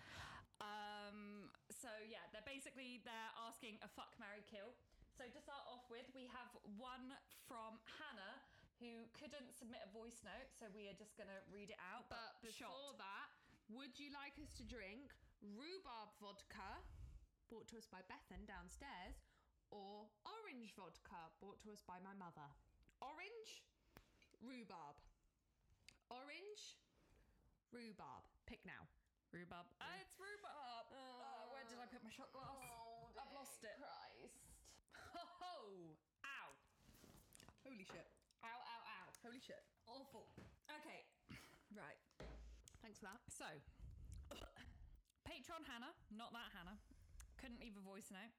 S2: Um, so yeah, they're basically they're asking a fuck, marry, kill. So to start off with, we have one from Hannah who couldn't submit a voice note, so we are just gonna read it out. But,
S3: But before
S2: shot.
S3: that, would you like us to drink rhubarb vodka, brought to us by Bethan downstairs, or orange vodka, brought to us by my mother. Orange, rhubarb. Orange, rhubarb. Pick now.
S2: Rhubarb. Oh, it's rhubarb. Oh, where did I put my shot glass?
S3: Oh.
S2: I've lost it.
S3: Christ.
S2: Ho ho! Ow!
S3: Holy shit.
S2: Ow! Ow! Ow!
S3: Holy shit.
S2: Awful. Okay. Right.
S3: Thanks for that.
S2: So, Patron Hannah, not that Hannah, couldn't leave a voice note.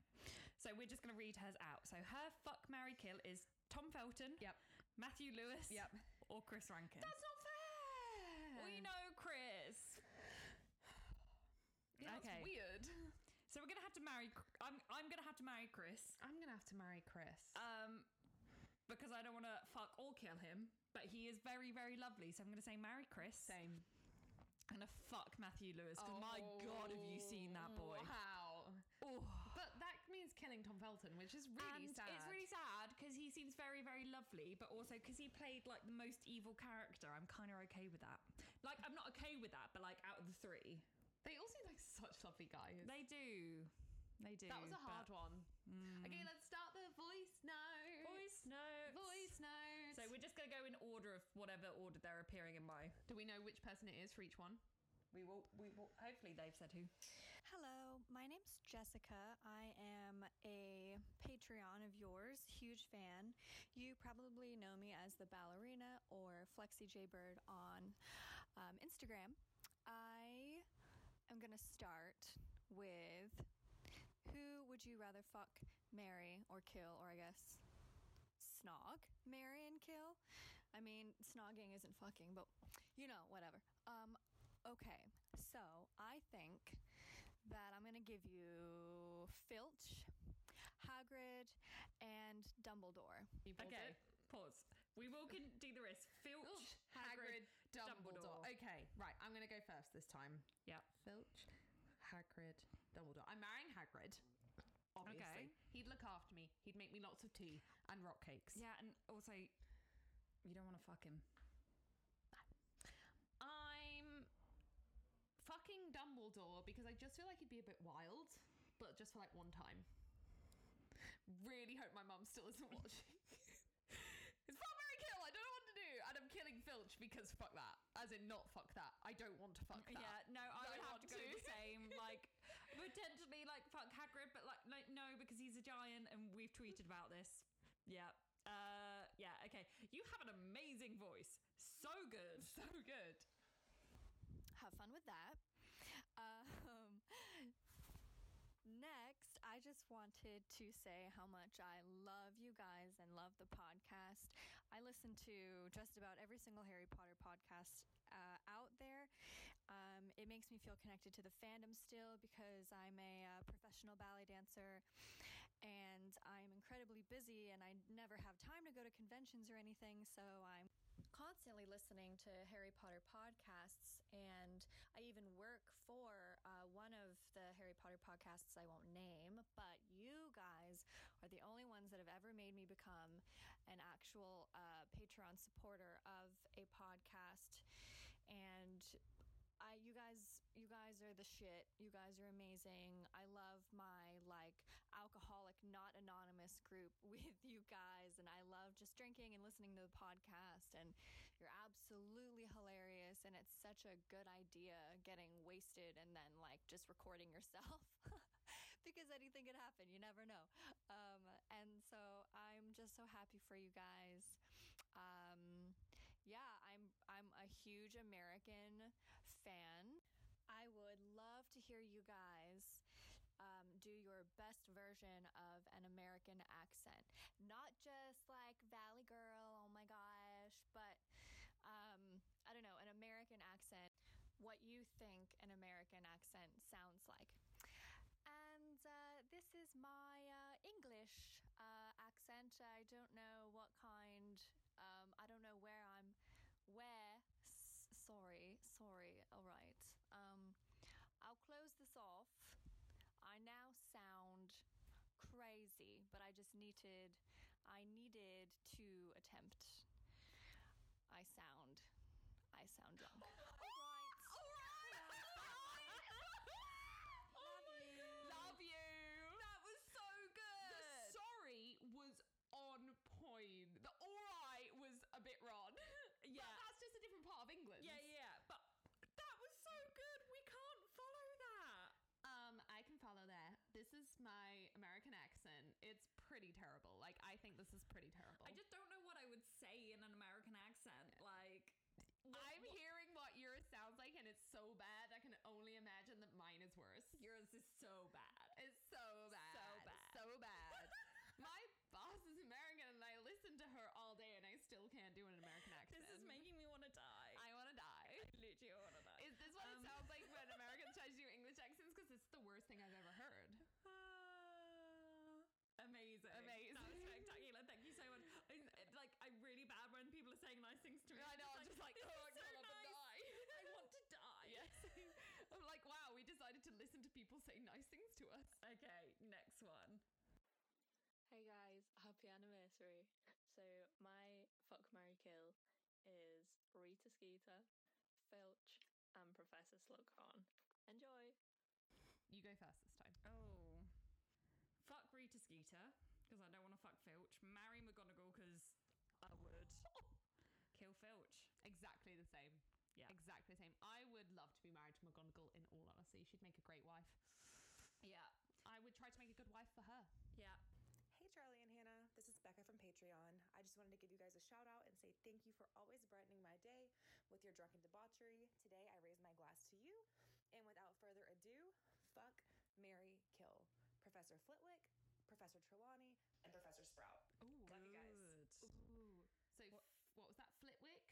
S2: So we're just going to read hers out. So her fuck Mary kill is Tom Felton,
S3: Yep.
S2: Matthew Lewis,
S3: Yep.
S2: or Chris Rankin.
S3: That's not fair.
S2: we know Chris.
S3: Yeah,
S2: okay.
S3: That's weird.
S2: So we're going to have to marry. I'm I'm going to have to marry Chris.
S3: I'm gonna have to marry Chris.
S2: Um, because I don't want to fuck or kill him. But he is very, very lovely. So I'm going to say marry Chris.
S3: Same.
S2: I'm going to fuck Matthew Lewis. Because my God, have you seen
S3: Oh.
S2: that boy?
S3: Wow.
S2: Ooh.
S3: But that means killing Tom Felton, which is really
S2: and
S3: sad.
S2: it's really sad because he seems very, very lovely, but also because he played like the most evil character. I'm kind of okay with that. Like, I'm not okay with that, but like out of the three,
S3: They all seem like such lovely guys.
S2: they do, they do. mm.
S3: that was a hard one. Okay, let's start the voice note.
S2: Voice notes.
S3: Voice note.
S2: So we're just gonna go in order of whatever order they're appearing in my.
S3: do we know which person it is for each one?
S2: We will. We will. Hopefully, they've said who.
S4: Hello, my name's Jessica. I am a Patreon of yours, huge fan. You probably know me as the ballerina or Flexi J Bird on um, Instagram. I am gonna start with who would you rather fuck, marry, or kill, or I guess snog, marry, and kill. I mean, snogging isn't fucking, but you know, whatever. Um, okay, so I think that I'm gonna give you Filch, Hagrid, and Dumbledore.
S3: You pulled
S2: Okay.
S3: it.
S2: Pause. We will can do the rest. Filch, Hagrid, Dumbledore.
S3: Okay, right. I'm gonna go first this time.
S2: Yeah.
S3: Filch, Hagrid, Dumbledore. I'm marrying Hagrid. Obviously,
S2: Okay.
S3: he'd look after me. He'd make me lots of tea and rock cakes.
S2: Yeah, and also, you don't want to fuck him.
S3: I'm fucking Dumbledore because I just feel like he'd be a bit wild, but just for like one time. Really hope my mum still isn't watching. it's fuck Mary Kill. I don't know what to do, and I'm killing Filch because fuck that. As in, not fuck that. I don't want to fuck that.
S2: Yeah, no, I would have
S3: want
S2: to go the same. Like potentially, like fuck Hagrid, but like, like no, because he's a giant, and we've tweeted about this. Yeah, uh, yeah, okay. You have an amazing voice, so good.
S3: So good.
S4: Have fun with that. Um, next, I just wanted to say how much I love you guys and love the podcast. I listen to just about every single Harry Potter podcast uh, out there. Um, it makes me feel connected to the fandom still because I'm a uh, professional ballet dancer and I'm incredibly busy and I never have time to go to conventions or anything, so I'm constantly listening to Harry Potter podcasts, and I even work for uh, one of the Harry Potter podcasts I won't name, but you guys are the only ones that have ever made me become an actual uh, Patreon supporter of a podcast. And I, you guys, you guys are the shit. You guys are amazing. I love my like alcoholic, not anonymous group with you guys, and I love just drinking and listening to the podcast. And you're absolutely hilarious, and it's such a good idea getting wasted and then like just recording yourself because anything could happen. You never know. Um, and so I'm just so happy for you guys. Um, yeah, I'm I'm a huge American fan. I would love to hear you guys um, do your best version of an American accent, not just like Valley Girl. Oh my gosh, but um, I don't know an American accent. What you think an American accent sounds like. And uh, this is my uh, English uh, accent. I don't know what kind. Um, I don't know where I'm. Where? S- sorry, sorry. All right. Um, I'll close this off. I now sound crazy, but I just needed. I needed to attempt. I sound. I sound drunk. All
S2: All
S4: right.
S2: right.
S3: Oh of England.
S2: Yeah, yeah, but that was so good. We can't follow that.
S3: Um, I can follow that. This is my American accent. It's pretty terrible. Like, I think this is pretty terrible.
S2: I just don't know what I would say in an American accent. Like,
S3: I'm hearing what yours sounds like, and it's so bad. I can only imagine that mine is worse.
S2: yours is so bad.
S3: It's so bad.
S2: So bad.
S3: So bad. My boss is American and I listen to her all day and I still can't do an American accent.
S2: This is making me want to die.
S3: I want to die.
S2: literally want to die. Um,
S3: Is this what it sounds like when Americans try to do English accents? Because it's the worst thing I've ever heard.
S2: Ah, Amazing.
S3: Amazing.
S2: That was spectacular. Thank you so much. I, like, I'm really bad when people are saying nice things to me.
S3: I know, I'm just like,
S2: "This
S3: oh,
S2: is
S3: I
S2: so
S3: love to
S2: nice.
S3: die."
S2: I want to die.
S3: Yes. I'm like, wow, we decided to listen to people say nice things to us.
S2: Okay, next one.
S5: Hey guys, happy anniversary. So my fuck Mary Kill is Rita Skeeter, Filch, and Professor Slughorn. Enjoy!
S3: You go first this time.
S2: Oh. Fuck Rita Skeeter, because I don't want to fuck Filch. Marry McGonagall, because I would. Kill Filch.
S3: Exactly the same.
S2: Yeah.
S3: Exactly the same. I would love to be married to McGonagall in all honesty. She'd make a great wife.
S2: Yeah.
S3: I would try to make a good wife for her.
S2: Yeah.
S6: Hey, Charlie and Hannah. This is Becca from Patreon. I just wanted to give you guys a shout out and say thank you for always brightening my day with your drunken debauchery. Today, I raise my glass to you. And without further ado, fuck, Mary, kill Professor Flitwick, Professor Trelawney, and Professor Sprout. Love you guys.
S2: Good.
S3: So what, what was that? Flitwick,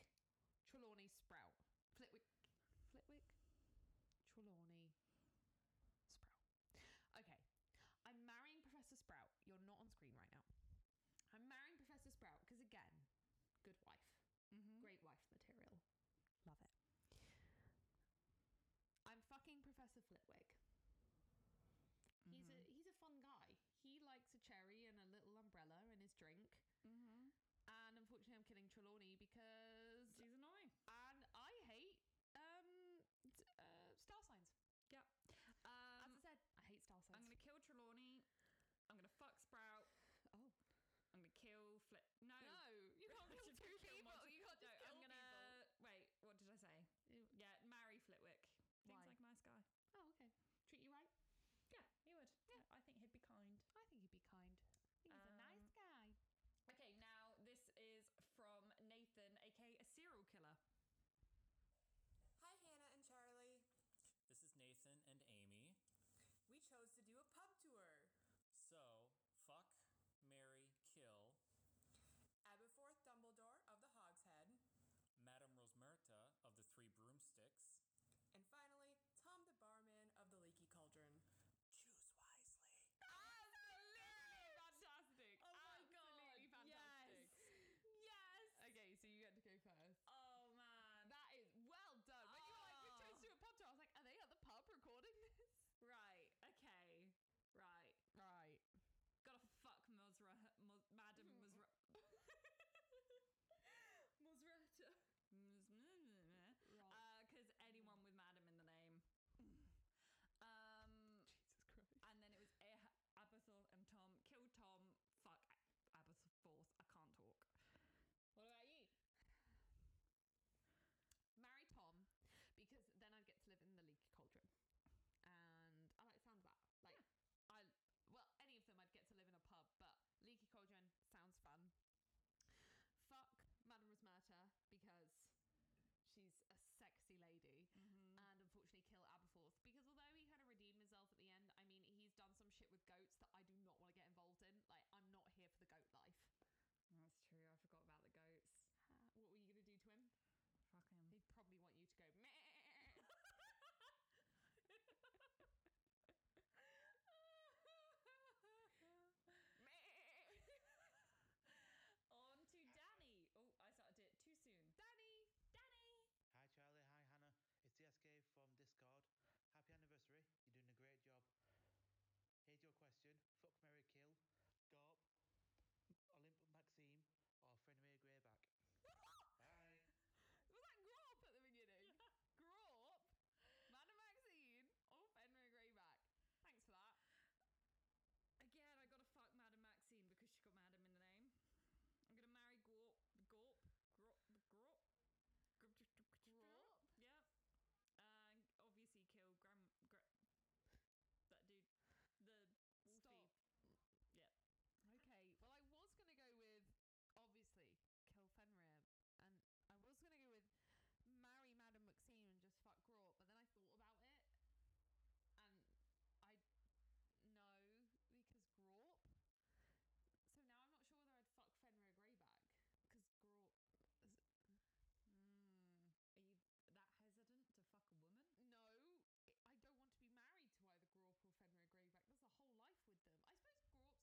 S3: Trelawney, Sprout. Flitwick, Flitwick, Trelawney, Sprout. Okay, I'm marrying Professor Sprout. You're not on screen right now. I'm marrying Professor Sprout because again, good wife,
S2: Mm-hmm,
S3: great wife material. Love it. I'm fucking Professor Flitwick. He's
S2: mm-hmm.
S3: a he's a fun guy. He likes a cherry and a little umbrella and his drink. mm-hmm. And unfortunately, I'm killing Trelawney because uh,
S2: She's annoying.
S3: and I hate um t- uh, star signs.
S2: Yeah.
S3: As
S2: Um,
S3: I said, I hate star signs.
S2: I'm going to kill Trelawney. I'm going to fuck Sprout.
S3: oh
S2: I'm going to kill Flip. No.
S3: no, you can't kill two
S2: Kill
S3: people.
S2: multi- no,
S3: You can't just
S2: I'm
S3: kill people.
S2: gonna wait. What did I say? Yeah, marry Flitwick. Seems
S3: Why?
S2: like a nice guy.
S3: Oh okay. Treat you right.
S2: Yeah, he would. Yeah, I think he'd be kind. Um,
S3: I think he'd be kind. He's a nice guy.
S2: Okay, now this is from Nathan, aka a serial killer.
S7: Hi, Hannah and Charlie.
S8: This is Nathan and Amy.
S7: We chose to do a pub tour.
S8: So, fuck, Mary, kill
S7: Aberforth Dumbledore of the Hogshead.
S8: Madame Rosmerta of the Three Broomsticks.
S7: And finally, Tom the Barman of the Leaky Cauldron.
S8: Choose wisely.
S3: Fantastic.
S2: Oh
S3: Absolutely fantastic.
S2: Yes.
S3: Okay, so you get to go first.
S2: Oh man. Oh.
S3: That is well done. When you
S2: Ah.
S3: were like, we chose to do a pub tour, I was like, are they at the pub recording this?
S2: Right. Okay. Right.
S3: Right.
S2: Gotta fuck Mozra, Moz, Madam Mozra.
S3: Uh, Mosrata.
S2: Because anyone with Madam in the name. Mm. Um.
S3: Jesus Christ.
S2: And then it was A- Aberforth and Tom. Kill Tom. Fuck A- Aberforth. I can't talk.
S3: What about you? Marry Tom, because then I'd get to live in the leaky cauldron, and I like the sound of that. Like, I well, any of them, I'd get to live in a pub, but leaky cauldron sounds fun. Fuck Madame Rosmerta because she's a sexy lady,
S2: Mm-hmm.
S3: and unfortunately kill Aberforth because although he kind of redeemed himself at the end, I mean, he's done some shit with goats that I do not want to get involved in. Like, I'm not here for the goat life.
S2: That's true. I forgot about the goats.
S3: What were you gonna do to him?
S2: Fuck him.
S3: He'd probably want you to go meh.
S2: On to Danny. Oh, I started it too soon. Danny. Danny.
S9: Hi, Charlie. Hi, Hannah. It's DSK from Discord. Happy anniversary. You're doing a great job. Here's your question. Fuck Mary Kill
S2: Oh, hmm, Uh, um, Oh,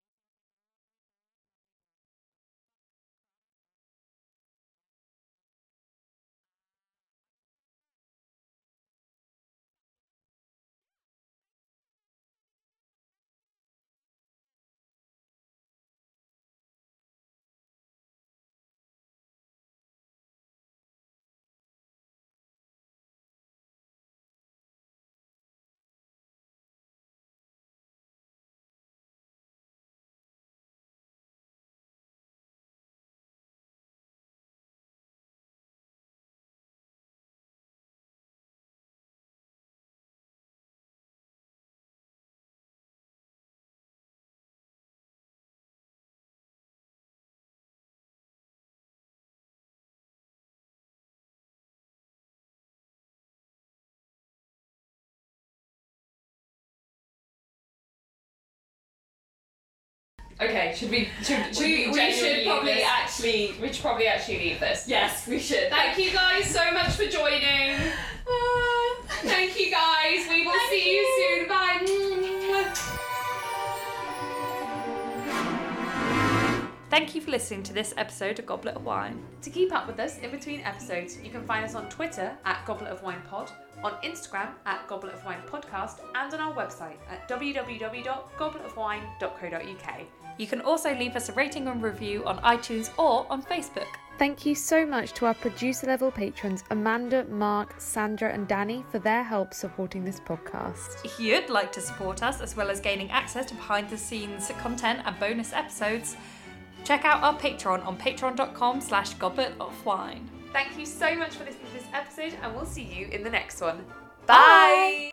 S10: Okay, should we? Should, should we, we,
S3: We- we genuinely
S10: should
S3: leave
S10: probably
S3: this.
S10: actually. We should probably actually leave this. Yes, we should. Thank you guys so much for joining. Thank you guys. We will see Ah. you, soon. Bye.
S1: Thank you for listening to this episode of Goblet of Wine. To keep up with us in between episodes, you can find us on Twitter at Goblet of Wine Pod, on Instagram at Goblet of Wine Podcast, and on our website at www.gobletofwine.co.uk. You can also leave us a rating and review on iTunes or on Facebook. Thank you so much to our producer level patrons Amanda, Mark, Sandra, and Danny for their help supporting this podcast.
S2: If you'd like to support us, as well as gaining access to behind the scenes content and bonus episodes, check out our Patreon on patreon.com slash goblet of wine.
S1: Thank you so much for listening to this episode, and we'll see you in the next one. Bye!
S2: Bye.